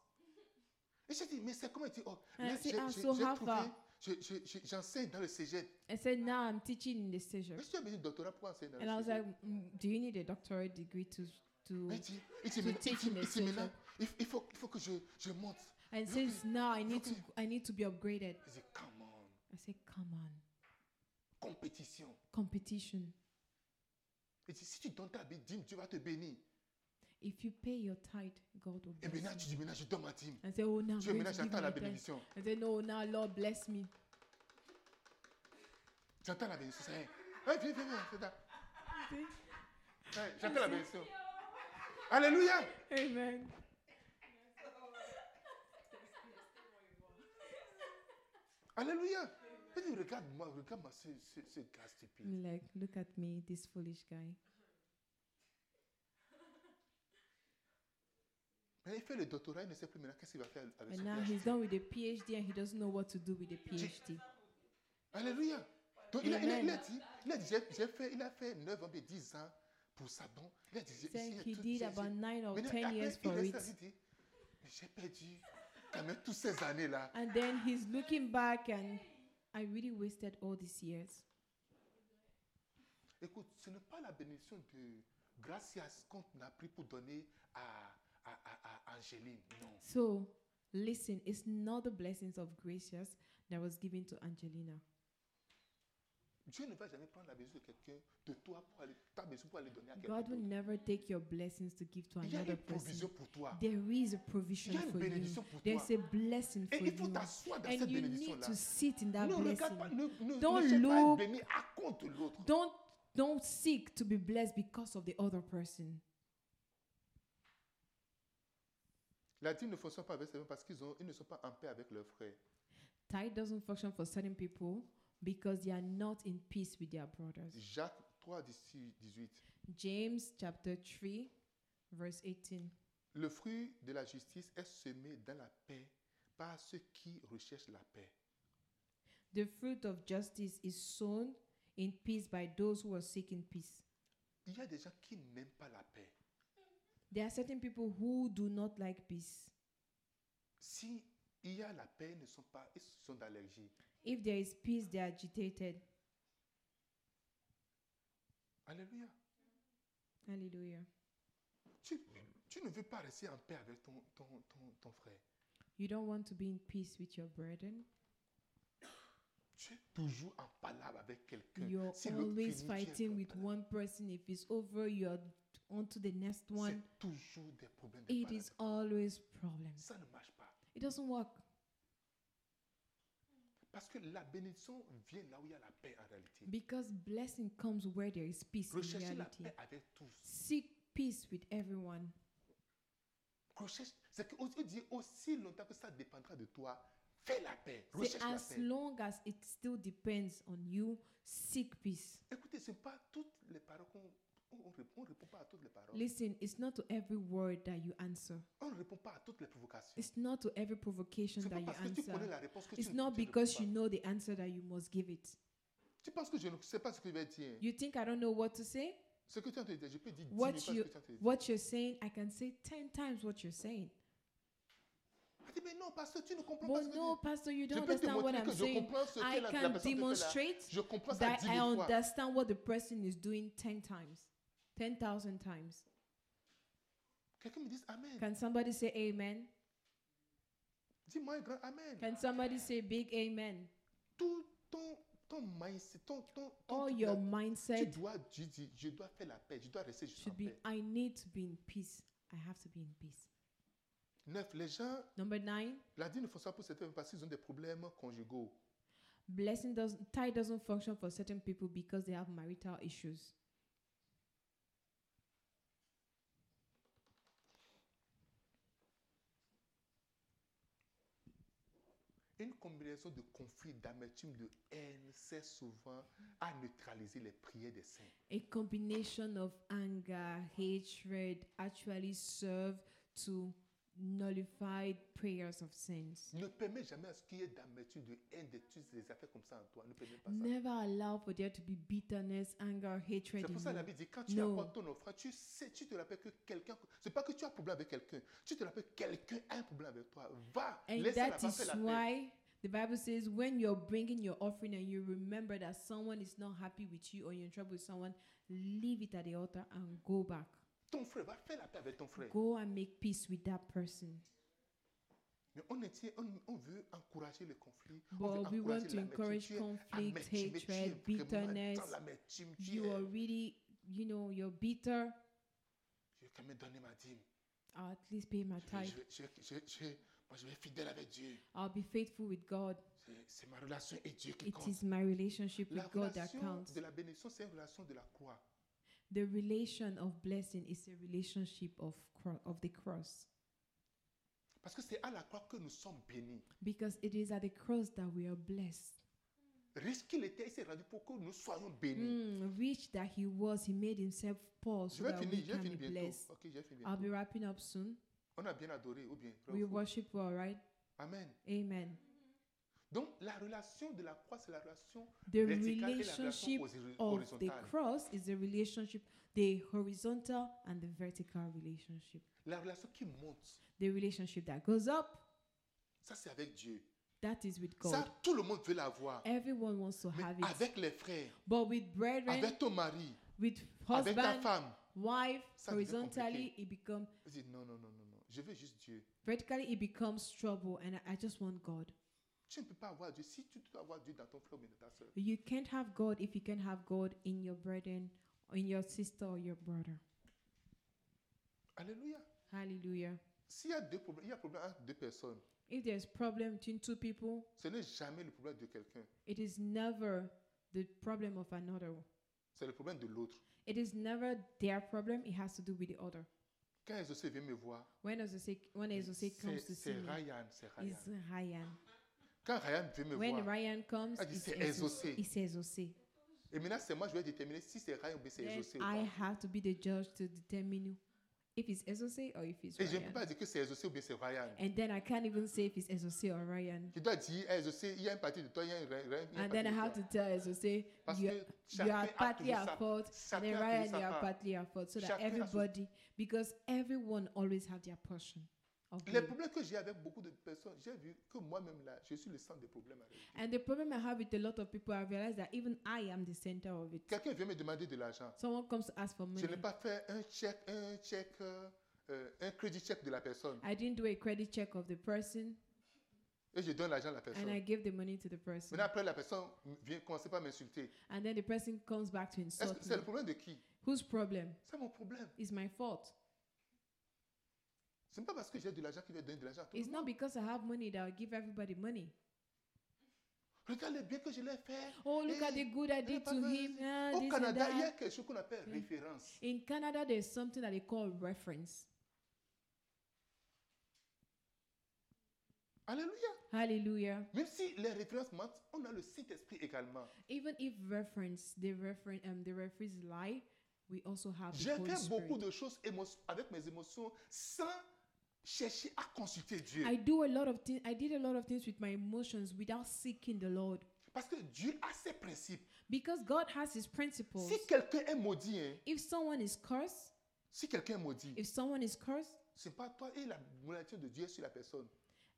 S1: Et j'ai dit, mais c'est comment il dit, oh,
S2: And
S1: là,
S2: I
S1: j'ai
S2: say,
S1: j'ai-
S2: ah,
S1: j'ai
S2: so how
S1: trouvé,
S2: far?
S1: je- je- je- j'enseigne dans le cégep.
S2: I said, now I'm teaching in the station.
S1: Mais si tu as besoin de doctorat, pourquoi enseigner dans
S2: And I
S1: le
S2: was
S1: cégep
S2: like, "Mm, do you need a doctorate degree to to?
S1: Mais il dit, il dit,
S2: to
S1: mais- il
S2: teach in
S1: dit,
S2: the
S1: il dit, mais là,
S2: cégep.
S1: il il faut, il faut que je, je monte.
S2: And
S1: look
S2: since
S1: at-
S2: now I need
S1: look
S2: to
S1: at-
S2: I need to be upgraded.
S1: Il dit, come on,
S2: I said, come on,
S1: compétition.
S2: competition.
S1: Il dit, si tu donnes ta dîme, Dieu va te bénir.
S2: If you pay your tithe, God will
S1: Et maintenant,
S2: bless
S1: tu
S2: you.
S1: dis, maintenant, je donne ma dîme.
S2: And say, oh now
S1: Hein? Ah, Tu dis,
S2: I'm going to
S1: maintenant,
S2: give
S1: j'attends
S2: my
S1: la
S2: tithe."
S1: bénédiction.
S2: I say, no, now Lord bless me.
S1: J'entends la bénédiction. Seigneur. Ouais, viens, viens, viens, Frida.
S2: Okay.
S1: Ouais, J'entends la bénédiction. Alléluia.
S2: Amen.
S1: Alléluia. Il dit, regarde-moi, regarde-moi ce, ce, ce gars stupide.
S2: I'm like, look at me, this foolish guy.
S1: Mais il fait le doctorat, il ne sait plus maintenant qu'est-ce qu'il va faire avec son
S2: And now
S1: PhD.
S2: he's done with a PhD and he doesn't know what to do with a PhD.
S1: Alléluia. Donc il a, il a- il a
S2: Amen.
S1: dit, il a dit, j'ai j'ai fait, il a fait 9 ans, mais 10 ans pour ça. Donc il a dit, j'ai-
S2: Saying
S1: j'ai
S2: he
S1: tout-
S2: did
S1: j'ai-
S2: about nine or
S1: Maintenant,
S2: ten
S1: après,
S2: years
S1: il
S2: for
S1: reste
S2: it.
S1: là, il dit, mais j'ai perdu quand même toutes ces années-là.
S2: And then he's looking back and I really wasted all these years.
S1: Écoute, ce n'est pas la bénédiction de Gracias qu'on a pris pour donner à, à, à- à Angéline. Non.
S2: So listen, it's not the blessings of gracious that was given to Angelina.
S1: Dieu ne va jamais prendre la bénédiction de quelqu'un, de toi, pour aller, ta bénédiction pour aller donner à quelqu'un.
S2: God will
S1: d'autre.
S2: never take your blessings to give to
S1: Il y a
S2: another
S1: une
S2: person.
S1: provision pour toi.
S2: There is a provision
S1: Il y a une
S2: for you.
S1: bénédiction pour toi.
S2: There's a blessing
S1: Et
S2: for
S1: il faut
S2: you.
S1: t'asseoir dans cette
S2: And you need
S1: bénédiction-là.
S2: to sit in that
S1: Ne
S2: blessing.
S1: regarde pas, ne, ne,
S2: Don't
S1: ne cherche pas à être
S2: look.
S1: béni à compte l'autre.
S2: Don't don't seek to be blessed because of the other person.
S1: La dîme ne fonctionne pas avec ces gens parce qu'ils ont- ils ne sont pas en paix avec leurs frères.
S2: Tithe doesn't function for certain people because they are not in peace with their brothers.
S1: Jacques 3, 10, 18.
S2: James chapter 3, verse 18.
S1: Le fruit de la justice est semé dans la paix par ceux qui recherchent la paix.
S2: The fruit of justice is sown in peace by those who are seeking peace.
S1: Il y a des gens qui n'aiment pas la paix.
S2: There are certain people who do not like peace.
S1: Si il y a la paix, ils ne sont pas, ils sont d'allergie.
S2: If there is peace, they are agitated.
S1: Alléluia.
S2: Hallelujah.
S1: Tu, tu ne veux pas rester en paix avec ton, ton, ton, ton frère.
S2: You don't want to be in peace with your brethren.
S1: Tu es toujours en palabre avec quelqu'un.
S2: You're
S1: Si l'autre
S2: always
S1: finit, tu es
S2: fighting
S1: en
S2: with
S1: palabre.
S2: one person. If it's over, you're on to the next one.
S1: C'est toujours des problèmes. de
S2: It
S1: palabre.
S2: is always problems.
S1: Ça ne marche pas.
S2: It doesn't work
S1: Parce que la bénédiction vient là où il y a la paix en réalité.
S2: because blessing comes where there is peace in
S1: Recherchez la
S2: reality.
S1: paix avec tous.
S2: Seek peace with everyone.
S1: Recherche. C'est que Dieu dit aussi longtemps que ça dépendra de toi. Fais la paix.
S2: Say,
S1: Recherche la
S2: as
S1: paix.
S2: long as it still depends on you, seek peace.
S1: Écoutez, ce n'est pas toutes les paroles qu'on on ne répond, on répond pas à toutes les paroles.
S2: Listen, it's not to every word that you answer.
S1: On ne répond pas à toutes les provocations.
S2: It's not to every provocation
S1: C'est pas
S2: that you
S1: parce que tu connais
S2: answer.
S1: la réponse que tu
S2: It's
S1: ne- tu
S2: not
S1: ne
S2: because
S1: réponds
S2: you
S1: pas.
S2: know the answer that you must give it.
S1: Tu penses que je ne sais pas ce que je vais dire.
S2: You think I don't know what to say?
S1: Ce que tu as te dire, je peux dire dix
S2: What
S1: mille fois ce
S2: you-
S1: que tu as te dire.
S2: What you're saying, I can say 10 times what you're saying.
S1: Elle dit, mais non, parce que tu ne comprends pas
S2: But
S1: ce que
S2: no,
S1: je
S2: Pastor, you
S1: dis.
S2: don't
S1: Je peux te
S2: understand what
S1: montrer
S2: I'm
S1: que je
S2: saying.
S1: comprends ce que
S2: I
S1: la, la
S2: can
S1: personne te fait là.
S2: demonstrate
S1: Je comprends ça
S2: that
S1: dix
S2: I
S1: mille fois.
S2: understand what the person is doing 10 times, 10,000 times.
S1: Quelqu'un me dit Amen.
S2: Can somebody say amen?
S1: Dis-moi un grand Amen.
S2: Can somebody say big amen?
S1: Tout ton, ton mindset, ton, ton, ton truc
S2: All Oh, your
S1: là, tu
S2: mindset
S1: dois, tu dis, je dois faire la paix, je dois rester juste en
S2: should be
S1: paix.
S2: I need to be in peace. I have to be in peace.
S1: Neuf, les gens,
S2: Number nine,
S1: la dîme ne fonctionne pas pour certains parce qu'ils ont des problèmes conjugaux.
S2: blessing doesn't tie doesn't function for certain people because they have marital issues.
S1: une combinaison de conflits, d'amertume, de haine sert souvent à neutraliser les prières des saints.
S2: A combination of anger, hatred actually serve to nullify prayers of saints.
S1: Ne permets jamais à ce qu'il y ait d'amertume, de haine, de tu des affaires comme ça en toi. Ne permets pas ça.
S2: Never allow for there to be bitterness, anger, hatred
S1: C'est
S2: in
S1: pour ça que la
S2: you.
S1: Bible dit quand tu
S2: No.
S1: apportes ton offrande, tu sais, tu te rappelles que quelqu'un. C'est pas que tu as un problème avec quelqu'un. Tu te rappelles que quelqu'un a un problème avec toi. Va,
S2: And
S1: laisse la
S2: that
S1: faire
S2: is
S1: la paix.
S2: why the Bible says when you're bringing your offering and you remember that someone is not happy with you or you're in trouble with someone, leave it at the altar and go back.
S1: Ton frère, va faire la paix avec ton frère.
S2: Go and make peace with that person.
S1: Mais on, est- on- on veut encourager le conflit. on veut
S2: But we want
S1: encourager
S2: to encourage
S1: l'amertume. Tu es
S2: conflict,
S1: amertume, tu es
S2: hatred,
S1: vraiment dans
S2: bitterness.
S1: l'amertume, tu
S2: You
S1: es-
S2: are really, you know, you're bitter.
S1: Je vais quand même donner ma dîme.
S2: I'll at least pay my
S1: Je vais-
S2: tithe.
S1: je vais- je vais- je vais- je vais- moi, je vais être fidèle avec Dieu.
S2: I'll be faithful with God.
S1: C'est- C'est ma relation et Dieu qui
S2: It
S1: compte.
S2: is my relationship
S1: La
S2: with God that
S1: relation
S2: counts.
S1: de la bénédiction, c'est une relation de la croix.
S2: The relation of blessing is a relationship of cro- of the cross
S1: Parce que c'est à la croix que nous sommes bénis.
S2: because it is at the cross that we are blessed.
S1: Risque qu'il était, il s'est rendu pour que nous soyons bénis.
S2: Mm, rich that he was, he made himself poor
S1: Je
S2: so
S1: vais
S2: that we
S1: finir, je vais
S2: can
S1: finir
S2: be
S1: bientôt.
S2: blessed.
S1: Ok, je vais finir
S2: I'll
S1: bientôt.
S2: be wrapping up soon.
S1: On a bien adoré, ou bien.
S2: We worship well, right?
S1: Amen.
S2: Amen.
S1: Donc, la relation de la croix, c'est la relation
S2: The
S1: verticale et la relation
S2: relationship
S1: hori-
S2: of the
S1: horizontale.
S2: cross is the relationship, the horizontal and the vertical relationship.
S1: La relation qui monte,
S2: The relationship that goes up,
S1: ça c'est avec Dieu.
S2: that is with God.
S1: Ça, tout le monde veut l'avoir.
S2: Everyone wants to
S1: Mais
S2: have it.
S1: avec les frères,
S2: But with brethren,
S1: avec ton mari,
S2: with
S1: avec ta
S2: husband,
S1: femme.
S2: wife,
S1: Ça devient
S2: horizontally, it becomes
S1: Je dis non, non, non, non, non. Je veux juste Dieu.
S2: vertically, it becomes trouble. And I, I just want God.
S1: Tu ne peux pas avoir Dieu. Si tu dois avoir Dieu dans ton frère ou dans ta soeur,
S2: You can't have God if you can't have God in your brethren, or in your sister or your brother.
S1: Alléluia.
S2: Hallelujah.
S1: S'il y a deux problèmes, il y a un problème entre deux personnes.
S2: If there's problem between two people,
S1: Ce n'est jamais le problème de quelqu'un.
S2: it is never the problem of another.
S1: C'est le problème de l'autre.
S2: It is never their problem. It has to do with the other.
S1: Quand Ezosé vient me voir,
S2: When Ezosek, when Ezosek
S1: Eh, c'est
S2: comes to see
S1: c'est
S2: me,
S1: Ryan. C'est Ryan.
S2: it's Ryan.
S1: Quand Ryan vient me
S2: When
S1: voir,
S2: Ryan comes,
S1: Ah, tu
S2: it's
S1: sais,
S2: Ezo-
S1: Ezosek.
S2: it's Ezosek.
S1: et maintenant c'est moi, je vais déterminer si c'est Ryan ou bien c'est
S2: Then
S1: Ezosé. ou
S2: I
S1: pas.
S2: have to be the judge to determine if it's Ezosek or if it's
S1: Et je ne peux
S2: Ryan.
S1: pas dire que c'est Ezosé ou bien c'est Ryan.
S2: And then I can't even say if it's Ezosek or Ryan.
S1: Je dois dire, eh, je sais, il y a une partie de toi, il y a une, il y a une partie
S2: And then
S1: de
S2: I
S1: toi.
S2: have to tell Ezosek,
S1: Parce
S2: you,
S1: que
S2: you
S1: chacun
S2: are
S1: a
S2: partly
S1: toujours
S2: at
S1: sa
S2: fault, and
S1: chacun
S2: then
S1: a
S2: Ryan,
S1: toujours
S2: you
S1: sa
S2: are
S1: part.
S2: partly at fault. So that
S1: Chacun a son-
S2: everybody, because everyone always have their portion of
S1: Les
S2: blame.
S1: problèmes que j'ai avec beaucoup de personnes, j'ai vu que moi-même là, je suis le centre des problèmes. avec eux.
S2: And the problem I have with a lot of people, I realize that even I am the center of it.
S1: Quelqu'un vient me demander de l'argent.
S2: Someone comes to ask for
S1: Je
S2: money.
S1: n'ai pas fait un chèque, un chèque, euh, euh, un crédit chèque de la personne.
S2: I didn't do a credit check of the person,
S1: Et je donne l'argent à la
S2: and I
S1: personne.
S2: gave the money to the person.
S1: Maintenant, après, la personne vient commencer par m'insulter.
S2: And then the person comes back to
S1: Est-ce que
S2: insult me.
S1: c'est le problème de qui
S2: Whose problem?
S1: C'est mon problème.
S2: It's my fault.
S1: Ce n'est pas parce que j'ai de l'argent qu'il va donner de l'argent à tout le
S2: It's not
S1: monde.
S2: because I have money that I'll give everybody money.
S1: Regarde le bien que je l'ai fait.
S2: Oh, look at
S1: Eh,
S2: the good I
S1: eh,
S2: did to
S1: papa,
S2: him. Ah,
S1: Au
S2: this and
S1: Canada, il y a
S2: that. Mm.
S1: quelque chose qu'on appelle
S2: Yeah.
S1: référence.
S2: In Canada, there's something that they call reference.
S1: Alléluia.
S2: Hallelujah.
S1: Même si les références mentent, on a le Saint-Esprit également.
S2: Even if reference, the reference, um, the referees lie, we also have Ah, the
S1: J'ai
S2: Holy
S1: fait beaucoup
S2: Spirit.
S1: de choses émo- avec mes émotions sans chercher à consulter Dieu.
S2: I do a lot of things. I did a lot of things with my emotions without seeking the Lord,
S1: Parce que Dieu a ses principes.
S2: because God has His principles.
S1: Si quelqu'un est maudit, hein,
S2: If someone is cursed,
S1: si quelqu'un est maudit,
S2: if someone is cursed,
S1: c'est pas toi et la malédiction de Dieu est sur la personne.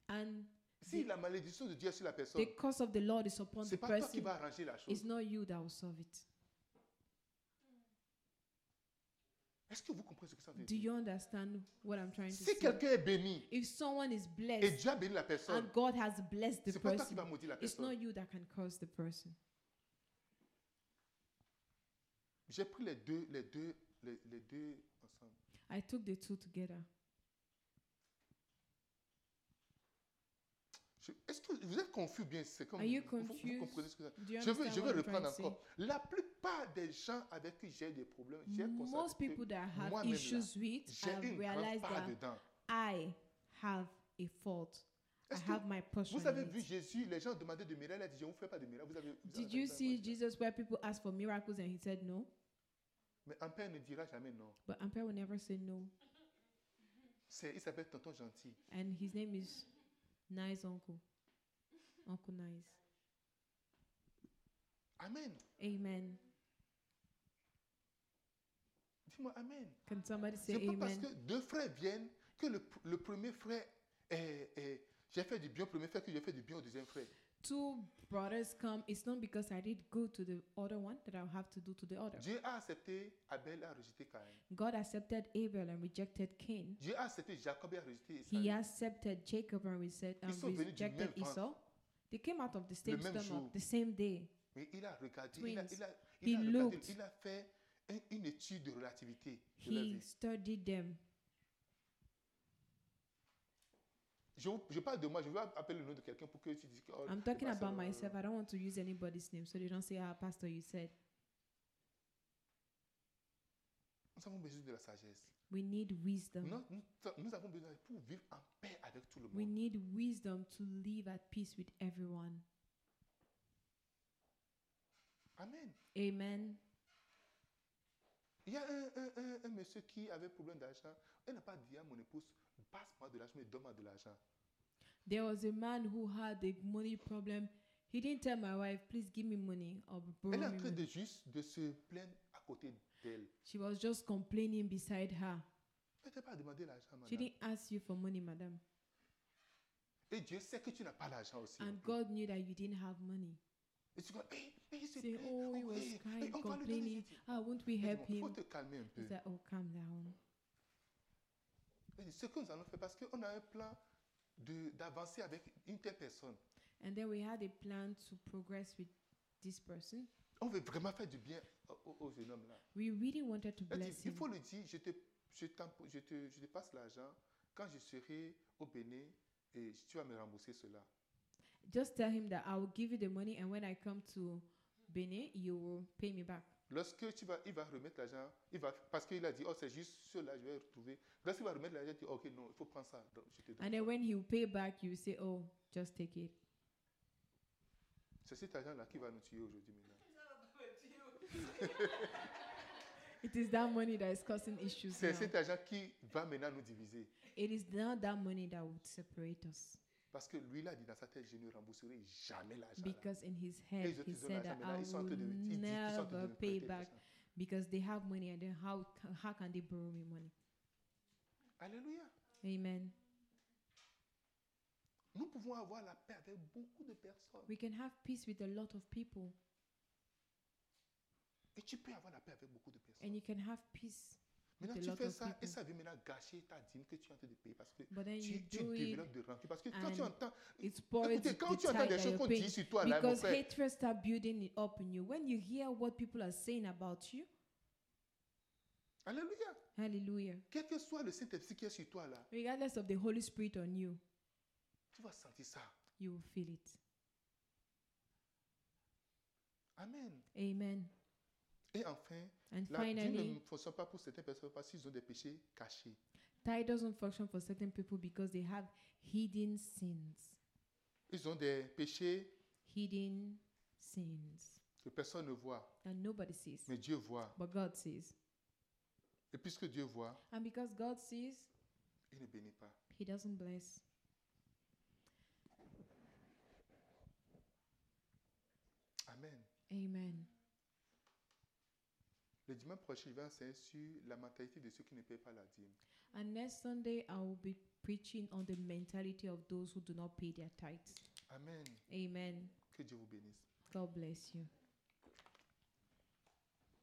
S2: and
S1: Si la malédiction de Dieu est sur la personne,
S2: the curse of the Lord is upon
S1: c'est
S2: the
S1: pas toi qui
S2: person,
S1: vas arranger la
S2: it's
S1: chose.
S2: not you that will solve it.
S1: Est-ce que vous comprenez ce que ça veut
S2: Do
S1: dire?
S2: you understand what I'm trying to
S1: Si
S2: say?
S1: quelqu'un est béni
S2: If someone is
S1: et
S2: blessed
S1: Dieu a béni la personne,
S2: and God has blessed the
S1: c'est pas toi qui
S2: person,
S1: vas maudire la
S2: it's
S1: personne.
S2: not you that can curse the person.
S1: J'ai pris les deux, les deux, les, les deux ensemble.
S2: I took the two together.
S1: Je- Est-ce que vous êtes confus bien? C'est comme
S2: Are you
S1: vous- vous- vous
S2: confused?
S1: comprenez ce que ça
S2: Do you
S1: Je veux,
S2: understand
S1: je veux
S2: what I'm trying
S1: reprendre
S2: to say?
S1: encore. La plupart des gens avec qui j'ai des problèmes, j'ai
S2: Most
S1: constaté
S2: people that I have
S1: moi-même là,
S2: issues with,
S1: que
S2: I
S1: j'ai
S2: have
S1: une grande
S2: realized
S1: part
S2: that
S1: dedans.
S2: I have a fault. I
S1: Est-ce que
S2: have my portion.
S1: vous avez
S2: in
S1: vu
S2: it.
S1: Jésus, les gens demandaient de miracles, il a dit, je ne vous fais pas de miracles. Vous avez, vous avez
S2: Did you
S1: entendu
S2: see
S1: ça?
S2: Jesus where people asked for miracles and he said no?
S1: Mais un père ne dira jamais non.
S2: But Ampere will never say no.
S1: C'est, il s'appelle Tonton Gentil.
S2: And his name is Nice Uncle. Uncle Nice.
S1: Amen.
S2: Amen.
S1: Dis-moi Amen.
S2: Can somebody say
S1: C'est pas parce
S2: amen?
S1: que deux frères viennent que le, le premier frère est, est- j'ai fait du bien au premier frère que j'ai fait du bien au deuxième frère.
S2: Two brothers come. It's not because I did good to the other one that I'll have to do to the other.
S1: Dieu a accepté Abel, a rejeté Caïn.
S2: God accepted Abel and rejected Cain.
S1: Dieu a accepté Jacob et a rejeté
S2: He
S1: Esaü.
S2: accepted Jacob and reset-
S1: Ils
S2: and
S1: sont venus du
S2: rejected
S1: même ventre.
S2: Esau. They came out of the same
S1: même jour.
S2: stomach the same day.
S1: Mais il a regardé, il a,
S2: Twins.
S1: il a, il a
S2: He
S1: regardé,
S2: looked.
S1: il a fait un- une étude de relativité de la
S2: He
S1: vie.
S2: studied them.
S1: Je, je parle de moi, je veux appeler le nom de quelqu'un pour que tu dises que. oh,
S2: I'm
S1: le
S2: talking
S1: pasteur,
S2: about
S1: euh,
S2: myself. I don't want to use anybody's name, so they don't say, "Ah, Pastor, you said."
S1: Nous avons besoin de la sagesse.
S2: We need wisdom.
S1: Nous, nous, nous avons besoin pour vivre en paix avec tout le
S2: We
S1: monde.
S2: need wisdom to live at peace with everyone.
S1: Amen.
S2: Amen.
S1: Il y a un, un- un- un monsieur qui avait problème d'argent. Elle n'a pas dit à mon épouse, passe-moi de l'argent, mais donne-moi de l'argent.
S2: There was a man who had a money problem. He didn't tell my wife, "Please give me money or borrow
S1: Elle est
S2: me
S1: en train
S2: money."
S1: de juste de se plaindre à côté d'elle.
S2: She was just complaining beside her.
S1: Elle t'a pas demandé l'argent,
S2: She
S1: madame.
S2: didn't ask you for money, madam.
S1: Et Dieu sait que tu n'as pas l'argent aussi. non
S2: And
S1: plus.
S2: God knew that you didn't have money.
S1: Et tu dis, hey, hey, c'est
S2: Say, oh, he was crying, complaining. Ah, won't we help
S1: Il faut
S2: him?
S1: te calmer un peu.
S2: He's like, oh, calm down.
S1: Elle dit, Ce que nous allons faire, parce qu'on a un plan de- d'avancer avec une telle personne.
S2: And then we had a plan to progress with this person.
S1: On veut vraiment faire du bien au, au- au jeune homme-là.
S2: We really wanted to
S1: Elle dit,
S2: bless
S1: Il
S2: him.
S1: faut le dire, je te, je t'en- je te, je te passe l'argent. Quand je serai au Bénin, et tu vas me rembourser cela.
S2: Just tell him that I will give you the money, and when I come to Benin, you will pay me back.
S1: Lorsque tu vas, il va remettre l'argent, il va, parce qu'il a dit, oh, c'est juste cela, je vais retrouver. Lorsqu'il va remettre l'argent, il dit, oh, ok, non, il faut prendre ça. Donc, je te donne
S2: And
S1: ça.
S2: then when he will pay back, you will say, oh, just take it.
S1: C'est cet argent-là qui va nous tuer aujourd'hui. maintenant.
S2: It is that money that is causing issues
S1: C'est
S2: now.
S1: cet argent qui va maintenant nous diviser.
S2: It is now that money that would separate us.
S1: Parce que lui, il a dit dans sa tête, je ne rembourserai jamais l'argent. là.
S2: Because in his
S1: Et
S2: head,
S1: ils ont-
S2: he
S1: ils ont
S2: said
S1: l'argent,
S2: that
S1: mais là,
S2: I
S1: ils sont en
S2: will
S1: train de me- ils disent qu'ils sont en train de
S2: never
S1: me
S2: pay
S1: prêter
S2: back
S1: l'argent.
S2: because they have money and then how, ca- how can they borrow me money?
S1: Alléluia.
S2: Amen.
S1: Nous pouvons avoir la paix avec beaucoup de personnes.
S2: We can have peace with a lot of people
S1: Et tu peux avoir la paix avec beaucoup de personnes.
S2: and you can have peace. with
S1: Maintenant,
S2: a
S1: tu
S2: lot
S1: fais
S2: of
S1: ça et
S2: people.
S1: ça vient maintenant gâcher ta dîme que tu es en train de payer parce que
S2: But then you
S1: tu, tu
S2: do it,
S1: développes de rancune. Parce que quand tu
S2: and
S1: entends,
S2: it spoils
S1: écoutez,
S2: the
S1: quand tu entends des
S2: tithe that
S1: choses
S2: you're
S1: qu'on
S2: paying.
S1: dit sur toi, là, mon
S2: Because
S1: frère,
S2: hatred start building it up in you. When you hear what people are saying about you,
S1: Alléluia.
S2: hallelujah.
S1: Quel que soit le Saint-Esprit qui est sur toi là,
S2: Regardless of the Holy Spirit on you,
S1: tu vas sentir ça.
S2: you will feel it.
S1: Amen.
S2: Amen.
S1: Et enfin,
S2: And
S1: la dîme
S2: finally,
S1: ne fonctionne pas pour certaines personnes parce qu'ils ont des péchés cachés.
S2: tithe doesn't function for certain people because they have hidden sins.
S1: Ils ont des péchés
S2: Hidden sins
S1: que personne ne voit,
S2: that nobody sees,
S1: mais Dieu voit.
S2: but God sees.
S1: Et puisque Dieu voit,
S2: And because God sees,
S1: il ne bénit pas.
S2: He doesn't bless.
S1: Amen.
S2: Amen.
S1: Le dimanche prochain, je vais enseigner sur la mentalité de ceux qui ne paient pas la dîme.
S2: And next Sunday, I will be preaching on the mentality of those who do not pay their tithes.
S1: Amen.
S2: Amen.
S1: Que Dieu vous bénisse.
S2: God bless you.